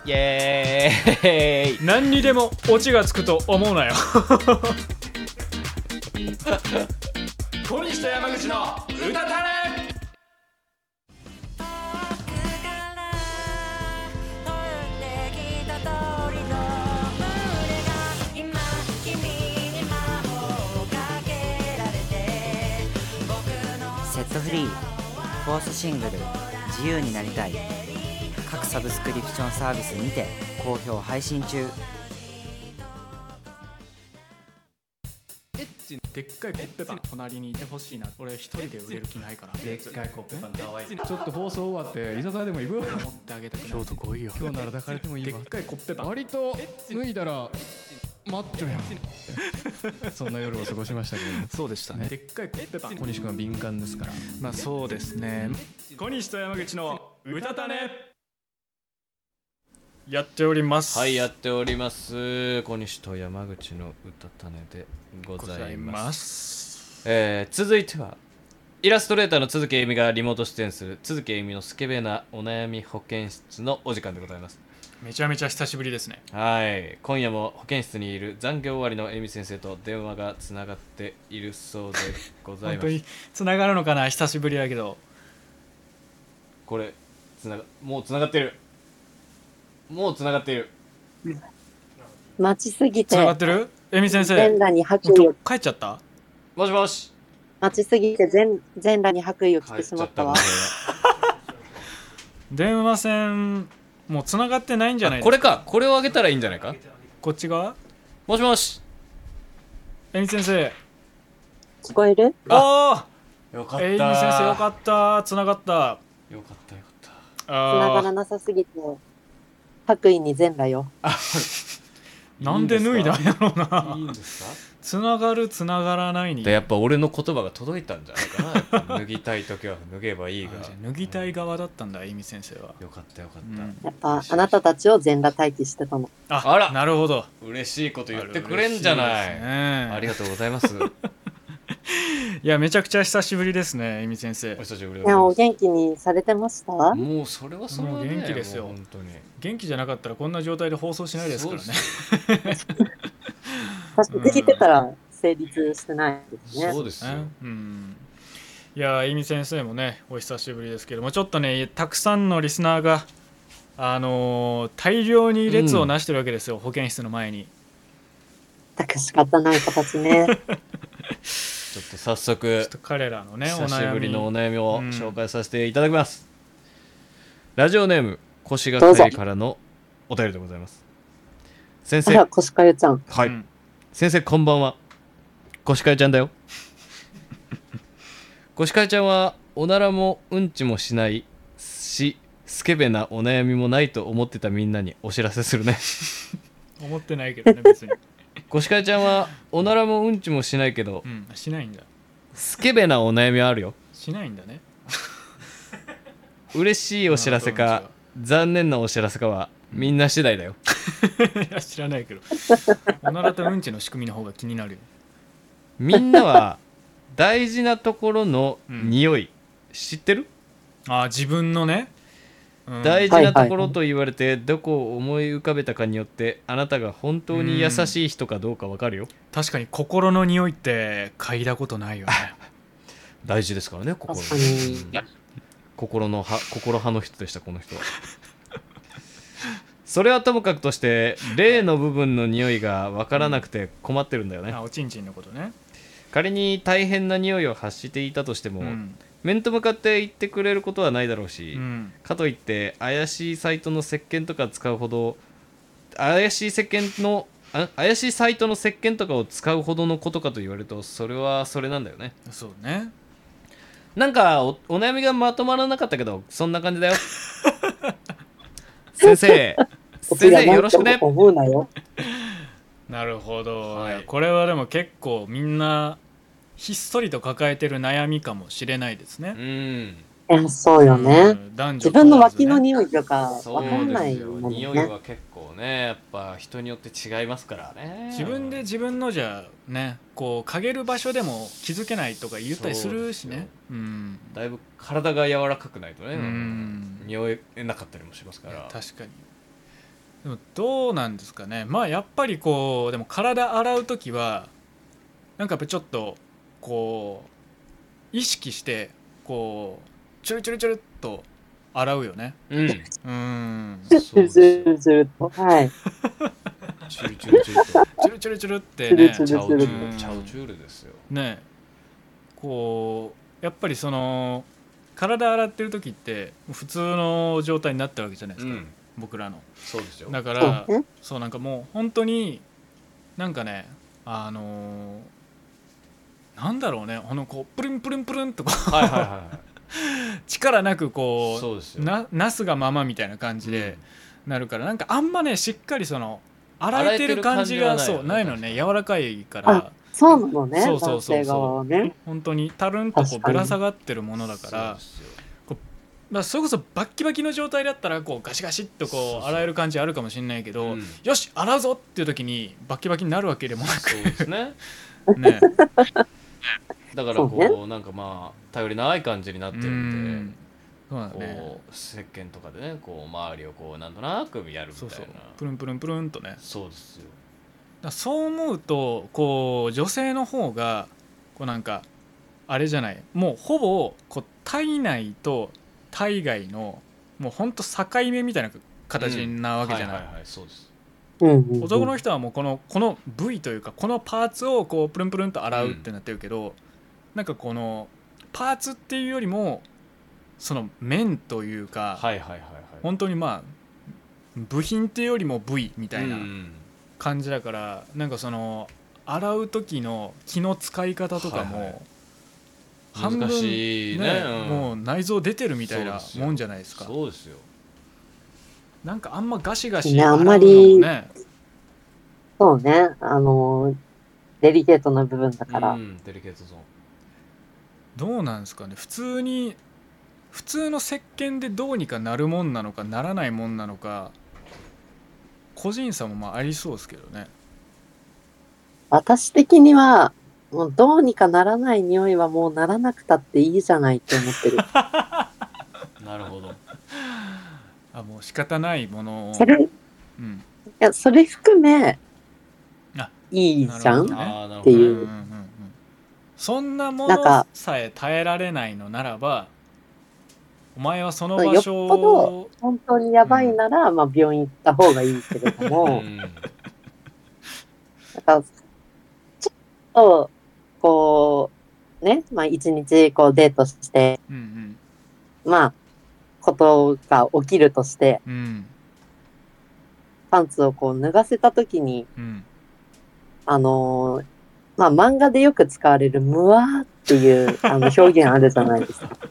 [SPEAKER 1] イエーイ
[SPEAKER 2] 何にでもオチがつくと思うなよ小西と山口の歌たれ
[SPEAKER 7] ットフリーフォースシングル「自由になりたい」各サブスクリプションサービスにて好評配信中
[SPEAKER 2] でっかいコッペパン隣にいてほしいな俺一人で売れる気ないから
[SPEAKER 1] でっかいコッペパンかわいい
[SPEAKER 5] ちょっと放送終わって居酒屋でも行くよ
[SPEAKER 2] 持ってあげたくなる
[SPEAKER 5] 来いよ今日なら抱かれてもいい
[SPEAKER 2] で
[SPEAKER 5] わ
[SPEAKER 2] っかいコッペパン
[SPEAKER 5] 割と脱いだらマッチョやんそんな夜を過ごしましたけど
[SPEAKER 2] そうでしたねでっかいコッペパン
[SPEAKER 5] 小西君は敏感ですから
[SPEAKER 2] まあそうですね小西と山口のうたたねやっております
[SPEAKER 1] はいやっております小西と山口の歌種でご
[SPEAKER 2] ご
[SPEAKER 1] ざい
[SPEAKER 2] ざい
[SPEAKER 1] ます
[SPEAKER 2] ます
[SPEAKER 1] えー続いてはイラストレーターの鈴木恵美がリモート出演する鈴木恵美のスケベなお悩み保健室のお時間でございます
[SPEAKER 2] めちゃめちゃ久しぶりですね
[SPEAKER 1] はい今夜も保健室にいる残業終わりの恵美先生と電話がつながっているそうでござい
[SPEAKER 2] 本
[SPEAKER 1] ま
[SPEAKER 2] 当
[SPEAKER 1] す
[SPEAKER 2] につながるのかな久しぶりやけど
[SPEAKER 1] これつながもうつながってるもうつながっている
[SPEAKER 8] 待ちすぎ
[SPEAKER 2] つ
[SPEAKER 8] て
[SPEAKER 2] ながってるえみ先
[SPEAKER 8] 全
[SPEAKER 2] 生
[SPEAKER 8] 裸に
[SPEAKER 2] ち
[SPEAKER 8] 白衣
[SPEAKER 2] ょ
[SPEAKER 8] を
[SPEAKER 2] 帰っちゃった
[SPEAKER 1] もしもし
[SPEAKER 8] 待ちすぎて全全裸に白衣を着
[SPEAKER 1] 帰
[SPEAKER 8] て
[SPEAKER 1] っ
[SPEAKER 8] し
[SPEAKER 1] ちゃ
[SPEAKER 8] まっ
[SPEAKER 1] ったた
[SPEAKER 8] わ
[SPEAKER 1] こ
[SPEAKER 2] 電話線もうつながってないんじ
[SPEAKER 1] れ
[SPEAKER 2] ゃ
[SPEAKER 1] は
[SPEAKER 2] ない
[SPEAKER 1] あこれかこれをあげたらいいんじゃないか
[SPEAKER 2] こっち側
[SPEAKER 1] もしもし
[SPEAKER 2] えみ先生
[SPEAKER 8] 聞こえる
[SPEAKER 2] あ
[SPEAKER 1] よか
[SPEAKER 2] あ
[SPEAKER 1] った
[SPEAKER 2] えみ先生よかったつながった
[SPEAKER 1] よかったよかった
[SPEAKER 8] 繋が
[SPEAKER 2] あ
[SPEAKER 8] らなさすぎて白衣に全裸よ
[SPEAKER 2] ーなんで脱いだんやろ う
[SPEAKER 1] いい
[SPEAKER 2] なん
[SPEAKER 1] ですか
[SPEAKER 2] つながるつながらないに
[SPEAKER 1] でやっぱ俺の言葉が届いたんじゃないかなやっぱ脱ぎたい時は脱げばいいが
[SPEAKER 2] あじゃあ脱ぎたい側だったんだえみ先生は、
[SPEAKER 1] よかったよかっ
[SPEAKER 2] う
[SPEAKER 1] た、
[SPEAKER 2] ん
[SPEAKER 8] やっぱあなたたちを全裸待機してたの
[SPEAKER 2] あ
[SPEAKER 1] あら
[SPEAKER 2] なるほど
[SPEAKER 1] 嬉しいこと言ってくれんじゃない
[SPEAKER 2] あれ嬉しいですね
[SPEAKER 1] ありがとうございます
[SPEAKER 2] いやめちゃくちゃ久しぶりですねえみ先生
[SPEAKER 1] お久しぶりで
[SPEAKER 8] ねお
[SPEAKER 1] ござい
[SPEAKER 8] 元気にされてました
[SPEAKER 1] ますもうそれはそれは、ね、
[SPEAKER 2] もう元気ですよ
[SPEAKER 1] もう本当に
[SPEAKER 2] 元気じゃなかったらこんな状態で放送しないですからね
[SPEAKER 1] そう
[SPEAKER 8] 確かにできてたら成立してないですね
[SPEAKER 1] そうですよ、
[SPEAKER 2] ねうんいやー、いみ先生もね、お久しぶりですけども、ちょっとね、たくさんのリスナーが、あのー大量に列をなしてるわけですよ、保健室の前に。
[SPEAKER 8] 全く仕方ない形 ね
[SPEAKER 1] ちょっと早
[SPEAKER 2] ちょ
[SPEAKER 1] 速
[SPEAKER 2] っと彼らのね、お
[SPEAKER 1] 久し
[SPEAKER 2] 悩
[SPEAKER 1] ぶり
[SPEAKER 2] み
[SPEAKER 1] のお悩みを
[SPEAKER 2] うん
[SPEAKER 1] 紹介させていただきます、ラジオネーム腰がかゆいからのお便りでございます先
[SPEAKER 8] あ
[SPEAKER 1] 生
[SPEAKER 8] ら腰かゆちゃん
[SPEAKER 1] はい、
[SPEAKER 2] うん
[SPEAKER 1] 先生こんばんはコシカエちゃんだ よコシカエちゃんはおならもうんちもしないしスケベなお悩みもないと思ってたみんなにお知らせす るね
[SPEAKER 2] 思ってないけどね、別に。
[SPEAKER 1] コシカエちゃんはおならもうんちもしないけど
[SPEAKER 2] うん、しないんだ。
[SPEAKER 1] スケベなお悩みはあるよ
[SPEAKER 2] しないんだね。
[SPEAKER 1] 嬉しいお知らせ
[SPEAKER 2] なるほ
[SPEAKER 1] か
[SPEAKER 2] ど
[SPEAKER 1] 残念なお知らせかはみんな次第だよ
[SPEAKER 2] いや、知らないけど。おならとうんちの仕組みの方が気になるよ。
[SPEAKER 1] みんなは大事なところの匂い、知ってる
[SPEAKER 2] あー、自分のね、うん
[SPEAKER 1] 大事なところと言われてどこを思い浮かべたかによってあなたが本当に優しい人かどうかわかるよ
[SPEAKER 2] 確かに心の匂いって嗅いだことないよね。
[SPEAKER 1] 大事ですからね心
[SPEAKER 8] 確かに
[SPEAKER 1] うん心のは心派の人でしたこの人はそれはともかくとして例の部分の匂いがわからなくて困ってるんだよ ね
[SPEAKER 2] あ、おちんちんのことね。
[SPEAKER 1] 仮に大変な匂いを発していたとしても、
[SPEAKER 2] うん。
[SPEAKER 1] 面と向かって言ってくれることはないだろうし、
[SPEAKER 2] うん
[SPEAKER 1] かといって怪しいサイトの石鹸とか使うほど怪しい石鹸のあ怪しいサイトの石鹸とかを使うほどのことかと言われるとそれはそれなんだよね
[SPEAKER 2] そうね。
[SPEAKER 1] なんかおお悩みがまとまらなかったけどそんな感じだよ 先生先生よろしくね
[SPEAKER 8] 思うなよ
[SPEAKER 2] なるほど、
[SPEAKER 1] はい
[SPEAKER 2] いやこれはでも結構みんなひっそりと抱えてる悩みかもしれないです
[SPEAKER 1] う
[SPEAKER 2] ね、
[SPEAKER 1] ん
[SPEAKER 8] いやそうよ
[SPEAKER 2] う
[SPEAKER 8] ね
[SPEAKER 2] ん男女
[SPEAKER 8] 自
[SPEAKER 2] 問わずね
[SPEAKER 8] 分の脇の匂いとか
[SPEAKER 1] そ
[SPEAKER 8] わか
[SPEAKER 1] うん
[SPEAKER 8] な
[SPEAKER 1] で
[SPEAKER 8] い
[SPEAKER 1] すよ
[SPEAKER 8] もん
[SPEAKER 1] 匂い
[SPEAKER 8] ね
[SPEAKER 1] は結構ねやっぱ人によって違いますからね
[SPEAKER 2] 自分で自分のじゃねこう陰る場所でも気づけないとか言ったりするしねうん
[SPEAKER 1] だいぶ体が柔らかくないとね
[SPEAKER 2] うん
[SPEAKER 1] 匂えなかったりもしますか
[SPEAKER 2] いや
[SPEAKER 1] ら
[SPEAKER 2] 確かにでもどうなんですかねまあやっぱりこうでも体洗う時はなんかやっぱちょっとこう意識してこうチュルチュルチュルっと洗うよね
[SPEAKER 1] うん
[SPEAKER 2] うん
[SPEAKER 1] そうです
[SPEAKER 8] ず
[SPEAKER 1] よ
[SPEAKER 8] るずるとはい
[SPEAKER 1] チュルチュルチュルと
[SPEAKER 2] チュルチュルチュルって
[SPEAKER 8] チュル
[SPEAKER 2] ね
[SPEAKER 8] チュル
[SPEAKER 1] チャオチュー
[SPEAKER 2] うん
[SPEAKER 1] ルチャオチュールですよ
[SPEAKER 2] ねこうやっぱりその体洗ってる時って普通の状態になってるわけじゃないですか、
[SPEAKER 1] ん
[SPEAKER 2] 僕らの
[SPEAKER 1] そうですよ
[SPEAKER 2] だか
[SPEAKER 8] そう
[SPEAKER 2] ら
[SPEAKER 8] ですね
[SPEAKER 2] そうなんかもう本当になんかねあのーなんだろうねあのこうプルンプルンプルンとこう
[SPEAKER 1] はいはいは
[SPEAKER 2] 力なく
[SPEAKER 1] い
[SPEAKER 2] こ
[SPEAKER 1] そうです
[SPEAKER 2] う
[SPEAKER 1] よ
[SPEAKER 2] ななすがままみたいな感じでなるから、なんかあんまねしっかりその洗えてる感じが
[SPEAKER 1] 洗えてる感じはないよね
[SPEAKER 2] そうないのね柔らかいか
[SPEAKER 8] あ
[SPEAKER 2] ら
[SPEAKER 8] そうなのね
[SPEAKER 2] そうそうそうそう
[SPEAKER 8] 男性側はね
[SPEAKER 2] 本当にたるんとこう
[SPEAKER 8] 確か
[SPEAKER 2] ぶ
[SPEAKER 8] に
[SPEAKER 2] ら下がってるものだからまあ、それこそバッキバキの状態だったらこうガシガシっと
[SPEAKER 1] そう
[SPEAKER 2] こ
[SPEAKER 1] そう
[SPEAKER 2] う洗える感じあるかもしれないけど、
[SPEAKER 1] うん
[SPEAKER 2] よし洗うぞっていう時にバッキバキになるわけでもな
[SPEAKER 1] そうですね
[SPEAKER 2] く ね
[SPEAKER 1] だから
[SPEAKER 8] そうね
[SPEAKER 1] こうなんかまあ頼りない感じになって
[SPEAKER 2] う
[SPEAKER 1] るん
[SPEAKER 2] ん
[SPEAKER 1] で
[SPEAKER 2] そうだね
[SPEAKER 1] こう石鹸とかでねこう周りをこうなんとなくやる
[SPEAKER 2] そ
[SPEAKER 1] み
[SPEAKER 2] う
[SPEAKER 1] たい
[SPEAKER 2] そう
[SPEAKER 1] な
[SPEAKER 2] プルンプルンプルンとねだか
[SPEAKER 1] そうですよ
[SPEAKER 2] らそう思うとこう女性の方がこうなんかあれじゃないもうほぼこう体内と体外のもうほんと境目みたいな形なわけじゃない、
[SPEAKER 1] はいはいはいそうです
[SPEAKER 8] うんうんうん
[SPEAKER 2] 男の人はもうこのこの部位というかこのパーツをこうプルンプルンと洗うってなってるけど、なんかこのパーツっていうよりもその面というか、
[SPEAKER 1] はいはいはいはい
[SPEAKER 2] 本当にまあ部品っていうよりも部位みたいな
[SPEAKER 1] うん
[SPEAKER 2] 感じだから、なんかその洗う時の気の使い方とかも、
[SPEAKER 1] はいはい
[SPEAKER 2] 半分
[SPEAKER 1] 難しいね
[SPEAKER 2] ね
[SPEAKER 1] うん
[SPEAKER 2] もう内臓出てるみたい
[SPEAKER 1] そう
[SPEAKER 2] な
[SPEAKER 1] ですよ
[SPEAKER 2] もんじゃないですか
[SPEAKER 1] そうですよ
[SPEAKER 2] なんかあんまガシガシ
[SPEAKER 8] ね
[SPEAKER 2] 洗う
[SPEAKER 8] あ
[SPEAKER 2] の
[SPEAKER 8] ん
[SPEAKER 2] も
[SPEAKER 8] まり
[SPEAKER 2] ね
[SPEAKER 8] そうねあのデリケートな部分だから、
[SPEAKER 1] うんデリケートゾーン
[SPEAKER 2] どうなんですかね普通に普通の石鹸でどうにかなるもんなのかならないもんなのか個人差もまあありそうですけどね
[SPEAKER 8] 私的にはもうどうにかならない匂いはもうならなくたっていいじゃないって思っ てる
[SPEAKER 1] なるほど
[SPEAKER 2] あもう仕方ないものを
[SPEAKER 8] それい
[SPEAKER 2] うん
[SPEAKER 8] やそれ含め
[SPEAKER 2] あ
[SPEAKER 8] いいじゃ
[SPEAKER 2] なるほど
[SPEAKER 8] ん
[SPEAKER 1] ああなる
[SPEAKER 8] って
[SPEAKER 1] ほど
[SPEAKER 2] うんうんうん
[SPEAKER 8] い
[SPEAKER 2] う
[SPEAKER 8] う
[SPEAKER 2] んそんなも
[SPEAKER 8] なん
[SPEAKER 2] の
[SPEAKER 8] か
[SPEAKER 2] さえ耐えられないのならばお前はその
[SPEAKER 8] そう
[SPEAKER 2] 場所を
[SPEAKER 8] 本当にやばいなら、まあ、病院行った方がいいけ れども、
[SPEAKER 1] うん
[SPEAKER 8] なんかちょっとこうねまあ一日こうデートして
[SPEAKER 2] うん
[SPEAKER 8] まあことが起きるとして
[SPEAKER 2] うんうん
[SPEAKER 8] パンツをこう脱がせた時に
[SPEAKER 2] うん
[SPEAKER 8] あのーまあ漫画でよく使われる「むわー」っていうあの表現あるじゃないですか。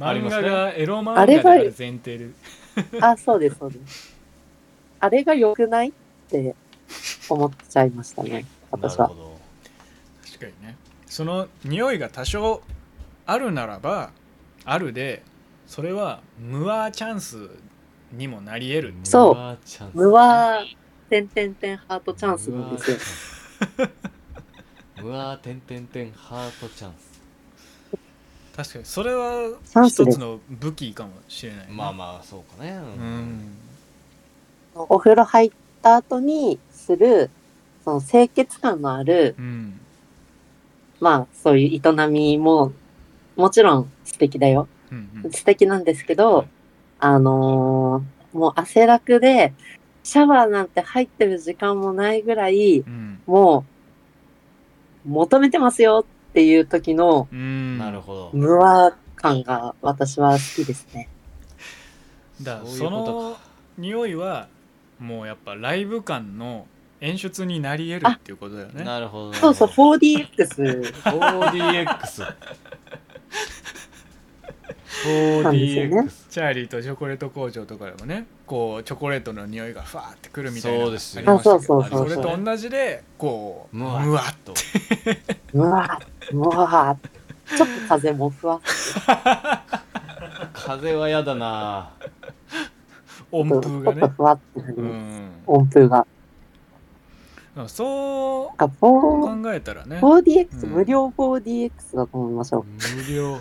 [SPEAKER 1] あり
[SPEAKER 2] 漫
[SPEAKER 1] ます
[SPEAKER 2] 画
[SPEAKER 1] ね
[SPEAKER 2] がエロ漫
[SPEAKER 8] あ
[SPEAKER 2] 画
[SPEAKER 8] れ
[SPEAKER 2] で
[SPEAKER 8] が
[SPEAKER 2] ある前提で
[SPEAKER 8] あ、そうです、そうです。あれが良くないって思っちゃいましたね、
[SPEAKER 1] なる
[SPEAKER 8] 私は
[SPEAKER 1] ほ。ど
[SPEAKER 2] 確かにねその匂いが多少あるならばあるでそれはムアチャンスにもなり得る
[SPEAKER 1] う
[SPEAKER 8] そう
[SPEAKER 1] わーチャンス
[SPEAKER 8] 無は、てんてんてんハートチャンスなんですよ。
[SPEAKER 1] うわーてんてんてんハートチャンス
[SPEAKER 2] 確かにそれは
[SPEAKER 8] チャンス
[SPEAKER 2] 一
[SPEAKER 8] で
[SPEAKER 2] つの武器かもしれないね
[SPEAKER 1] まあまあそうかねう
[SPEAKER 2] うん
[SPEAKER 8] お風呂入った後にする、その清潔感のある、
[SPEAKER 2] うん
[SPEAKER 8] まあそういう営みも、もちろん素敵だよ。
[SPEAKER 2] うんうん
[SPEAKER 8] 素敵なんですけど、あのーもう汗だくで、シャワーなんて入ってる時間もないぐらい、
[SPEAKER 2] うん
[SPEAKER 8] もう、求めてますよっていう時の、
[SPEAKER 2] うん
[SPEAKER 1] なるほど
[SPEAKER 8] 無和感が私は好きですね。
[SPEAKER 2] だから
[SPEAKER 1] そうい
[SPEAKER 2] そう
[SPEAKER 1] こと
[SPEAKER 2] の匂いはもうやっぱライブ感の演出になり得るっていうことだよね
[SPEAKER 1] なるほど
[SPEAKER 8] そうそう、
[SPEAKER 1] なるほ
[SPEAKER 8] 4DX
[SPEAKER 1] ど 4DX 4DX
[SPEAKER 8] なんで
[SPEAKER 2] チャーリーとチョコレート工場とかでもねこうチョコレートの匂いがファーってくるみたいな
[SPEAKER 1] そうですよ
[SPEAKER 2] ありましたけど
[SPEAKER 8] あそうそうそう
[SPEAKER 2] れと同じでこう
[SPEAKER 1] むわっ
[SPEAKER 2] むわっと
[SPEAKER 1] と
[SPEAKER 8] 無和、無和。ちょっと風もふわ。
[SPEAKER 1] 風はやだな
[SPEAKER 2] 音
[SPEAKER 8] ち
[SPEAKER 2] 符
[SPEAKER 8] ょ
[SPEAKER 2] が
[SPEAKER 8] っと
[SPEAKER 2] ね、
[SPEAKER 8] ふわってな
[SPEAKER 2] う
[SPEAKER 8] る。
[SPEAKER 2] ん、
[SPEAKER 8] 音符が。
[SPEAKER 2] そう
[SPEAKER 8] あ、
[SPEAKER 2] 考
[SPEAKER 8] 4-
[SPEAKER 2] えたらね
[SPEAKER 8] 4DX、
[SPEAKER 2] うん
[SPEAKER 8] 無料 4DX だと思いましょう。
[SPEAKER 1] 無料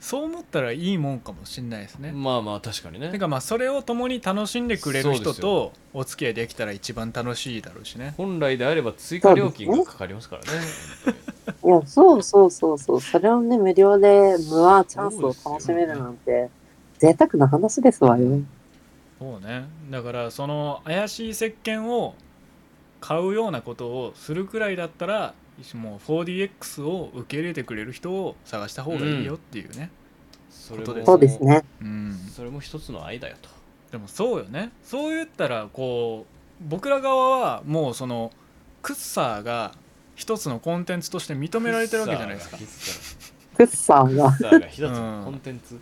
[SPEAKER 2] そう思ったらいいもんかもしれないですね
[SPEAKER 1] まあまあ確かに
[SPEAKER 2] て
[SPEAKER 1] ね
[SPEAKER 2] かまあそれを共に楽しんでくれる
[SPEAKER 1] そう
[SPEAKER 2] 人
[SPEAKER 1] です
[SPEAKER 2] と
[SPEAKER 1] よ
[SPEAKER 2] お付き合いできたら一番楽しいだろうしね
[SPEAKER 1] 本来であれば追加料金がかかりますからね
[SPEAKER 8] いや、そうそうそうそう。それをね、無料で無和チャンスを楽しめるなんて、贅沢な話ですわよ。
[SPEAKER 2] そうねだからその怪しい石鹸を買うようなことをするくらいだったらもう 4DX を受け入れてくれる人を探した方がいいよっていうね、
[SPEAKER 1] それも
[SPEAKER 2] ことです
[SPEAKER 8] そうですね。
[SPEAKER 2] うん、
[SPEAKER 1] それも一つの愛だよと
[SPEAKER 2] でもそうよねそう言ったらこう僕ら側はもうそのクッサーが一つのコンテンツとして認められてるわけじゃないですか
[SPEAKER 1] クッサ
[SPEAKER 8] クッサー
[SPEAKER 1] ーが
[SPEAKER 8] が。
[SPEAKER 1] クッサーが一つ
[SPEAKER 2] うん
[SPEAKER 1] のコンテンツ、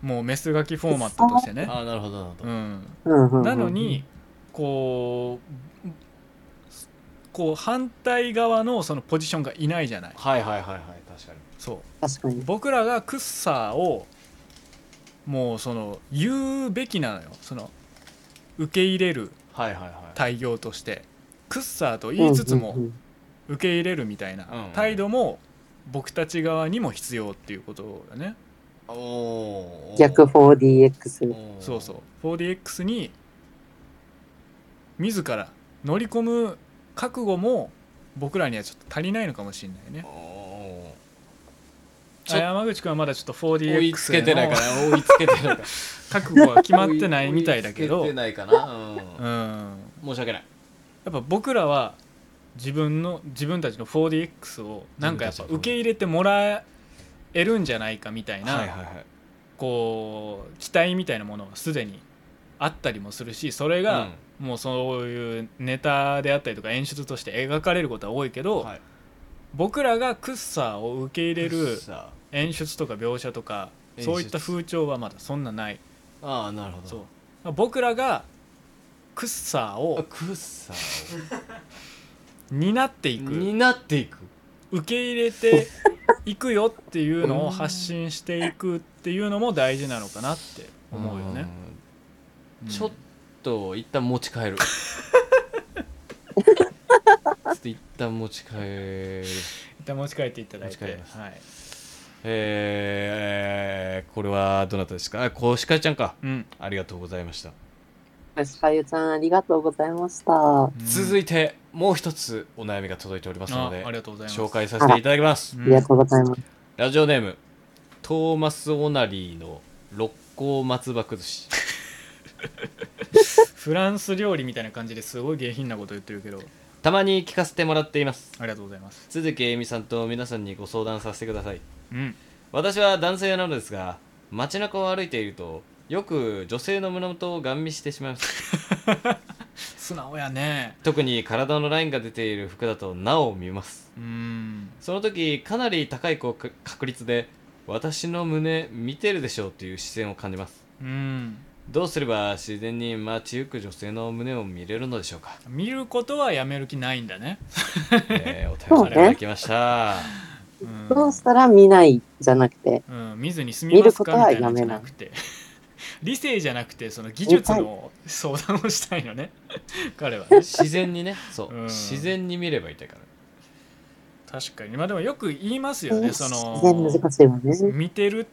[SPEAKER 2] もうメス書きフォーマットとしてね、
[SPEAKER 1] ああなるほどなるほど、
[SPEAKER 2] うん、
[SPEAKER 8] うんうんうん
[SPEAKER 2] なのに、こうこう反対側のそのポジションがいないじゃない
[SPEAKER 1] はいはいはいはい確かに
[SPEAKER 2] そう
[SPEAKER 8] 確かに。
[SPEAKER 2] 僕らがクッサーをもうその言うべきなのよその受け入れる
[SPEAKER 1] はいはいは
[SPEAKER 2] 対応としてクッサーと言いつつも、
[SPEAKER 8] うんうんうん
[SPEAKER 2] 受け入れるみたいな
[SPEAKER 1] うんうん
[SPEAKER 2] 態度も僕たち側にも必要っていうことだね、
[SPEAKER 1] いおー
[SPEAKER 8] 逆 4DX。
[SPEAKER 1] おー
[SPEAKER 2] そうそう 4DX に自ら乗り込む覚悟も僕らにはちょっと足りないのかもしれないね
[SPEAKER 1] おーちょ
[SPEAKER 2] あ山口君はまだちょっと
[SPEAKER 1] 追いつ
[SPEAKER 2] 4DX
[SPEAKER 1] けてない
[SPEAKER 2] へ
[SPEAKER 1] か
[SPEAKER 2] の
[SPEAKER 1] な追いつけてないかな
[SPEAKER 2] 覚悟は決まってないみたいだけ ど
[SPEAKER 1] 追いつけ
[SPEAKER 2] うん
[SPEAKER 1] てないかな、うん
[SPEAKER 2] や
[SPEAKER 1] 申し訳ない
[SPEAKER 2] っぱ僕らは自分の自分たちの 4DX をなんかやっぱ受け入れてもらえるんじゃないかみたいな、
[SPEAKER 1] はいはい
[SPEAKER 2] こう期待みたいなものがすでにあったりもするしそれがもうそういうネタであったりとか演出として描かれることは多いけど、
[SPEAKER 1] はい
[SPEAKER 2] 僕らがクッサーを受け入れる
[SPEAKER 1] さ
[SPEAKER 2] 演出とか描写とか
[SPEAKER 1] 演出
[SPEAKER 2] そういった風潮はまだそんなない
[SPEAKER 1] あああなるほど
[SPEAKER 2] そう僕らがクッサー
[SPEAKER 1] あ
[SPEAKER 2] を
[SPEAKER 1] クッサー
[SPEAKER 2] 担ってい
[SPEAKER 1] を
[SPEAKER 2] く
[SPEAKER 1] 担っていく
[SPEAKER 2] 受け入れていくよっていうのを発信していくっていうのも大事なのかなって思うよね。
[SPEAKER 1] ん
[SPEAKER 2] うん
[SPEAKER 1] ちょっと一旦持ち 帰るちょっと一旦持ち帰る
[SPEAKER 2] 一旦持ち帰っていただいて
[SPEAKER 1] 持ち帰ります
[SPEAKER 2] はい
[SPEAKER 1] えー、これはどなたですかあコシカちゃんか
[SPEAKER 2] うん、
[SPEAKER 1] ありがとうございました、
[SPEAKER 8] かゆちゃん、ありがとうございました。
[SPEAKER 1] 続
[SPEAKER 2] い
[SPEAKER 1] いてもう一つお悩みが届いておりますの
[SPEAKER 2] あ
[SPEAKER 1] で
[SPEAKER 2] ありがとうございます
[SPEAKER 1] 紹介させていただきます、
[SPEAKER 8] ありがとうございます。
[SPEAKER 1] ラジオネームトーマス・オナリーの六甲松葉崩し
[SPEAKER 2] フランス料理みたいな感じですごい下品なこと言ってるけど
[SPEAKER 1] たまに聞かせてもらっています
[SPEAKER 2] ありがとうございます
[SPEAKER 1] 鈴木えみさんと皆さんにご相談させてください
[SPEAKER 2] うん
[SPEAKER 1] 私は男性なのですが街中を歩いているとよく女性の胸元をガン見してしまいます
[SPEAKER 2] 素直やね
[SPEAKER 1] 特に体のラインが出ている服だとなお見ます
[SPEAKER 2] うん
[SPEAKER 1] その時かなり高いこうか確率で私の胸見てるでしょうという視線を感じます
[SPEAKER 2] うん
[SPEAKER 1] どうすれば自然に街行く女性の胸を見れるのでしょう か、
[SPEAKER 2] 見ることはやめる気ないんだね、
[SPEAKER 1] えー、お便りいただきました
[SPEAKER 2] うん
[SPEAKER 8] どうしたら見ないじゃなくて、
[SPEAKER 2] うん、見ずに済みますかみたい
[SPEAKER 8] 見ることはや
[SPEAKER 2] なんじ
[SPEAKER 8] め
[SPEAKER 2] ゃ
[SPEAKER 8] な
[SPEAKER 2] ないくて理性じゃなくてその技術の相談をしたいのね彼はね
[SPEAKER 1] 自然にねそう、
[SPEAKER 2] うん
[SPEAKER 1] 自然に見ればいいから
[SPEAKER 2] 確かにまあでもよく言いますよ
[SPEAKER 8] 全
[SPEAKER 2] ねその
[SPEAKER 8] 然難しいわね。
[SPEAKER 2] 見てる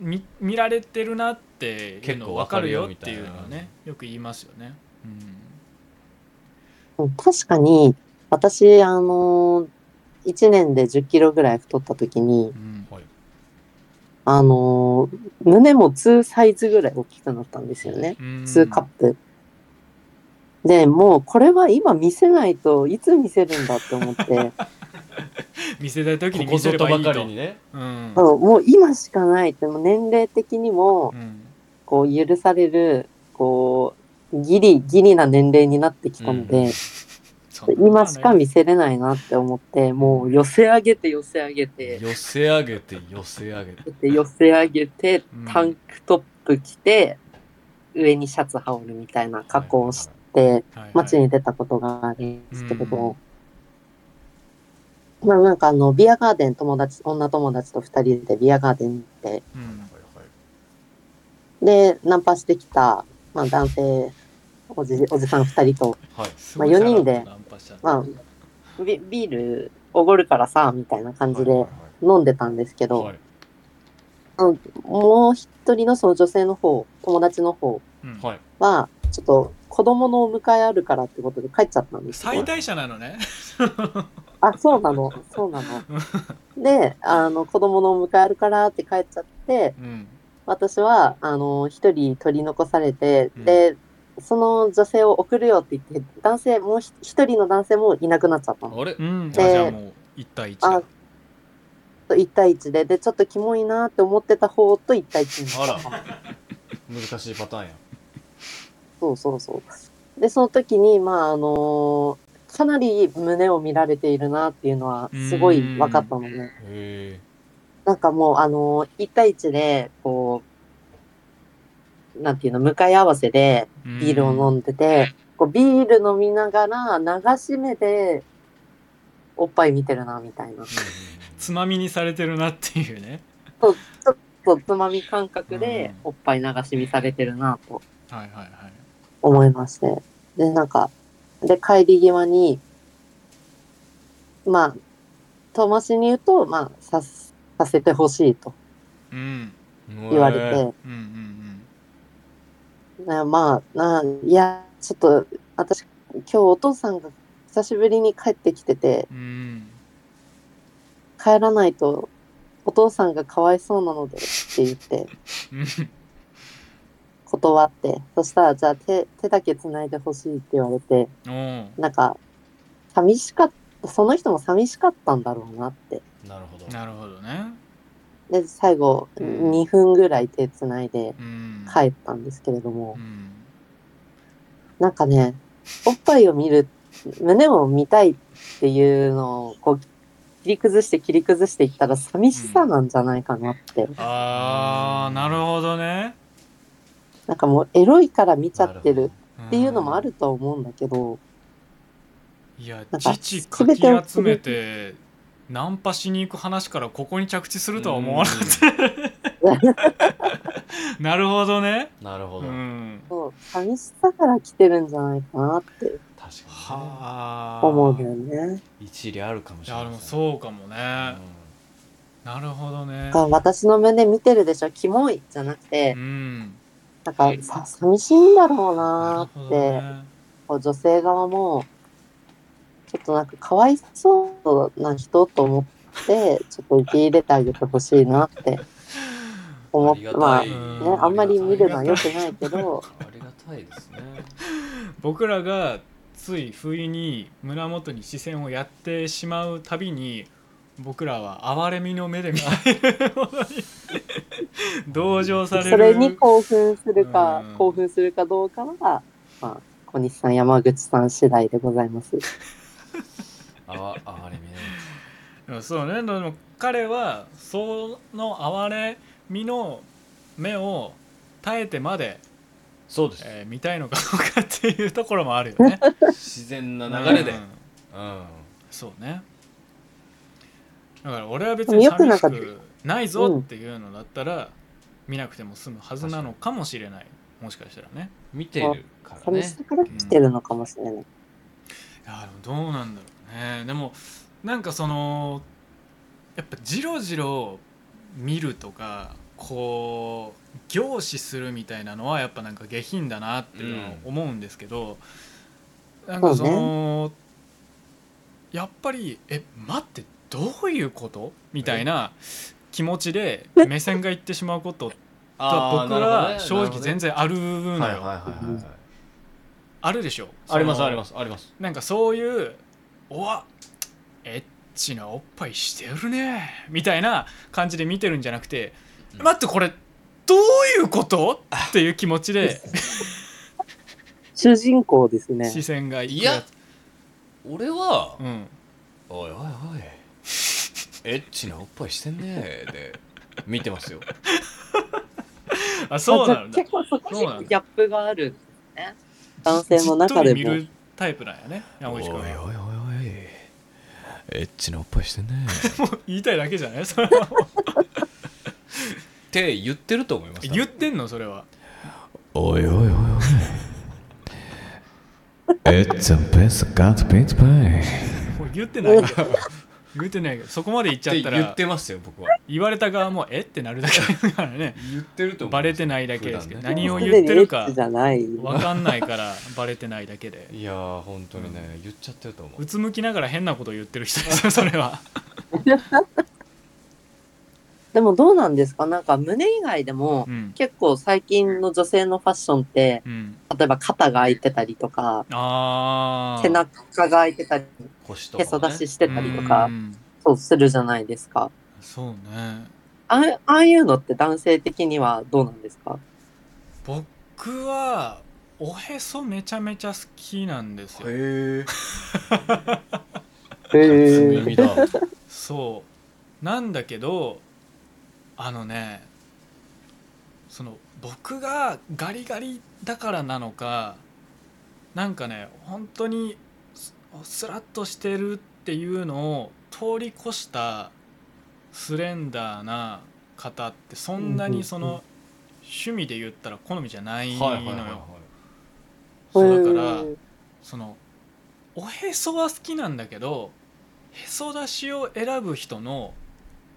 [SPEAKER 2] 見見られてるなっていう
[SPEAKER 1] 結
[SPEAKER 2] の
[SPEAKER 1] 構
[SPEAKER 2] 分
[SPEAKER 1] わ
[SPEAKER 2] か
[SPEAKER 1] か
[SPEAKER 2] る
[SPEAKER 1] る
[SPEAKER 2] よ
[SPEAKER 1] よ
[SPEAKER 2] っていうのは
[SPEAKER 1] みたい
[SPEAKER 2] ねよく言いますよね、うん、
[SPEAKER 8] 確かに、私、あの、1年で10キロぐらい太った時に、
[SPEAKER 2] うん
[SPEAKER 8] あの、胸も2サイズぐらい大きくなったんですよね。2カップ。で、もうこれは今見せないといつ見せるんだって思って、
[SPEAKER 2] 見せたい
[SPEAKER 1] こ
[SPEAKER 2] 時に
[SPEAKER 1] こ
[SPEAKER 2] 見せ
[SPEAKER 1] ぞ
[SPEAKER 2] れ
[SPEAKER 1] と
[SPEAKER 2] ばい
[SPEAKER 1] ば
[SPEAKER 2] い
[SPEAKER 1] か
[SPEAKER 2] と
[SPEAKER 1] りにね
[SPEAKER 2] うん
[SPEAKER 8] そうもう今しかないって、もう年齢的にも
[SPEAKER 2] う、ん
[SPEAKER 8] こう許される、こう、ギリギリな年齢になってきたので、
[SPEAKER 2] そんな
[SPEAKER 8] 今しか
[SPEAKER 2] ね
[SPEAKER 8] 見せれないなって思って、もう寄せ上げて寄せ上げて、
[SPEAKER 1] 寄せ上げて寄せ上げて
[SPEAKER 8] で寄せ上げて
[SPEAKER 2] うん
[SPEAKER 8] タンクトップ着て、上にシャツ羽織るみたいな格好をして
[SPEAKER 2] はいはい
[SPEAKER 8] 街に出たことがあるんですけれど、まあなんかあのビアガーデン友達女友達と2人でビアガーデンに行って
[SPEAKER 2] うん
[SPEAKER 8] でナンパしてきた、まあ、男性おじおじさん2人と、
[SPEAKER 1] はい
[SPEAKER 2] すごい
[SPEAKER 8] まあ四人で
[SPEAKER 2] さらっとナンパしちゃった
[SPEAKER 8] まあ、ビビールおごるからさみたいな感じで飲んでたんですけど、
[SPEAKER 1] はい
[SPEAKER 8] もう一人のその女性の方友達の方
[SPEAKER 2] うん
[SPEAKER 1] はい
[SPEAKER 8] は、ちょっと子供のお迎えあるからってことで帰っちゃったんですよ
[SPEAKER 2] 最大者なのね
[SPEAKER 8] あ、そうなの、そうな の。で、あの、子供のお迎えあるからって帰っちゃって、
[SPEAKER 2] うん
[SPEAKER 8] 私は、あの、一人取り残されて、
[SPEAKER 1] うん
[SPEAKER 8] で、その女性を送るよって言って、男性、もうひ一人の男性もいなくなっちゃったの。
[SPEAKER 1] あれ
[SPEAKER 2] うんあ
[SPEAKER 8] で
[SPEAKER 2] じゃあもう1対1
[SPEAKER 8] あ
[SPEAKER 2] だ
[SPEAKER 8] 1対1で、で、ちょっとキモいなって思ってた方と1対1になった
[SPEAKER 1] あら難しいパターンや
[SPEAKER 8] そうそうそう。で、その時に、まあ、あのーかなり胸を見られているなっていうのは、すごい分かったのね。
[SPEAKER 1] へ
[SPEAKER 8] なんかもう、あのー、1対1で、こう、なんていうの、向かい合わせでビールを飲んでて、こうビール飲みながら、流し目で、おっぱい見てるな、みたいな。ち
[SPEAKER 2] つまみにされてるなっていうね
[SPEAKER 8] ょっとつまみ感覚で、おっぱい流し見されてるな、と
[SPEAKER 2] はいはいはい
[SPEAKER 8] 思いまして。で、なんか、で、帰り際に、まあ、遠回しに言うと、まあ、さ、させてほしいと
[SPEAKER 2] うん
[SPEAKER 1] 言
[SPEAKER 8] 言われて、
[SPEAKER 2] うんうん
[SPEAKER 8] なまあ、ないや、ちょっと、私、今日お父さんが久しぶりに帰ってきてて、
[SPEAKER 2] うんうん
[SPEAKER 8] 帰らないと、お父さんがかわいそうなので、って言って、
[SPEAKER 2] うん
[SPEAKER 8] 断って、そしたら、じゃあ手、手だけ繋いでほしいって言われて、
[SPEAKER 2] おう
[SPEAKER 8] なんか、寂しかった、その人も寂しかったんだろうなって。
[SPEAKER 1] なるほど
[SPEAKER 2] なるほどね
[SPEAKER 8] で最後
[SPEAKER 2] うん
[SPEAKER 8] 2分ぐらい手つないで
[SPEAKER 2] うん
[SPEAKER 8] 帰ったんですけれども
[SPEAKER 2] う、ん
[SPEAKER 8] なんかねおっぱいを見る胸を見たいっていうのをこう切り崩して切り崩していったら寂しさなんじゃないかなって、
[SPEAKER 2] ああなるほどね
[SPEAKER 8] なんかもうエロいから見ちゃってる
[SPEAKER 2] っ
[SPEAKER 8] っていうのもあるとは思うんだけど、
[SPEAKER 2] いや
[SPEAKER 8] なんか
[SPEAKER 2] 父かき集めてナンパしに行く話からここに着地するとは思わなかったなるほどね
[SPEAKER 1] うんなるほ
[SPEAKER 2] う
[SPEAKER 1] ど
[SPEAKER 2] ん
[SPEAKER 8] そう寂しさから来てるんじゃないかなって
[SPEAKER 1] 確かにね
[SPEAKER 2] はあ
[SPEAKER 8] 思うんだよね。
[SPEAKER 1] 一理あるかもし
[SPEAKER 2] い
[SPEAKER 1] れな
[SPEAKER 2] や
[SPEAKER 1] い
[SPEAKER 2] でも
[SPEAKER 1] ですね
[SPEAKER 2] そうかもね
[SPEAKER 1] うん
[SPEAKER 2] なるほどね
[SPEAKER 8] だから私の胸見てるでしょキモいじゃなくて
[SPEAKER 2] うん
[SPEAKER 8] なんかさ寂しいんだろう
[SPEAKER 2] なる
[SPEAKER 8] なーっ
[SPEAKER 2] ほ
[SPEAKER 8] て。
[SPEAKER 2] どね
[SPEAKER 8] こう女性側もちょっとなんかかわいそうな人と思ってちょっと受け入れてあげてほしいなって思
[SPEAKER 1] あ
[SPEAKER 8] っ
[SPEAKER 1] りが
[SPEAKER 8] てま
[SPEAKER 1] た
[SPEAKER 8] あ
[SPEAKER 1] い
[SPEAKER 8] ね
[SPEAKER 2] うん
[SPEAKER 8] あんまり見るのは良
[SPEAKER 1] あ
[SPEAKER 8] くないけど
[SPEAKER 1] りがたいですね
[SPEAKER 2] 僕らがつい不意に胸元に視線をやってしまうたびに僕らは哀れみの目で見るものに 同情される
[SPEAKER 8] それに興奮するか
[SPEAKER 2] うん
[SPEAKER 8] 興奮するかどうかはまあ小西さん山口さん次第でございます。
[SPEAKER 1] あわあわれみね
[SPEAKER 2] うんそうねでも彼はその哀れみの目を耐えてまで、
[SPEAKER 1] そうです
[SPEAKER 2] えー見たいのかどうかっていうところもあるよね
[SPEAKER 1] 自然な流れで
[SPEAKER 2] う
[SPEAKER 1] うんんあ
[SPEAKER 2] そうねだから俺は別
[SPEAKER 8] でも
[SPEAKER 2] に
[SPEAKER 8] よくな
[SPEAKER 2] 寂
[SPEAKER 8] ん
[SPEAKER 2] し
[SPEAKER 8] か
[SPEAKER 2] くないぞっていうのだったら、見なくても済むはずなのかもしれないもしかしたらね
[SPEAKER 1] 見てるから
[SPEAKER 8] 寂
[SPEAKER 1] ね
[SPEAKER 8] しさから来てるのかもしれない。
[SPEAKER 2] いやでもどうなんだろうねでもなんかそのやっぱジロジロ見るとかこう凝視するみたいなのはやっぱなんか下品だなっていうのは思うんですけど、なんかそのやっぱり「え待ってどういうこと?」みたいな気持ちで目線がいってしまうことって
[SPEAKER 1] ー
[SPEAKER 2] 僕
[SPEAKER 1] なるほどね
[SPEAKER 2] は正直全然ある
[SPEAKER 1] な
[SPEAKER 2] の
[SPEAKER 1] るほどねはいはい
[SPEAKER 2] よ。
[SPEAKER 1] はいはいはい
[SPEAKER 2] あるでしょ
[SPEAKER 1] あります
[SPEAKER 2] その
[SPEAKER 1] ありますあります
[SPEAKER 2] なんかそういう「おわエッチなおっぱいしてるね」みたいな感じで見てるんじゃなくて「
[SPEAKER 1] うん
[SPEAKER 2] 待ってこれどういうこと?」っていう気持ちで
[SPEAKER 8] 主人公ですね。
[SPEAKER 2] 視線がい
[SPEAKER 1] いや俺は
[SPEAKER 2] うん、
[SPEAKER 1] おいお いおいエッチなおっぱいしてんねーで見てますよ
[SPEAKER 2] あそうな
[SPEAKER 8] あ
[SPEAKER 2] ん
[SPEAKER 8] じ
[SPEAKER 2] だ
[SPEAKER 8] ゃあ結構そこに
[SPEAKER 2] そうなんだ
[SPEAKER 8] ギャップがある。男性の中でも
[SPEAKER 2] じっとり見るタイプなんやね山
[SPEAKER 1] おい
[SPEAKER 2] 口
[SPEAKER 1] おい
[SPEAKER 2] 君
[SPEAKER 1] おい
[SPEAKER 2] は
[SPEAKER 1] おいエッチなおっぱいしてんねー
[SPEAKER 2] もう言いたいだけじゃないそ れはも
[SPEAKER 1] って言ってると思いま
[SPEAKER 2] う
[SPEAKER 1] す
[SPEAKER 2] 言ってんのそれは
[SPEAKER 4] おいおいおいお い。It's the best got beat by.
[SPEAKER 2] もう言ってないけど言ってないけどそこまで言っち
[SPEAKER 1] っ
[SPEAKER 2] ゃってた
[SPEAKER 1] 言っ
[SPEAKER 2] ら
[SPEAKER 1] てますよ僕は
[SPEAKER 2] 言われた側も「えっ?」てなるだけだからね
[SPEAKER 1] 言ってると思う
[SPEAKER 2] バレてないだけですけど
[SPEAKER 1] 普段ね
[SPEAKER 2] 何を
[SPEAKER 8] す
[SPEAKER 2] 言
[SPEAKER 8] で
[SPEAKER 2] って
[SPEAKER 8] にエ
[SPEAKER 2] るか
[SPEAKER 8] ッチじゃない。
[SPEAKER 2] わかんないからバレてないだけで
[SPEAKER 1] いやー本当にね、言っちゃってると思う
[SPEAKER 2] うつむきながら変なこと言ってる人ですよそれは
[SPEAKER 8] でもどうなんですかなんか胸以外でも
[SPEAKER 2] うん、
[SPEAKER 8] 結構最近の女性のファッションって
[SPEAKER 2] うん、
[SPEAKER 8] 例えば肩が開いてたりとか
[SPEAKER 2] ああ
[SPEAKER 8] 背中が開いてたり
[SPEAKER 1] 腰と
[SPEAKER 8] へ
[SPEAKER 1] か
[SPEAKER 8] そ
[SPEAKER 1] もね、
[SPEAKER 8] 出ししてたりとか
[SPEAKER 2] うん
[SPEAKER 8] そうするじゃないですか。
[SPEAKER 2] そうね
[SPEAKER 8] あああいうのって男性的にはどうなんですか
[SPEAKER 2] 僕はおへそめちゃめちゃ好きなんですよ
[SPEAKER 1] え
[SPEAKER 8] へ
[SPEAKER 1] 耳だ
[SPEAKER 2] そうなんだけどあのねその僕がガリガリだからなのかなんかね本当にススラッとしてるっていうのを通り越したスレンダーな方ってそんなにそ
[SPEAKER 8] うんうんう
[SPEAKER 2] の趣味で言ったら好みじゃない
[SPEAKER 1] はいはいはい
[SPEAKER 2] の
[SPEAKER 1] はい
[SPEAKER 2] よそうだから
[SPEAKER 8] うん
[SPEAKER 2] そのおへそは好きなんだけどへそ出しを選ぶ人の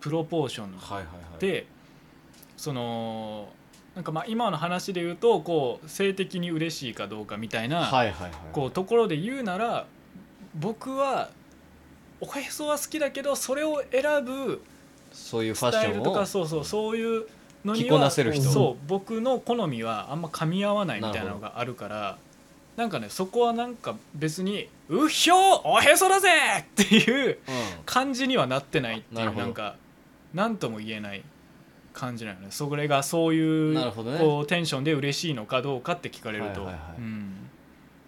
[SPEAKER 2] プロポーショ
[SPEAKER 1] は
[SPEAKER 2] ン
[SPEAKER 1] いはいはい
[SPEAKER 2] でそのなんかまあ今の話で言うとこう性的に嬉しいかどうかみたいな、
[SPEAKER 1] はいはいはい
[SPEAKER 2] こうところで言うなら僕はおへそは好きだけどそれを選ぶ
[SPEAKER 1] そういうファ
[SPEAKER 2] ス
[SPEAKER 1] ッ
[SPEAKER 2] タ
[SPEAKER 1] シ
[SPEAKER 2] イル
[SPEAKER 1] ョン
[SPEAKER 2] と
[SPEAKER 1] を
[SPEAKER 2] かそうそうそういうのに
[SPEAKER 1] 着
[SPEAKER 2] は
[SPEAKER 1] こなせる人
[SPEAKER 2] そう僕の好みはあんま噛み合わないみたいなのがあるからなんかねそこはなんか別に「うひょーおへそだぜ!」っていう
[SPEAKER 1] う
[SPEAKER 2] 感じにはなってないってい
[SPEAKER 1] なる
[SPEAKER 2] う
[SPEAKER 1] ほど
[SPEAKER 2] なんか何とも言えない感じなのねそれがそう
[SPEAKER 1] う
[SPEAKER 2] い
[SPEAKER 1] ん
[SPEAKER 2] う
[SPEAKER 1] なるほどね
[SPEAKER 2] こうテンションで嬉しいのかどうかって聞かれると、
[SPEAKER 1] はいはいはい
[SPEAKER 2] うん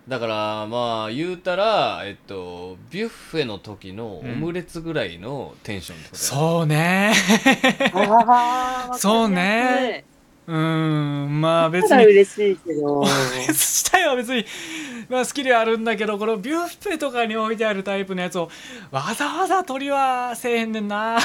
[SPEAKER 1] だからまあ言うたらえっとビュッフェの時のオムレツぐらいのテンションってことだよ
[SPEAKER 2] そうね
[SPEAKER 8] あー
[SPEAKER 2] そうね。うんまあ
[SPEAKER 8] わかりやすい
[SPEAKER 2] 別に
[SPEAKER 8] ただ嬉しい けど。
[SPEAKER 2] 自体は別に、まあ、好きではあるんだけどこのビュッフェとかに置いてあるタイプのやつをわざわざ鳥はせえへんねんなっ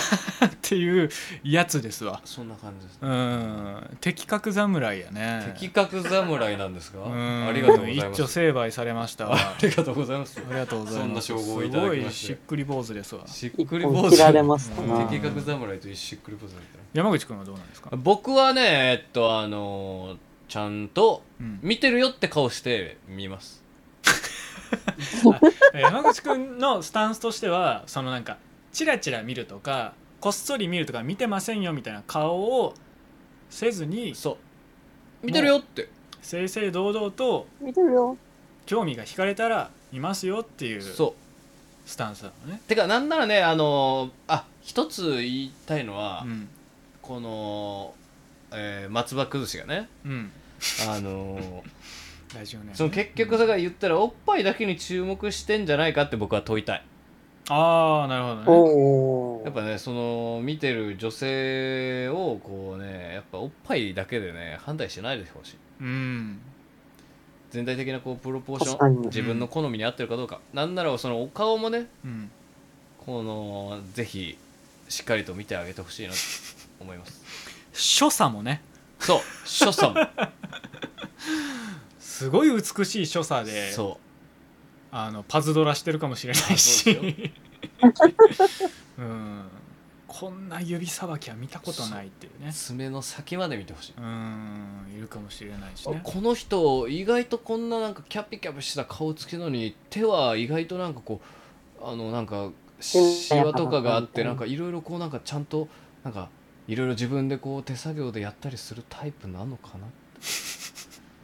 [SPEAKER 2] ていうやつですわ
[SPEAKER 1] そんな感じです
[SPEAKER 2] う
[SPEAKER 1] ね
[SPEAKER 2] ん的確侍やね
[SPEAKER 1] 的確侍なんですか
[SPEAKER 2] うん
[SPEAKER 1] ありがとうござい
[SPEAKER 2] 一
[SPEAKER 1] ま
[SPEAKER 2] 丁
[SPEAKER 1] す
[SPEAKER 2] 成敗されましたわ
[SPEAKER 1] あ
[SPEAKER 2] あ
[SPEAKER 1] りがとうございます
[SPEAKER 2] りがとうございます
[SPEAKER 1] そんな称号をいただきまして
[SPEAKER 2] すごいしっくり坊主ですわ
[SPEAKER 1] しっ
[SPEAKER 8] 一
[SPEAKER 1] くり坊主
[SPEAKER 8] 本切られましたな。
[SPEAKER 1] 的確侍と一しっくり坊主だっ
[SPEAKER 2] 山口君はどうなんですか
[SPEAKER 1] た、僕はねえっとあのーちゃんと
[SPEAKER 2] うん、
[SPEAKER 1] 見てるよって顔して見ます
[SPEAKER 2] 山口君のスタンスとしてはそのなんかチラチラ見るとかこっそり見るとか見てませんよみたいな顔をせずに
[SPEAKER 1] そう見てるよって
[SPEAKER 2] 正々堂々と
[SPEAKER 8] 見てるよ。
[SPEAKER 2] 興味が惹かれたらいますよっていうス
[SPEAKER 1] そう
[SPEAKER 2] タンスなのね。
[SPEAKER 1] てかなんならねあのーあ一つ言いたいのは、
[SPEAKER 2] うん
[SPEAKER 1] この、えー松葉崩しがね
[SPEAKER 2] うん、
[SPEAKER 1] あの ー
[SPEAKER 2] ラジオネームね
[SPEAKER 1] その結局だから言ったらおっぱいだけに注目してんじゃないかって僕は問いたい
[SPEAKER 2] ああなるほどね。
[SPEAKER 8] おお。
[SPEAKER 1] やっぱねその見てる女性をこうねやっぱおっぱいだけでね判断しないでほしい
[SPEAKER 2] うん
[SPEAKER 1] 全体的なこうプロポーシ
[SPEAKER 8] 確か
[SPEAKER 1] ョン
[SPEAKER 8] に
[SPEAKER 1] 自分の好みに合ってるかどうか、なんならそのお顔もね
[SPEAKER 2] うん、
[SPEAKER 1] このぜひしっかりと見てあげてほしいなと思います
[SPEAKER 2] 所作もね
[SPEAKER 1] そう所作も
[SPEAKER 2] すごい美しい所作で
[SPEAKER 1] そ
[SPEAKER 2] あのパズドラしてるかもしれな
[SPEAKER 1] あ
[SPEAKER 2] い
[SPEAKER 1] そうで
[SPEAKER 2] し、 うん、こんな指さばきは見たことないっていう
[SPEAKER 1] う
[SPEAKER 2] ね
[SPEAKER 1] 爪の先まで見てほしい、
[SPEAKER 2] うんいるかもしれないしね
[SPEAKER 1] あ。この人意外とこんななんかキャピキャピした顔つきのに手は意外となんかこうあのなんかしわとかがあってなんかいろいろこうなんかちゃんとなんかいろいろ自分でこう手作業でやったりするタイプなのかな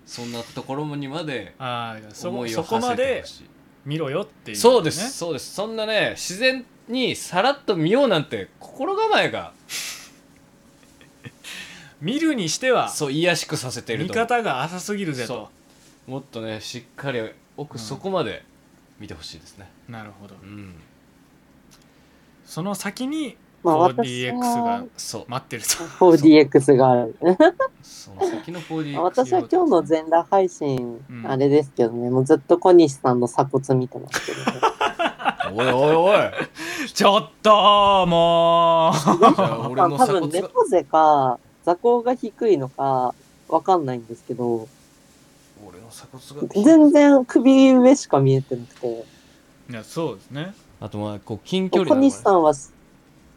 [SPEAKER 1] そんなところにまで
[SPEAKER 2] ああそ
[SPEAKER 1] 思
[SPEAKER 2] こ
[SPEAKER 1] いを
[SPEAKER 2] そこ
[SPEAKER 1] 馳
[SPEAKER 2] ま
[SPEAKER 1] せて
[SPEAKER 2] で
[SPEAKER 1] ほしい
[SPEAKER 2] 見ろよっていう、ね、
[SPEAKER 1] そうです、そうですそんなね自然にさらっと見ようなんて心構えが
[SPEAKER 2] 見るにしては
[SPEAKER 1] そう癒やしくさせている
[SPEAKER 2] 見
[SPEAKER 1] と
[SPEAKER 2] 方が浅すぎるぜと
[SPEAKER 1] そもっとねしっかり
[SPEAKER 2] うん
[SPEAKER 1] 奥底まで見てほしいですね、
[SPEAKER 2] なるほど
[SPEAKER 1] うん
[SPEAKER 2] その先に
[SPEAKER 8] まあ
[SPEAKER 2] 4DX が
[SPEAKER 1] そう
[SPEAKER 2] 待ってると
[SPEAKER 8] 4DX がある。
[SPEAKER 1] その先の 4D
[SPEAKER 8] 私は今日の全裸配信
[SPEAKER 2] う、ん
[SPEAKER 8] あれですけどね、もうずっと小西さんの鎖骨見てますけど、ね。
[SPEAKER 1] おいおいおい
[SPEAKER 2] ちょっともう
[SPEAKER 1] じゃあ俺
[SPEAKER 8] まあ
[SPEAKER 1] の
[SPEAKER 8] 多
[SPEAKER 1] 鎖
[SPEAKER 8] 分
[SPEAKER 1] 骨が
[SPEAKER 8] 猫背か、座高が低いのか、わかんないんですけど、
[SPEAKER 1] 俺の鎖骨が
[SPEAKER 8] 全然首上しか見えてなくて、
[SPEAKER 2] いやそうですね
[SPEAKER 1] あとまあこう近距離
[SPEAKER 8] 小
[SPEAKER 1] だね
[SPEAKER 8] 西さんは、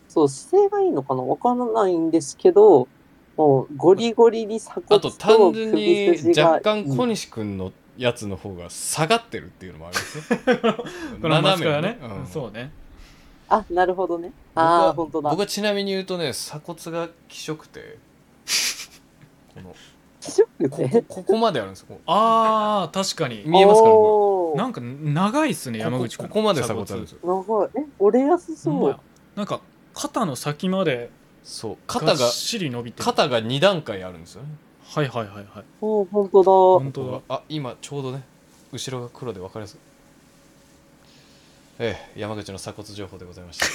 [SPEAKER 8] そう、姿勢がいいのかなわからないんですけど、もうゴリゴリに鎖
[SPEAKER 1] あ
[SPEAKER 8] 骨
[SPEAKER 1] と
[SPEAKER 8] と
[SPEAKER 1] 単
[SPEAKER 8] 首
[SPEAKER 1] 純に
[SPEAKER 8] 筋が
[SPEAKER 1] 若干小西君のやつの方が下がってるっていうのもあるんですね
[SPEAKER 2] このマスク
[SPEAKER 1] 斜め
[SPEAKER 2] がね
[SPEAKER 1] にうん
[SPEAKER 2] そうね
[SPEAKER 8] あ、なるほどね。
[SPEAKER 1] 僕は
[SPEAKER 8] ああ、本当だ
[SPEAKER 1] 僕。はちなみに言うとね鎖骨が希少くてこの
[SPEAKER 8] 気色
[SPEAKER 1] こ
[SPEAKER 8] って
[SPEAKER 1] こここまであるんですよこう
[SPEAKER 2] あー確かに
[SPEAKER 1] 見えますからこ
[SPEAKER 8] おー
[SPEAKER 2] なんか長いっすね
[SPEAKER 1] れ
[SPEAKER 2] 山口
[SPEAKER 1] こ
[SPEAKER 2] 君
[SPEAKER 1] こここまで鎖骨あるんですよ
[SPEAKER 8] なんか、え、折れやす
[SPEAKER 2] ほんま
[SPEAKER 8] そう
[SPEAKER 2] や。なんか肩の先まで
[SPEAKER 1] そう
[SPEAKER 2] が
[SPEAKER 1] 肩
[SPEAKER 2] っ
[SPEAKER 1] が
[SPEAKER 2] しり伸びてる
[SPEAKER 1] 肩が2段階あるんですよね
[SPEAKER 2] はいはいはいはい
[SPEAKER 8] おお、本当だ。
[SPEAKER 2] 本当だ
[SPEAKER 1] あ今ちょうどね後ろが黒で分かりやすいええ山口の鎖骨情報でございました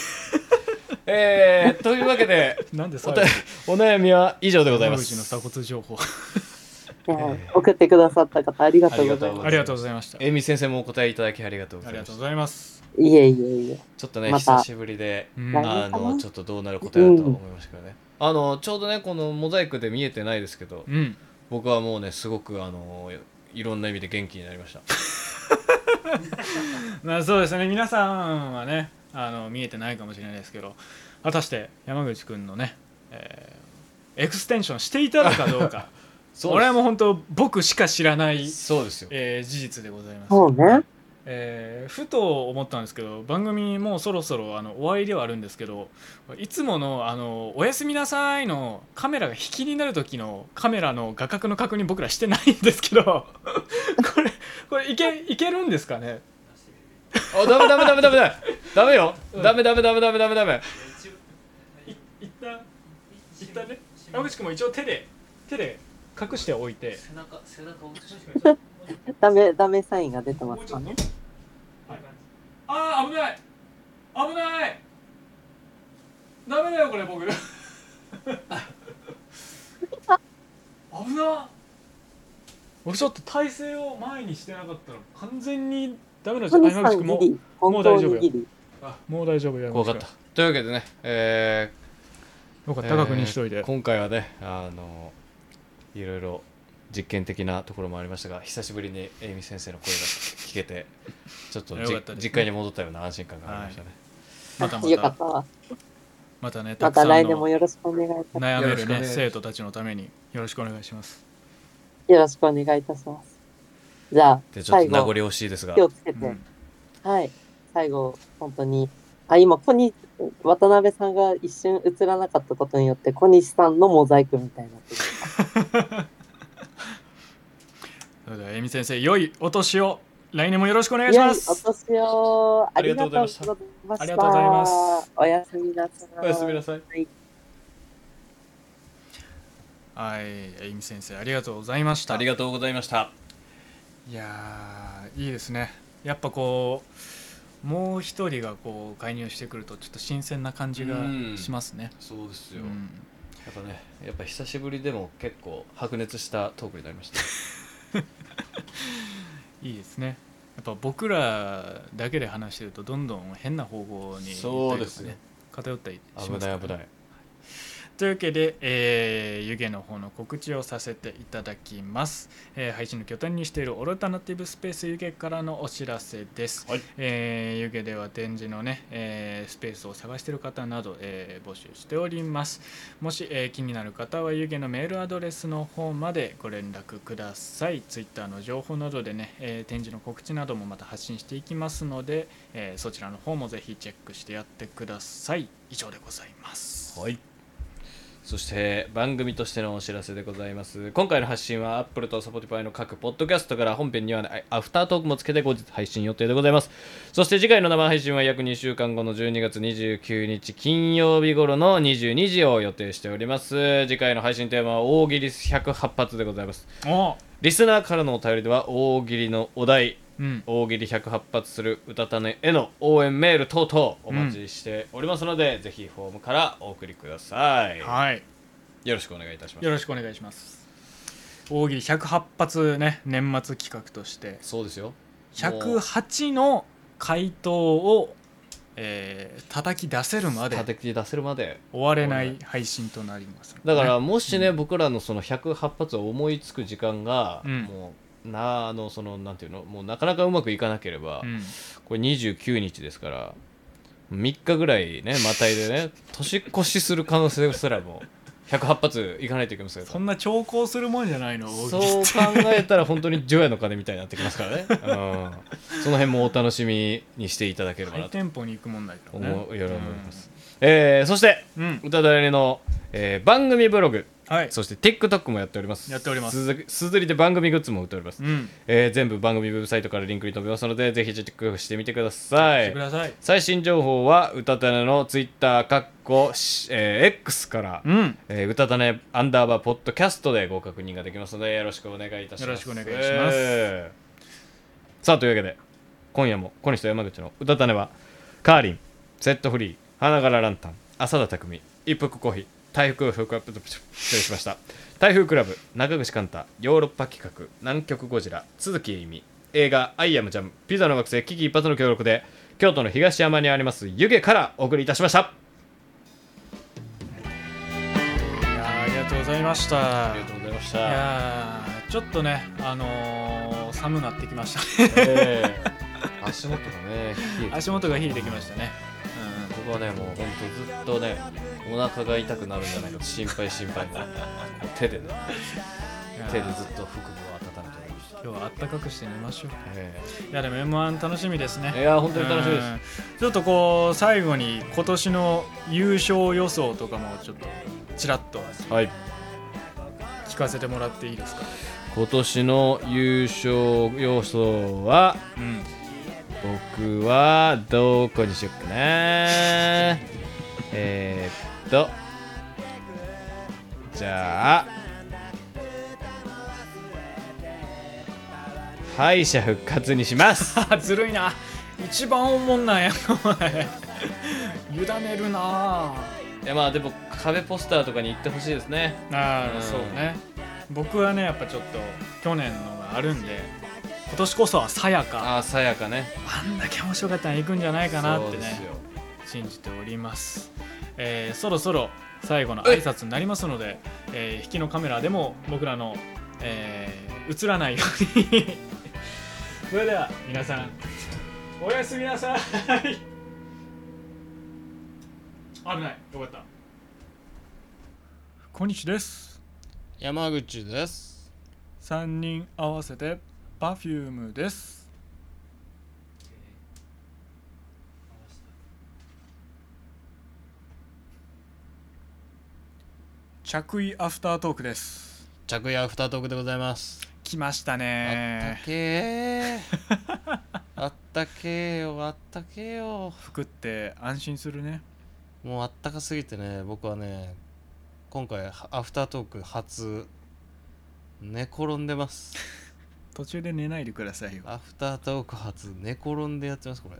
[SPEAKER 1] えー、というわけで
[SPEAKER 2] なんで
[SPEAKER 1] お
[SPEAKER 2] 最後
[SPEAKER 1] たお悩みは以上でございま
[SPEAKER 2] 山口の
[SPEAKER 1] す
[SPEAKER 2] 鎖骨情報
[SPEAKER 8] はい送ってくださった方、ありがとうございま
[SPEAKER 2] ありがとうございましたあ
[SPEAKER 1] えみ先生もお答えいただきありがとうござい
[SPEAKER 2] りが
[SPEAKER 1] まし
[SPEAKER 2] と
[SPEAKER 1] た
[SPEAKER 2] うございます
[SPEAKER 8] す。いえいえいえ。
[SPEAKER 1] ちょっとね
[SPEAKER 8] また
[SPEAKER 1] 久しぶりで
[SPEAKER 2] うん
[SPEAKER 8] 来
[SPEAKER 1] あ
[SPEAKER 8] 年かな
[SPEAKER 1] のちょっとどうなる答えだとは思いましたけどね、あのちょうどねこのモザイクで見えてないですけど
[SPEAKER 2] うん
[SPEAKER 1] 僕はもうねすごくあのいろんな意味で元気になりました
[SPEAKER 2] まあそうですね皆さんはねあの見えてないかもしれないですけど果たして山口くんのね、えーエクステンションしていたのかどうか
[SPEAKER 1] そう
[SPEAKER 2] 俺
[SPEAKER 1] です
[SPEAKER 2] はもう本当僕しか知らない、
[SPEAKER 1] そうですよ
[SPEAKER 2] えー事実でございます、
[SPEAKER 8] そうね。
[SPEAKER 2] えーふと思ったんですけど番組もうそろそろあの終わりではあるんですけどいつものあの「おやすみなさい」のカメラが引きになる時のカメラの画角の確認僕らしてないんですけど これこれいけいけるんですかね
[SPEAKER 1] あダメダメダメダメダ メダメよダメダメダメダメダメダメ
[SPEAKER 2] 一旦一旦ね山口君も一応手で手で隠しておいて
[SPEAKER 8] ダメ、ダメサインが出て
[SPEAKER 2] も
[SPEAKER 8] ま
[SPEAKER 2] う
[SPEAKER 8] す
[SPEAKER 2] ちょ
[SPEAKER 8] か
[SPEAKER 2] っと
[SPEAKER 8] ね。
[SPEAKER 2] ああ危ない危ないダメだよこれ僕危な僕ちょっと体勢を前にしてなかったら完全にダメなんですよあ
[SPEAKER 8] 本当に
[SPEAKER 2] 山口
[SPEAKER 8] さん
[SPEAKER 2] 君
[SPEAKER 8] ギ
[SPEAKER 2] も
[SPEAKER 8] リ。
[SPEAKER 2] も
[SPEAKER 8] 本
[SPEAKER 2] う大
[SPEAKER 8] 当
[SPEAKER 2] 丈夫
[SPEAKER 8] に
[SPEAKER 2] よ
[SPEAKER 8] ギリ。
[SPEAKER 2] もう大丈夫山口
[SPEAKER 1] 怖かったというわけでねえ
[SPEAKER 2] よか
[SPEAKER 1] ー
[SPEAKER 2] った確認しといて、
[SPEAKER 1] えー今回はねあのいろいろ実験的なところもありましたが久しぶりにえみ先生の声が聞けてちょっとじ
[SPEAKER 2] よかったですね
[SPEAKER 1] 実家に戻ったような安心感がありましたね、
[SPEAKER 2] また
[SPEAKER 8] よ
[SPEAKER 2] ま
[SPEAKER 8] かったたわ。
[SPEAKER 2] またねた
[SPEAKER 8] ま
[SPEAKER 2] くさ
[SPEAKER 8] た
[SPEAKER 2] ん
[SPEAKER 8] 来年も
[SPEAKER 2] の
[SPEAKER 8] よろしくお願いいたしま
[SPEAKER 2] 悩め
[SPEAKER 1] よろし
[SPEAKER 2] る
[SPEAKER 1] くお願
[SPEAKER 2] ね
[SPEAKER 1] いします
[SPEAKER 2] 生徒たちのためによろしくお願いします
[SPEAKER 8] す。よろしくお願いいたします。じゃあ、
[SPEAKER 1] でちょっ
[SPEAKER 8] 最
[SPEAKER 1] と名残
[SPEAKER 8] 後、
[SPEAKER 1] 惜しいですが
[SPEAKER 8] 気をつけ
[SPEAKER 2] う
[SPEAKER 8] て
[SPEAKER 2] ん。
[SPEAKER 8] はい。最後、本当に。あ、今、小西、渡辺さんが一瞬映らなかったことによって、小西さんのモザイクみたいになってる。
[SPEAKER 2] それではえみ先生良いお年を来年もよろしくお願い
[SPEAKER 8] い
[SPEAKER 2] し
[SPEAKER 8] や
[SPEAKER 2] ま
[SPEAKER 8] いお
[SPEAKER 2] す
[SPEAKER 8] 年をあ
[SPEAKER 1] あり
[SPEAKER 8] り
[SPEAKER 1] がと
[SPEAKER 8] がと
[SPEAKER 1] う
[SPEAKER 8] う
[SPEAKER 1] ご
[SPEAKER 8] ご
[SPEAKER 1] ざ
[SPEAKER 8] ざ
[SPEAKER 1] い
[SPEAKER 8] い
[SPEAKER 1] ま
[SPEAKER 8] ま
[SPEAKER 1] し
[SPEAKER 8] したた。
[SPEAKER 2] ありがとうございます
[SPEAKER 8] おやすみなさい。
[SPEAKER 1] おやすみなさい
[SPEAKER 8] はい。
[SPEAKER 2] はいえみ先生ありがとうございました
[SPEAKER 1] ありがとうございました
[SPEAKER 2] いやーいいですねやっぱこうもう一人がこう介入してくるとちょっと新鮮な感じが
[SPEAKER 1] うん
[SPEAKER 2] しますね、
[SPEAKER 1] そうです
[SPEAKER 2] う
[SPEAKER 1] よ、
[SPEAKER 2] ん
[SPEAKER 1] やっぱねやっぱ久しぶりでも結構白熱したトークになり ました
[SPEAKER 2] いいですねやっぱ僕らだけで話してるとどんどん変な方向に
[SPEAKER 1] そうです
[SPEAKER 2] 行ったりとかね
[SPEAKER 1] ね
[SPEAKER 2] 偏ったりします
[SPEAKER 1] 危
[SPEAKER 2] から
[SPEAKER 1] な
[SPEAKER 2] ね
[SPEAKER 1] い危ない
[SPEAKER 2] というわけで、えー、湯気の方の告知をさせていただきます、えー配信の拠点にしているオルタナティブスペース湯気からのお知らせです、
[SPEAKER 1] はい
[SPEAKER 2] えー湯気では展示のね、えースペースを探している方など、えー募集しておりますもし、えー気になる方は湯気のメールアドレスの方までご連絡くださいツイッターの情報などでね、えー展示の告知などもまた発信していきますので、えーそちらの方もぜひチェックしてやってください以上でございます
[SPEAKER 1] はい。そして番組としてのお知らせでございます。今回の発信は Apple と Spotify の各ポッドキャストから本編にはないアフタートークもつけて後日配信予定でございます。そして次回の生配信は約2週間後の12月29日金曜日頃の22時を予定しております。次回の配信テーマは大喜利108発でございます。
[SPEAKER 2] お
[SPEAKER 1] リスナーからのお便りでは大喜利のお題、
[SPEAKER 2] うん、
[SPEAKER 1] 大喜利108発する歌種への応援メール等々お待ちしておりますので、ぜひフォームからお送りください、
[SPEAKER 2] はい、
[SPEAKER 1] よろしくお願いいたします
[SPEAKER 2] よろしくお願いします。大喜利108発ね、年末企画として、
[SPEAKER 1] そうですよ
[SPEAKER 2] 108の回答を、えー、叩き出せるまで
[SPEAKER 1] 叩き出せるまで
[SPEAKER 2] 終われない配信となります、
[SPEAKER 1] だから
[SPEAKER 2] ね、
[SPEAKER 1] もしね、僕らのその108発を思いつく時間が、
[SPEAKER 2] うん
[SPEAKER 1] もうなあのそのなんていうのもうなかなかうまくいかなければ、
[SPEAKER 2] うん、
[SPEAKER 1] これ29日ですから3日ぐらいねまたいでね年越しする可能性すらも108発いかないといけませんよ
[SPEAKER 2] そんな調考するもんじゃないの、
[SPEAKER 1] そ
[SPEAKER 2] 大
[SPEAKER 1] う
[SPEAKER 2] 喜利
[SPEAKER 1] 考えたら本当に除夜の鐘みたいになってきますからね、うん、その辺もお楽しみにしていただければ
[SPEAKER 2] ハイ
[SPEAKER 1] なと
[SPEAKER 2] テンポに行くもんだからね。
[SPEAKER 1] 思うように思います、えーそして
[SPEAKER 2] うん、うん
[SPEAKER 1] 歌だれの、えー番組ブログ
[SPEAKER 2] はい
[SPEAKER 1] そして TikTok もやっております
[SPEAKER 2] やっております
[SPEAKER 1] すすずりで番組グッズも売っております、
[SPEAKER 2] うん
[SPEAKER 1] えー全部番組ウェブサイトからリンクに飛びますのでぜひチェックしてみてくださ
[SPEAKER 2] して
[SPEAKER 1] い
[SPEAKER 2] ください
[SPEAKER 1] 最新情報はうたたねの Twitter かっこ、しえー X から、
[SPEAKER 2] うん
[SPEAKER 1] えーうたたねアンダーバーポッドキャストでご確認ができますのでよろしくお願いいたします
[SPEAKER 2] よろしくお願いします
[SPEAKER 1] えーさあというわけで今夜も小西と山口のうたたねはカーリンセットフリー花柄ランタン浅田匠一服コーヒー台風フックアップ失礼しました台風クラブ中口寛太ヨーロッパ企画南極ゴジラ鈴木えいみ映画「アイアムジャム」ピザの惑星危機一発の協力で京都の東山にあります湯気からお送りいたしました
[SPEAKER 2] いやーありがとうございました
[SPEAKER 1] ありがとうございまし
[SPEAKER 2] い
[SPEAKER 1] た、
[SPEAKER 2] やーちょっとねあのー寒なってきましたね
[SPEAKER 1] えー足元がね冷えて
[SPEAKER 2] 足元が冷えてきましたね
[SPEAKER 1] 僕はねもうほんとずっとねお腹が痛くなるんじゃないかと心配心配な手でね
[SPEAKER 2] うんいやー
[SPEAKER 1] 手でずっと腹部を温めてました、
[SPEAKER 2] 今日はあったかくして寝ましょう
[SPEAKER 1] え
[SPEAKER 2] いやでも M1 楽しみですね
[SPEAKER 1] ーいや本当に楽しみです
[SPEAKER 2] うんちょっとこう最後に今年の優勝予想とかもちょっとちらっと
[SPEAKER 1] はい
[SPEAKER 2] 聞かせてもらっていいですか、
[SPEAKER 1] 今年の優勝予想は
[SPEAKER 2] うん、
[SPEAKER 1] 僕はどこにしよっかなえーっとじゃあ敗者復活にします
[SPEAKER 2] あ ずるいな一番おもんないやお前委ねるなあ
[SPEAKER 1] いやまあでも壁ポスターとかに行ってほしいですね
[SPEAKER 2] あー
[SPEAKER 1] うん
[SPEAKER 2] そうね僕はねやっぱちょっと去年のがあるんで今年こそはさやか
[SPEAKER 1] ああさやかね
[SPEAKER 2] あんだけ面白かったら行くんじゃないかなっ
[SPEAKER 1] そ
[SPEAKER 2] て
[SPEAKER 1] うです
[SPEAKER 2] ね
[SPEAKER 1] よ
[SPEAKER 2] 信じております、えーそろそろ最後の挨拶になりますので、えー引きのカメラでも僕らの、えー映らないように それでは皆さんおやすみなさい危ないよかった小西です
[SPEAKER 5] 山口です。
[SPEAKER 2] 3人合わせて Perfume です着衣アフタートークです
[SPEAKER 5] 着衣アフタートークでございます。
[SPEAKER 2] 来ました
[SPEAKER 5] あった
[SPEAKER 2] ね
[SPEAKER 5] けえ。あったけえよ、あったけえよ。
[SPEAKER 2] 服って安心するね
[SPEAKER 5] もうあったかすぎてね、僕はね、今回はアフタートーク初、寝転んでます。
[SPEAKER 2] 途中で寝ないでくださいよ
[SPEAKER 5] アフタートーク初、寝転んでやってます、これ。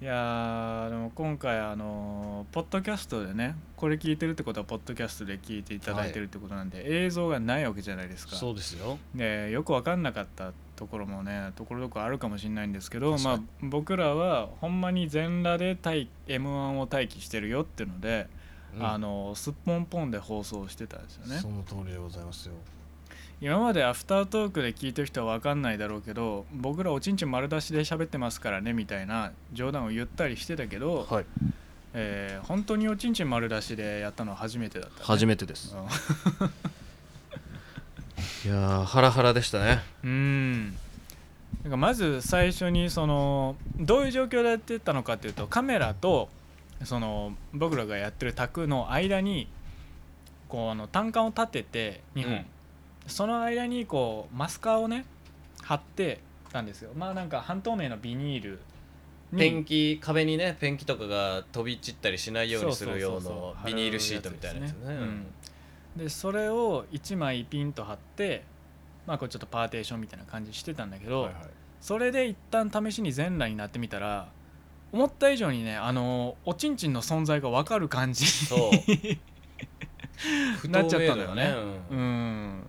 [SPEAKER 2] いやーでも今回あのーポッドキャストでねこれ聞いてるってことはポッドキャストで聞いていただいてるってことなんで、映像がないわけじゃないですか
[SPEAKER 5] そうですよ。
[SPEAKER 2] でよく分かんなかったところもねところどころあるかもしれないんですけど、
[SPEAKER 5] 確か
[SPEAKER 2] まあ
[SPEAKER 5] に、
[SPEAKER 2] 僕らはほんまに全裸で対 m 1を待機してるよっていうので、
[SPEAKER 5] うん
[SPEAKER 2] あのすっぽんぽんで放送してたんですよね
[SPEAKER 5] その通りでございますよ。
[SPEAKER 2] 今までアフタートークで聞いてる人は分かんないだろうけど僕らおちんちん丸出しで喋ってますからねみたいな冗談を言ったりしてたけど、
[SPEAKER 5] はい
[SPEAKER 2] えー本当におちんちん丸出しでやったのは初めてだった、
[SPEAKER 5] 初めてです。
[SPEAKER 2] うん
[SPEAKER 5] いやー、ハラハラでしたね。
[SPEAKER 2] うんなんかまず最初にそのどういう状況でやってたのかっていうとカメラとその僕らがやってる卓の間にこうあの単管を立てて2本、
[SPEAKER 1] うん
[SPEAKER 2] その間にこうマスカーをね貼ってたんですよまあなんか半透明のビニールに
[SPEAKER 1] ペンキ壁にねペンキとかが飛び散ったりしないようにする
[SPEAKER 2] そ
[SPEAKER 1] 用
[SPEAKER 2] うそうそう
[SPEAKER 1] の
[SPEAKER 2] そう
[SPEAKER 1] ビニールシートみたいなやつね
[SPEAKER 2] 貼るやつですねうんでそれを1枚ピンと貼ってまあこうちょっとパーテーションみたいな感じしてたんだけど、
[SPEAKER 1] はいはい
[SPEAKER 2] それで一旦試しに全裸になってみたら思った以上にねあのおちんちんの存在が分かる感じ
[SPEAKER 1] そう不
[SPEAKER 2] なっちゃっ
[SPEAKER 1] ん
[SPEAKER 2] たん
[SPEAKER 1] だ
[SPEAKER 2] だ
[SPEAKER 1] よ
[SPEAKER 2] よ
[SPEAKER 1] ね
[SPEAKER 2] ね
[SPEAKER 1] う
[SPEAKER 2] うんん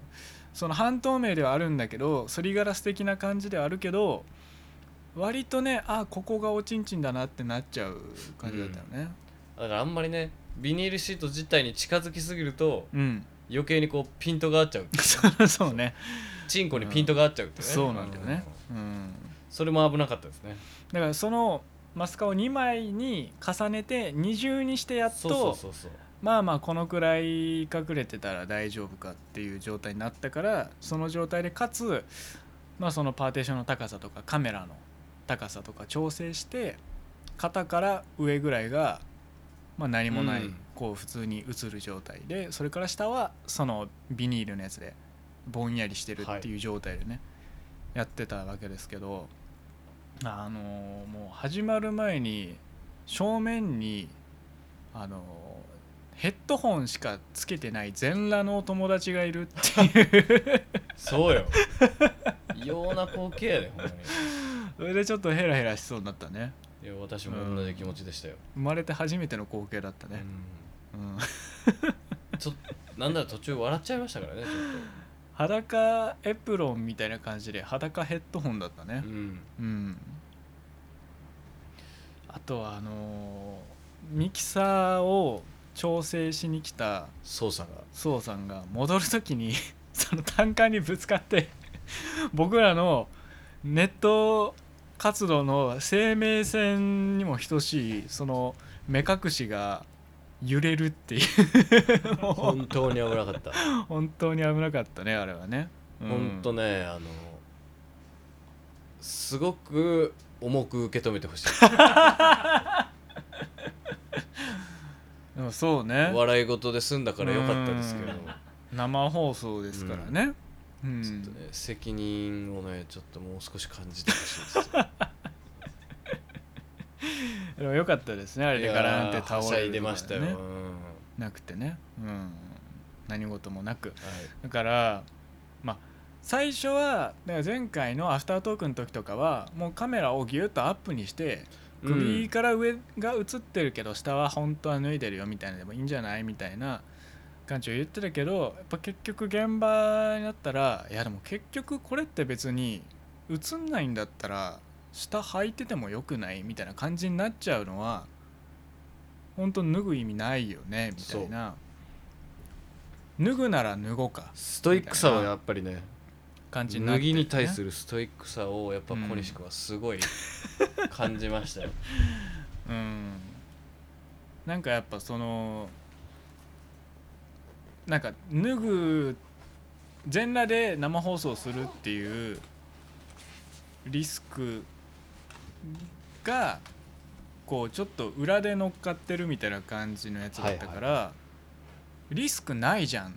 [SPEAKER 2] その半透明ではあるんだけどすりガラス的な感じではあるけど割とねあここがおちんちんだなってなっちゃう感じだったよね
[SPEAKER 1] だからあんまりねビニールシート自体に近づきすぎると
[SPEAKER 2] うん、
[SPEAKER 1] 余計にこうピントが合っちゃう
[SPEAKER 2] そうね
[SPEAKER 1] チンコにピントが合っちゃうってね
[SPEAKER 2] そうなんだよね
[SPEAKER 1] う
[SPEAKER 2] うん
[SPEAKER 1] それも危なかったですね
[SPEAKER 2] だからそのマスカを2枚に重ねて二重にしてやっ
[SPEAKER 1] そうそ
[SPEAKER 2] と
[SPEAKER 1] うそうそう
[SPEAKER 2] まあまあこのくらい隠れてたら大丈夫かっていう状態になったからその状態でかつ、まあ、そのパーテーションの高さとかカメラの高さとか調整して肩から上ぐらいがまあ、何もない、
[SPEAKER 9] うん
[SPEAKER 2] こう普通に映る状態でそれから下はそのビニールのやつでぼんやりしてるっていう状態でね、やってたわけですけどあのーもう始まる前に正面にあのーヘッドホンしかつけてない全裸のお友達がいるっていう
[SPEAKER 9] そうよ異様な光景やでほんまに
[SPEAKER 2] それでちょっとヘラヘラしそうになったね
[SPEAKER 9] いや私も同じ気持ちでしたよ、
[SPEAKER 2] 生まれて初めての光景だった
[SPEAKER 9] う
[SPEAKER 2] ね、
[SPEAKER 9] ん
[SPEAKER 2] うん、
[SPEAKER 9] ちょっとなんだら途中笑っちゃいましたからねちょっ
[SPEAKER 2] 裸エプロンみたいな感じで裸ヘッドホンだったね
[SPEAKER 9] と、うん、
[SPEAKER 2] うんあとはあのーミキサーを調整しに来た
[SPEAKER 9] 操作が
[SPEAKER 2] ソウさんが戻る時に その単管にぶつかって 僕らのネット活動の生命線にも等しいその目隠しが揺れるっていう も
[SPEAKER 9] 本当に危なかった
[SPEAKER 2] う本当に危なかったねあれはね。うん
[SPEAKER 9] 本当ねあのすごく重く受け止め てほしい
[SPEAKER 2] でもそうね
[SPEAKER 9] 笑い事で済んだからよかったですけど、
[SPEAKER 2] うん生放送ですからね。うん
[SPEAKER 9] ちょっとね責任をねちょっともう少し感じてほしいです
[SPEAKER 2] でもよかったですねあれでガランって倒
[SPEAKER 9] いやーはしゃ
[SPEAKER 2] れ
[SPEAKER 9] い
[SPEAKER 2] る
[SPEAKER 9] で
[SPEAKER 2] とかね
[SPEAKER 9] ましたよ、うん
[SPEAKER 2] なくてね、うん、何事もなく
[SPEAKER 9] はい
[SPEAKER 2] だからまあ最初はだから前回のアフタートークの時とかはもうカメラをギュッとアップにして首から上が映ってるけど下は本当は脱いでるよみたいなのでもいいんじゃないみたいな感じを言ってたけどやっぱ結局現場になったらいやでも結局これって別に映んないんだったら下履いててもよくないみたいな感じになっちゃうのは本当脱ぐ意味ないよねみたいな脱ぐなら脱ごうか
[SPEAKER 9] ストイックさはやっぱりね
[SPEAKER 2] 感じになっ
[SPEAKER 9] 脱
[SPEAKER 2] てる
[SPEAKER 9] ぎ
[SPEAKER 2] ね
[SPEAKER 9] に対するストイックさをやっぱ小西君はすごい感じましたよ、
[SPEAKER 2] うんなんかやっぱそのなんか脱ぐ全裸で生放送するっていうリスクがこうちょっと裏で乗っかってるみたいな感じのやつだったから、リスクないじゃんっ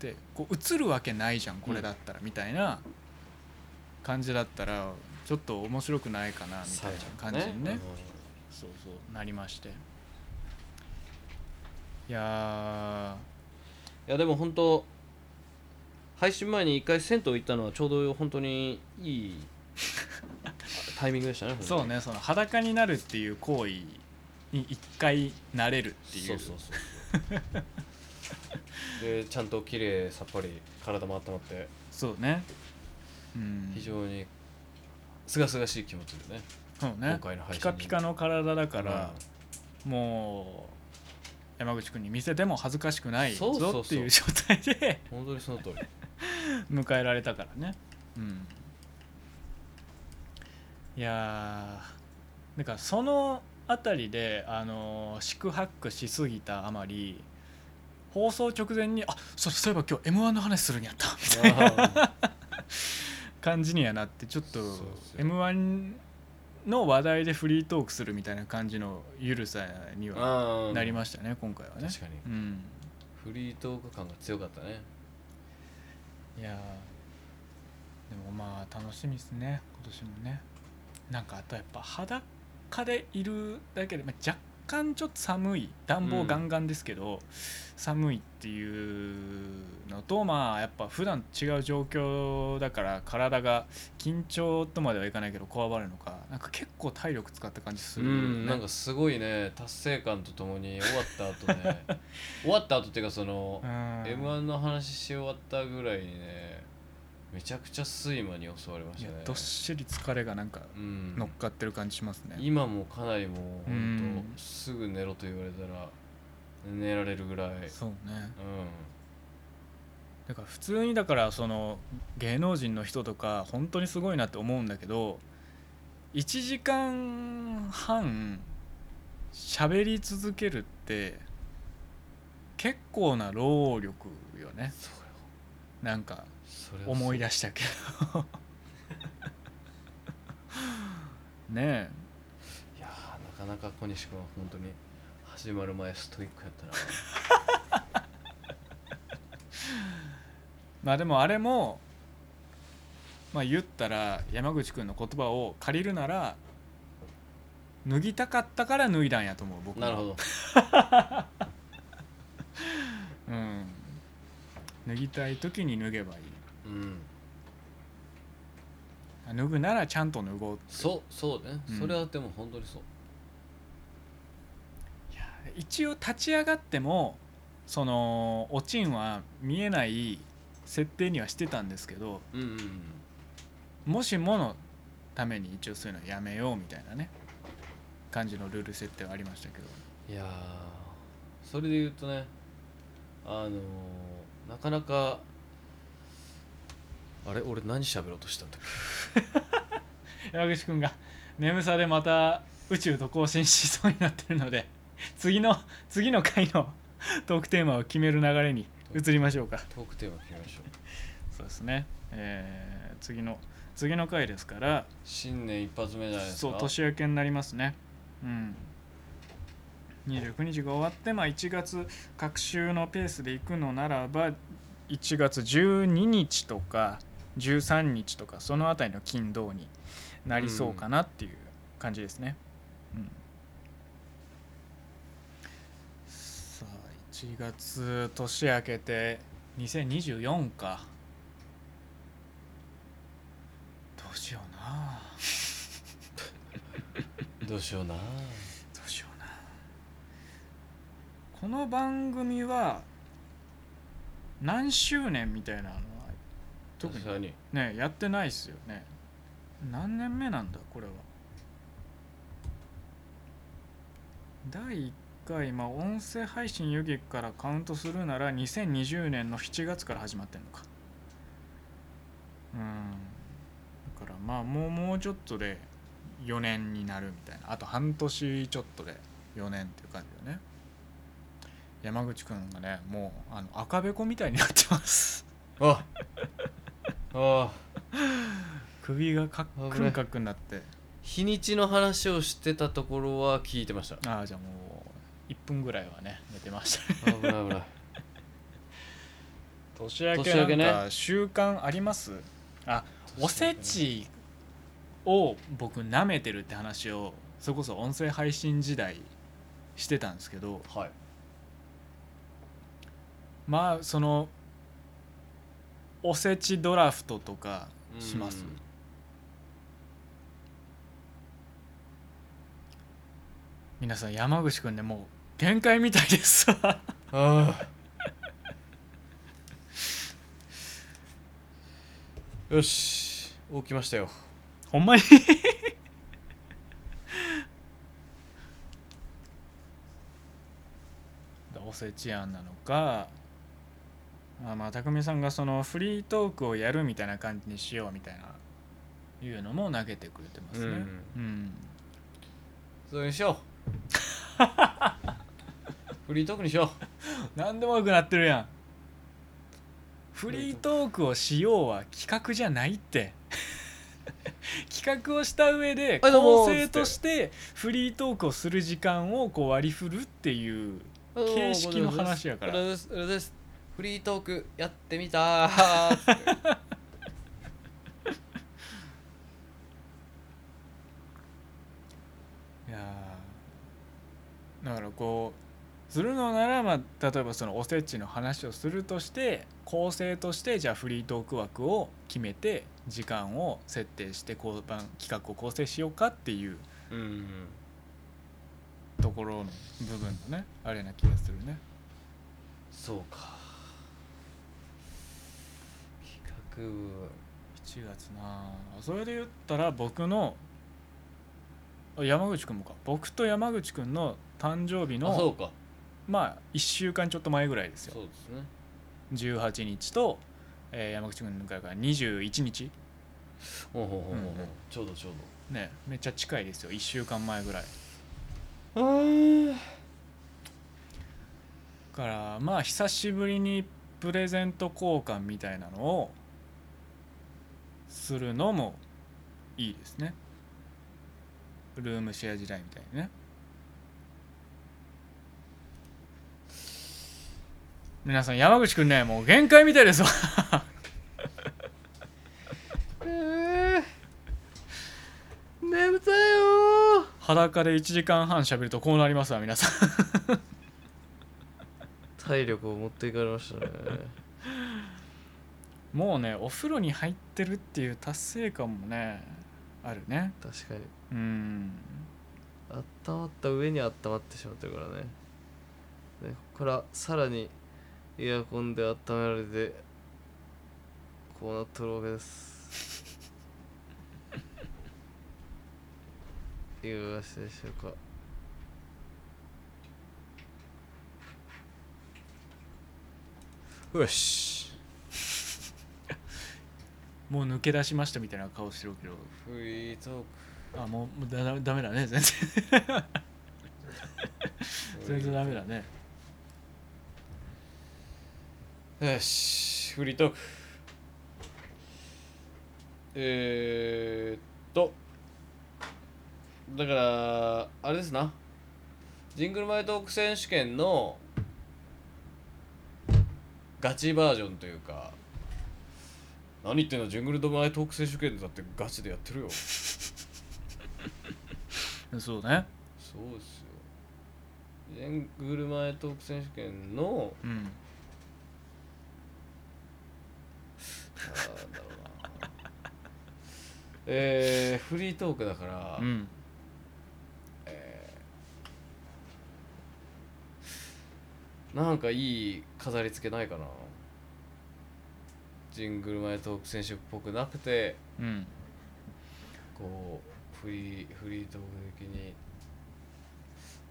[SPEAKER 2] てこう映るわけないじゃんこれだったらみたいな感じだったらちょっと面白くないかなみたいな感じにねそうそうなりましていや
[SPEAKER 9] いやでも本当配信前に一回銭湯行ったのはちょうど本当にいいタイミングでしたね本
[SPEAKER 2] ー
[SPEAKER 9] 当 に
[SPEAKER 2] そうねその裸になるっていう行為に一回なれるっていう
[SPEAKER 9] そうそうそうそう でちゃんと綺麗さっぱり体も温まって
[SPEAKER 2] そうねうん
[SPEAKER 9] 非常にすがすがしい気持ちでね
[SPEAKER 2] そうね
[SPEAKER 9] 今回の配信
[SPEAKER 2] ピカピカの体だか
[SPEAKER 9] うん
[SPEAKER 2] ら、もう山口君に見せても恥ずかしくない
[SPEAKER 9] そうそうそう
[SPEAKER 2] ぞっていう状態で
[SPEAKER 9] 本当にその 通り
[SPEAKER 2] 迎えられたからねうんいやーなんかその辺りで、あのー、宿泊しすぎたあまり放送直前に「あそれそういえば今日 m 1の話するんやった」みたいな感じにはなってちょっと
[SPEAKER 9] そうそう
[SPEAKER 2] m 1の話題でフリートークするみたいな感じのゆるさには
[SPEAKER 9] あ
[SPEAKER 2] なりま
[SPEAKER 9] し
[SPEAKER 2] したね今回はね。
[SPEAKER 9] 確かに
[SPEAKER 2] うん、
[SPEAKER 9] フリートーク感が強かったね
[SPEAKER 2] いやーでもまあ楽しみですね今年もねなんかあとやっぱ裸でいるだけで、まあ、若干ちょっと寒い暖房ガンガンですけど、寒いっていうのとまあやっぱ普段違う状況だから体が緊張とまではいかないけどこわばるのかなんか結構体力使った感じする、ね
[SPEAKER 9] うんなんかすごいね達成感とともに終わった後 ね終わった後っていうかその
[SPEAKER 2] う、ん
[SPEAKER 9] m 1の話し終わったぐらいにねめちゃくちゃ睡魔に襲われまし
[SPEAKER 2] いや
[SPEAKER 9] たね
[SPEAKER 2] どっしり疲れがなんか
[SPEAKER 9] うん
[SPEAKER 2] 乗っかってる感じしますね、
[SPEAKER 9] 今もかなりもう
[SPEAKER 2] う
[SPEAKER 9] 本
[SPEAKER 2] ん
[SPEAKER 9] 当すぐ寝ろと言われたら寝られるぐらい、うん、
[SPEAKER 2] そうねだから普通にだからその芸能人の人とか本当にすごいなって思うんだけど1時間半喋り続けるって結構な労力よね
[SPEAKER 9] それは
[SPEAKER 2] なんか
[SPEAKER 9] それは
[SPEAKER 2] 思い出したけどねえ
[SPEAKER 9] いやーなかなか小西君は本当に始まる前ストイックやったな
[SPEAKER 2] まあでもあれもまあ言ったら山口君の言葉を借りるなら脱ぎたかったから脱いだんやと思う僕は
[SPEAKER 9] なるほど
[SPEAKER 2] うん、脱ぎたい時に脱げばいい
[SPEAKER 9] うん
[SPEAKER 2] あ脱ぐならちゃんと脱ごう
[SPEAKER 9] そうそうね、
[SPEAKER 2] うん
[SPEAKER 9] それはでも本当にそう
[SPEAKER 2] 一応立ち上がってもそのおちんは見えない設定にはしてたんですけど
[SPEAKER 9] うんうんうん
[SPEAKER 2] もしものために一応そういうのやめようみたいなね感じのルール設定はありましたけど
[SPEAKER 9] いやーそれで言うとねあのーなかなかあれ俺何喋ろうとしたんだっ
[SPEAKER 2] 山口君が眠さでまた宇宙と交信しそうになってるので次の次の回のトークテーマを決める流れに移りましょうか
[SPEAKER 9] けトークテーマ決めましょう
[SPEAKER 2] そうですね、えー次の次の回ですから
[SPEAKER 9] 新年一発目じゃないですか
[SPEAKER 2] そう年明けになりますねうん29日が終わって、まあ、1月各週のペースで行くのならば1月12日とか13日とかそのあたりの金土になりそうかなっていう感じですね、うんさあ1月年明けて2024かどうしような
[SPEAKER 9] どうしような
[SPEAKER 2] どうしようなこの番組は何周年みたいなのは特
[SPEAKER 9] 特
[SPEAKER 2] に
[SPEAKER 9] に
[SPEAKER 2] ねやってないっすよね何年目なんだこれは第1回まあ音声配信遊戯からカウントするなら2020年の7月から始まってんのかうんだからまあもうもうちょっとで4年になるみたいなあと半年ちょっとで4年っていう感じだよね山口くんがねもうあの赤べこみたいになってます
[SPEAKER 9] ああ
[SPEAKER 2] 首がカ ックンカックンなって
[SPEAKER 9] 日にちの話をしてたところは聞いてました
[SPEAKER 2] ああじゃあもう1分ぐらいはね寝てました
[SPEAKER 9] 危ない危ない
[SPEAKER 2] 年明
[SPEAKER 9] 年明け
[SPEAKER 2] け
[SPEAKER 9] ね
[SPEAKER 2] なんか習慣あります、あおせちを僕舐めてるって話をそれこそ音声配信時代してたんですけど
[SPEAKER 9] はい
[SPEAKER 2] まあそのおせちドラフトとかします
[SPEAKER 9] うん
[SPEAKER 2] 皆さん山口くんねもう限界みたいですわ
[SPEAKER 9] ああよし起きましたよ
[SPEAKER 2] ほんまに おせち案なのかあまあ匠さんがそのフリートークをやるみたいな感じにしようみたいないうのも投げてくれてますねうん、
[SPEAKER 9] それにしよ うフリートークにしよ
[SPEAKER 2] 何でもよくなってるやんフリートークをしようは企画じゃないって 企画をした上で
[SPEAKER 9] はいどうも
[SPEAKER 2] 構成としてフリートークをする時間をこう割り振るっていう
[SPEAKER 9] う
[SPEAKER 2] 形式の話やから
[SPEAKER 9] これですこれですフリートークやってみたー
[SPEAKER 2] いやーだからこうするのならまあ例えばそのおせちの話をするとして構成としてじゃあフリートーク枠を決めて時間を設定してこう番企画を構成しようかっていう
[SPEAKER 9] うん
[SPEAKER 2] ところの部分のねあれな気がするね
[SPEAKER 9] そうか企
[SPEAKER 2] 7月なあそれで言ったら僕のあ山口君もか僕と山口君の誕生日
[SPEAKER 9] 画部あそ
[SPEAKER 2] の
[SPEAKER 9] うか
[SPEAKER 2] まあ1週間ちょっと前ぐらいですよ
[SPEAKER 9] そうですね
[SPEAKER 2] 18日と、えー山口君から21日
[SPEAKER 9] ほうほうほうほう、
[SPEAKER 2] うんうん
[SPEAKER 9] ちょうどちょう
[SPEAKER 2] ねめっちゃ近いですよ1週間前ぐらい
[SPEAKER 9] どあ
[SPEAKER 2] からまあ久しぶりにプレゼント交換みたいなのをするのもいいですねルームシェア時代みたいにね皆さん山口くんねもう限界みたいですわ
[SPEAKER 9] 眠たいよ
[SPEAKER 2] 裸で1時間半喋るとこうなりますわ皆さん
[SPEAKER 9] 体力を持っていかれましたね
[SPEAKER 2] もうねお風呂に入ってるっていう達成感もねあるね
[SPEAKER 9] 確かに
[SPEAKER 2] うん
[SPEAKER 9] 温まった上に温まってしまってるからねねここからさらにエアコンで温められてこうなっとるわけです いかがでしたでしょうかよし
[SPEAKER 2] もう抜け出しましたみたいな顔してるけど
[SPEAKER 9] フリートーク
[SPEAKER 2] あもうもうだだダメだね全然全然ダメだね
[SPEAKER 9] よしフリートークえー、っとだからあれですなジングルマイトーク選手権のガチバージョンというか何言ってんのジングルマイトーク選手権だってガチでやってるよそ
[SPEAKER 2] そうね
[SPEAKER 9] うですよジングルマイトーク選手権の
[SPEAKER 2] うん
[SPEAKER 9] なんだろう なえー、フリートークだから、
[SPEAKER 2] うん
[SPEAKER 9] なんかいい飾り付けないかなジングル前トーク選手っぽくなくて
[SPEAKER 2] うん
[SPEAKER 9] こうフリーフリートーク的に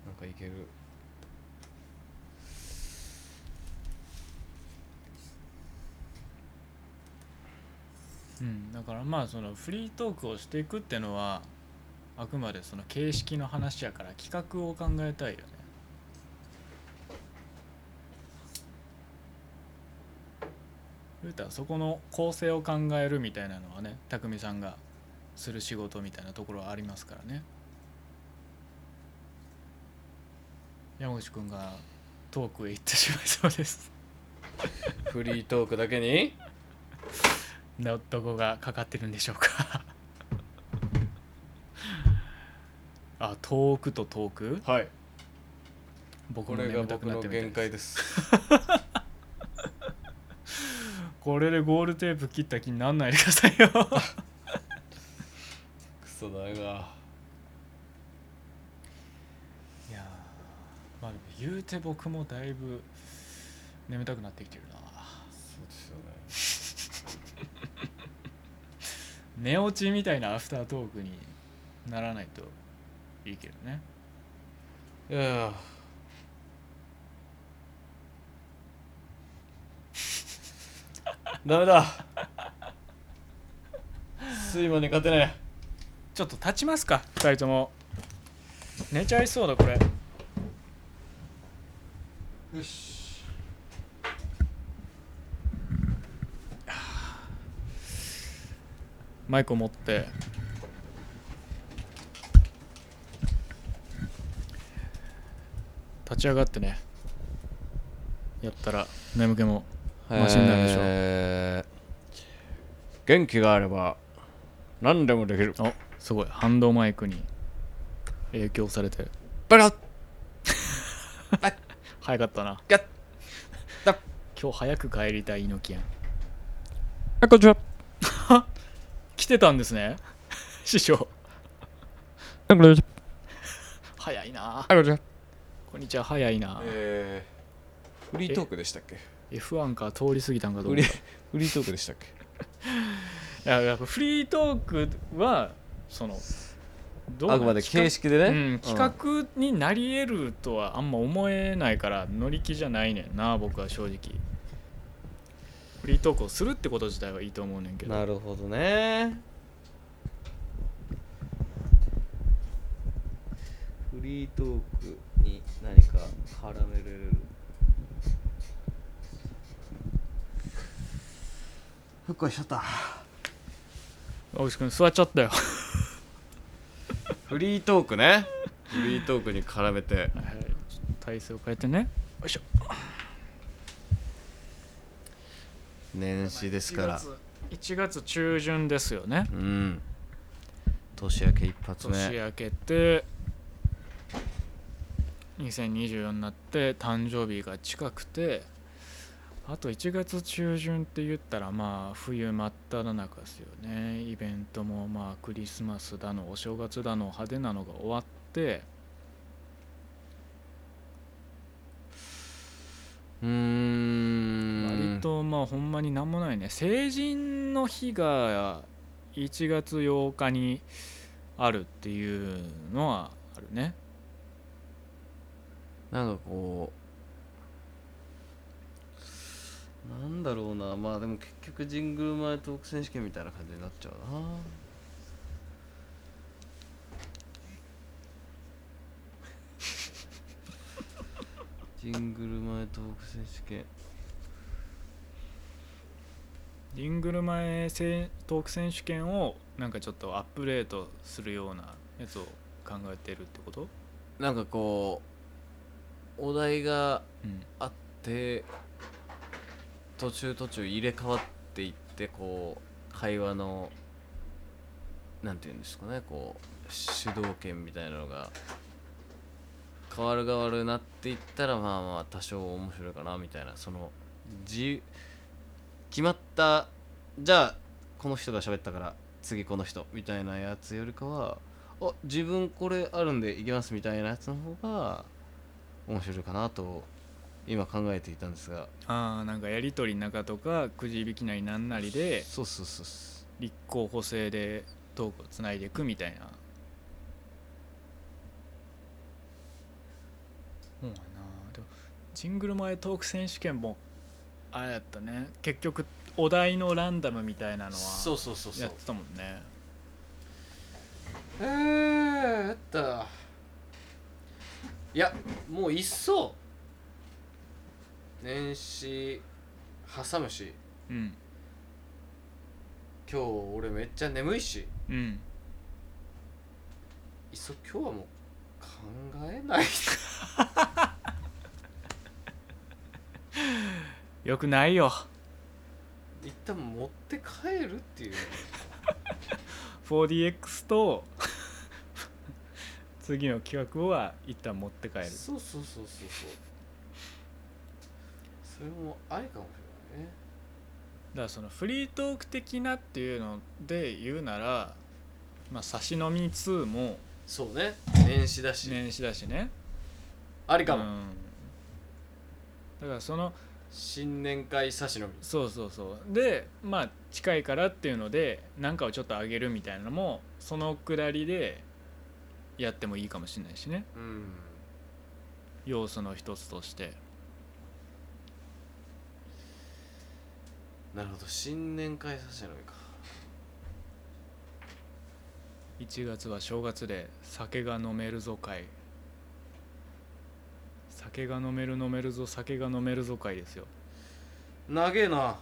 [SPEAKER 9] なんかいける
[SPEAKER 2] うん、だからまあそのフリートークをしていくってのはあくまでその形式の話やから企画を考えたいよね言うたらそこの構成を考えるみたいなのはね匠さんがする仕事みたいなところはありますからね山口くんがトークへ行ってしまいそうです
[SPEAKER 9] フリートークだけに
[SPEAKER 2] などこがかかってるんでしょうか あ遠くと遠く
[SPEAKER 9] はい
[SPEAKER 2] 僕
[SPEAKER 9] こ
[SPEAKER 2] も
[SPEAKER 9] れが
[SPEAKER 2] 眠た
[SPEAKER 9] 僕
[SPEAKER 2] くなっ
[SPEAKER 9] の
[SPEAKER 2] てみたい
[SPEAKER 9] 限
[SPEAKER 2] で
[SPEAKER 9] 界
[SPEAKER 2] す
[SPEAKER 9] です
[SPEAKER 2] これでゴールテープ切った気になんないでくだ さいよ
[SPEAKER 9] クソだが
[SPEAKER 2] いやーまあでも言うて僕もだいぶ眠たくなってきてるな
[SPEAKER 9] そうですよね
[SPEAKER 2] 寝落ちみたいなアフタートークにならないといいけどね
[SPEAKER 9] いやあダメだ睡魔に勝てない
[SPEAKER 2] ちょっと立ちますか2人とも寝ちゃいそうだこれ
[SPEAKER 9] よし
[SPEAKER 2] マイクを持って立ち上がってねやったら眠気もマシになるでしょう
[SPEAKER 9] えー元気があれば何でもできる
[SPEAKER 2] あすごいハンドマイクに影響されて
[SPEAKER 9] バカッ
[SPEAKER 2] 早かったな
[SPEAKER 9] やっだ
[SPEAKER 2] 今日早く帰りたい猪木やん
[SPEAKER 9] あこんにちは
[SPEAKER 2] 来てたんですね 師匠
[SPEAKER 9] あこんにちは
[SPEAKER 2] 早いな
[SPEAKER 9] あこんにちは
[SPEAKER 2] こんにちは早いな、
[SPEAKER 9] えー、フリートークでしたっけ
[SPEAKER 2] F1 か通り過ぎたんかと
[SPEAKER 9] フ
[SPEAKER 2] 思
[SPEAKER 9] リ
[SPEAKER 2] っ
[SPEAKER 9] ーフリートークでしたっけ
[SPEAKER 2] たいややっぱフリートークはそのどうな
[SPEAKER 9] あ
[SPEAKER 2] ん
[SPEAKER 9] くまで
[SPEAKER 2] 企画
[SPEAKER 9] 形式でね、
[SPEAKER 2] うん、企画になり得るとはあんま思えないから乗り気じゃないねんな僕は正直フリートークをするってこと自体はいいと思うねんけど
[SPEAKER 9] なるほどねフリートークに何か絡められるふっこいしちゃった
[SPEAKER 2] 大石君座っちゃったよ
[SPEAKER 9] フリートークねフリートークに絡めて
[SPEAKER 2] はいはいちょっと体勢を変えてねよいしょ
[SPEAKER 9] 年始ですから
[SPEAKER 2] 1月中旬ですよね
[SPEAKER 9] うん年明け一発目
[SPEAKER 2] 年明けて2024になって誕生日が近くてあと1月中旬って言ったらまあ冬真っ只中ですよねイベントもまあクリスマスだのお正月だの派手なのが終わって
[SPEAKER 9] うーん
[SPEAKER 2] 割とまあほんまになんもないね成人の日が1月8日にあるっていうのはあるね
[SPEAKER 9] なんかこうなんだろうなまあでも結局神宮前トーク選手権みたいな感じになっちゃうなジングル前トーク選手権
[SPEAKER 2] ジングル前せトーク選手権をなんかちょっとアップデートするようなやつを考えてるってこと
[SPEAKER 9] なんかこうお題が
[SPEAKER 2] うん
[SPEAKER 9] あって途中途中入れ替わっていってこう会話のなんて言うんですかねこう主導権みたいなのが変わる変わるなっていったらまあまあ多少面白いかなみたいなその自決まったじゃあこの人が喋ったから次この人みたいなやつよりかはあ自分これあるんでいきますみたいなやつの方が面白いかなと今考えていたんですが
[SPEAKER 2] ああなんかやり取りの中とかくじ引きなりなんなりで
[SPEAKER 9] そうそうそうそ
[SPEAKER 2] 立候補制でトークをつないでいくみたいなそうやなでもジングル前トーク選手権もあれやったね結局お題のランダムみたいなのは
[SPEAKER 9] うそうそう
[SPEAKER 2] やってたもんね
[SPEAKER 9] えー、やったいやもういっそ年始挟むし
[SPEAKER 2] うん
[SPEAKER 9] 今日俺めっちゃ眠いし
[SPEAKER 2] うん
[SPEAKER 9] いっそ今日はもう考えない
[SPEAKER 2] よくないよ
[SPEAKER 9] 一旦持って帰るっていう
[SPEAKER 2] 4DX と 次の企画は一旦持って帰る
[SPEAKER 9] そうそうそうそうそうそれもありかもしれないね
[SPEAKER 2] だからそのフリートーク的なっていうので言うなら、まあ、差し飲み2も
[SPEAKER 9] そうね年始だし、
[SPEAKER 2] 年始だしね
[SPEAKER 9] ありかも、
[SPEAKER 2] うんだからその
[SPEAKER 9] 新年会差し飲み
[SPEAKER 2] そうそうそうでまあ近いからっていうので何かをちょっと上げるみたいなのもそのくだりでやってもいいかもしれないしね
[SPEAKER 9] うん
[SPEAKER 2] 要素の一つとして
[SPEAKER 9] なるほど新年会差し飲みか
[SPEAKER 2] 1月は正月で酒が飲めるぞ会酒が飲める飲めるぞ酒が飲めるぞ会ですよ
[SPEAKER 9] 長えな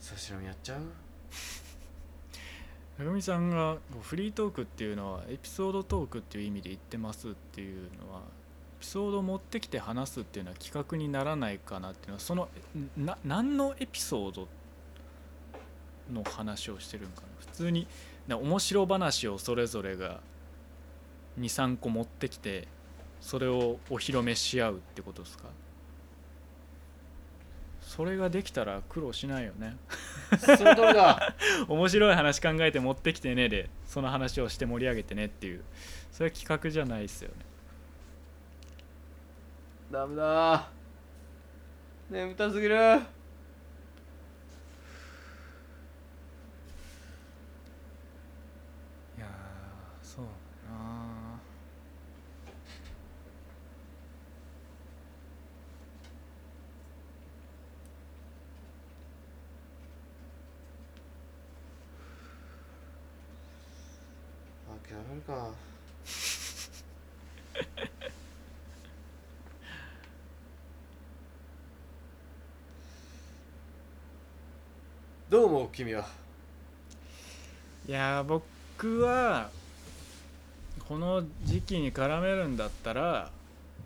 [SPEAKER 9] 差し飲みやっちゃう
[SPEAKER 2] たくみさんがフリートークっていうのはエピソードトークっていう意味で言ってますっていうのはエピソードを持ってきて話すっていうのは企画にならないかなっていうのはそのな何のエピソードの話をしてるんかな普通にな面白話をそれぞれが23個持ってきてそれをお披露目し合うってことですかそれができたら苦労しないよね
[SPEAKER 9] その通りだ
[SPEAKER 2] 面白い話考えて持ってきてねでその話をして盛り上げてねっていうそれは企画じゃないですよね
[SPEAKER 9] ダメだ眠たすぎる
[SPEAKER 2] いやそうな
[SPEAKER 9] 諦めるかどう思う君はい
[SPEAKER 2] や僕僕はこの時期に絡めるんだったら、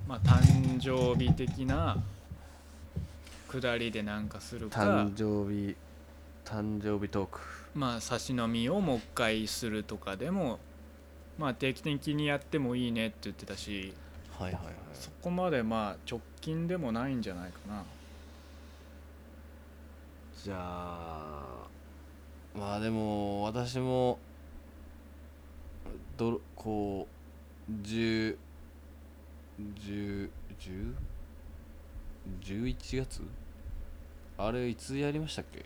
[SPEAKER 2] まあ、誕生日的な下りでなんかするか
[SPEAKER 9] 誕、生日誕生日トーク
[SPEAKER 2] まあ、差し飲みをもう一回するとかでも、まあ、定期的にやってもいいねって言ってたし
[SPEAKER 9] はいはいはい
[SPEAKER 2] そこまでまあ直近でもないんじゃないかな
[SPEAKER 9] じゃあまあでも私もどろこう10 10 10 11月あれいつやりましたっけ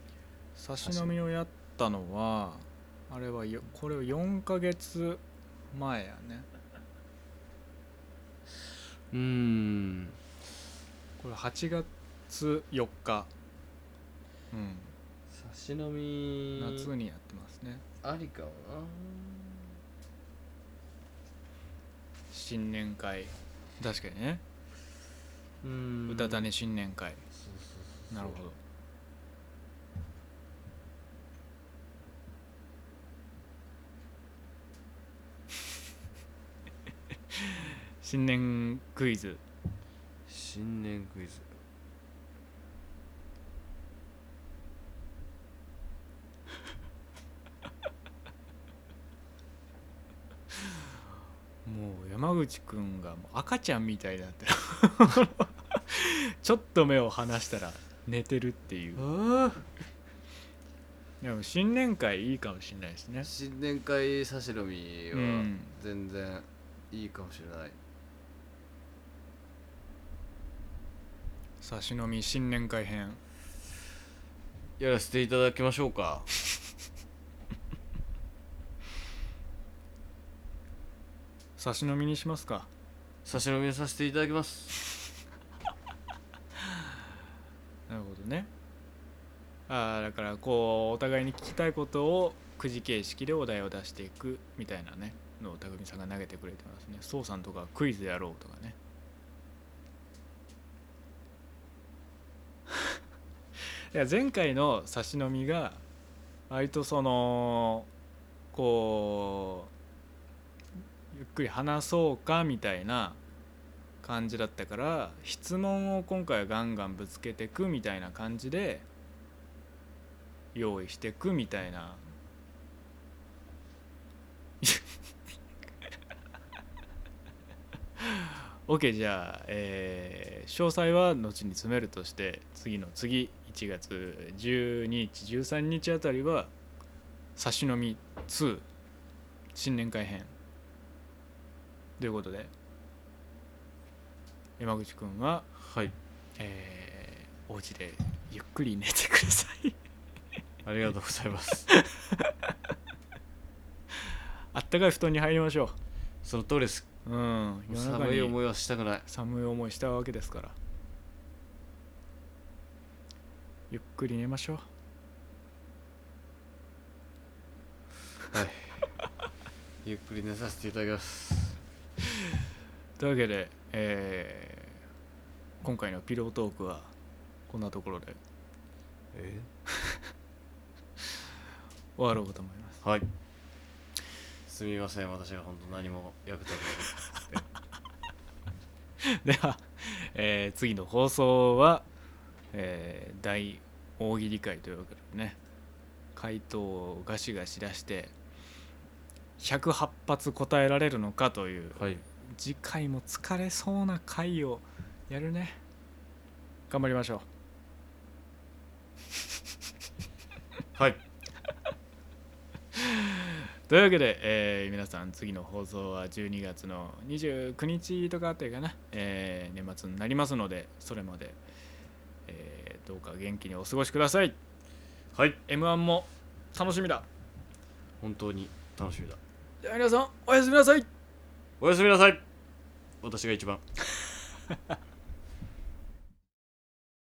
[SPEAKER 2] 差し飲みをやったのはあれはよこれを4ヶ月前やね
[SPEAKER 9] うーん
[SPEAKER 2] これ8月4日、うん、
[SPEAKER 9] 差し飲み
[SPEAKER 2] 夏にやってますね
[SPEAKER 9] ありかも
[SPEAKER 2] 新年会確かにね
[SPEAKER 9] なうん
[SPEAKER 2] うたた寝新年会なるほど 新年クイズ
[SPEAKER 9] 新年クイズ
[SPEAKER 2] もう山口くんがもう赤ちゃんみたいになってるちょっと目を離したら寝てるっていうでも新年会いいかもしれないですね
[SPEAKER 9] 新年会差し飲み
[SPEAKER 2] う
[SPEAKER 9] は
[SPEAKER 2] ん
[SPEAKER 9] 全然いいかもしれない、
[SPEAKER 2] 差し飲み新年会編
[SPEAKER 9] やらせていただきましょうか
[SPEAKER 2] 差し飲みにしますか
[SPEAKER 9] 差し飲みさせていただきます
[SPEAKER 2] なるほどねああだからこうお互いに聞きたいことをくじ形式でお題を出していくみたいなねのを匠さんが投げてくれてますねそうさんとかクイズやろうとかね いや前回の差し飲みが割とそのこうゆっくり話そうかみたいな感じだったから質問を今回はガンガンぶつけてくみたいな感じで用意してくみたいな OK じゃあ、えー詳細は後に詰めるとして次の次1月12日13日あたりは「差し飲み2新年会編」ということで山口くんは
[SPEAKER 9] はい
[SPEAKER 2] えーお家でゆっくり寝てください
[SPEAKER 9] ありがとうございます
[SPEAKER 2] あったかい布団に入りましょ
[SPEAKER 9] その通りです
[SPEAKER 2] ううん夜中
[SPEAKER 9] 寒い
[SPEAKER 2] に
[SPEAKER 9] 思いはしたくない
[SPEAKER 2] 寒い思いしたわけですからゆっくり寝ましょう
[SPEAKER 9] ゆっくり寝させていただきます
[SPEAKER 2] というわけで、えー今回のピロートークはこんなところで
[SPEAKER 9] え
[SPEAKER 2] 終わろうかと思います
[SPEAKER 9] はいすみません私が本当何も役立たなくて
[SPEAKER 2] では、えー次の放送は、えー大大喜利会というわけでね回答をガシガシ出して108発答えられるのかという、
[SPEAKER 9] はい
[SPEAKER 2] 次回も疲れそうな回をやるね頑張りましょう
[SPEAKER 9] はい
[SPEAKER 2] というわけで、えー皆さん次の放送は12月の29日とかあたりかな、えー年末になりますのでそれまで、えーどうか元気にお過ごしください
[SPEAKER 9] はい
[SPEAKER 2] m 1も楽しみだ
[SPEAKER 9] 本当に楽しみだ
[SPEAKER 2] では皆さんおやすみなさい
[SPEAKER 9] おやすみなさい私が一番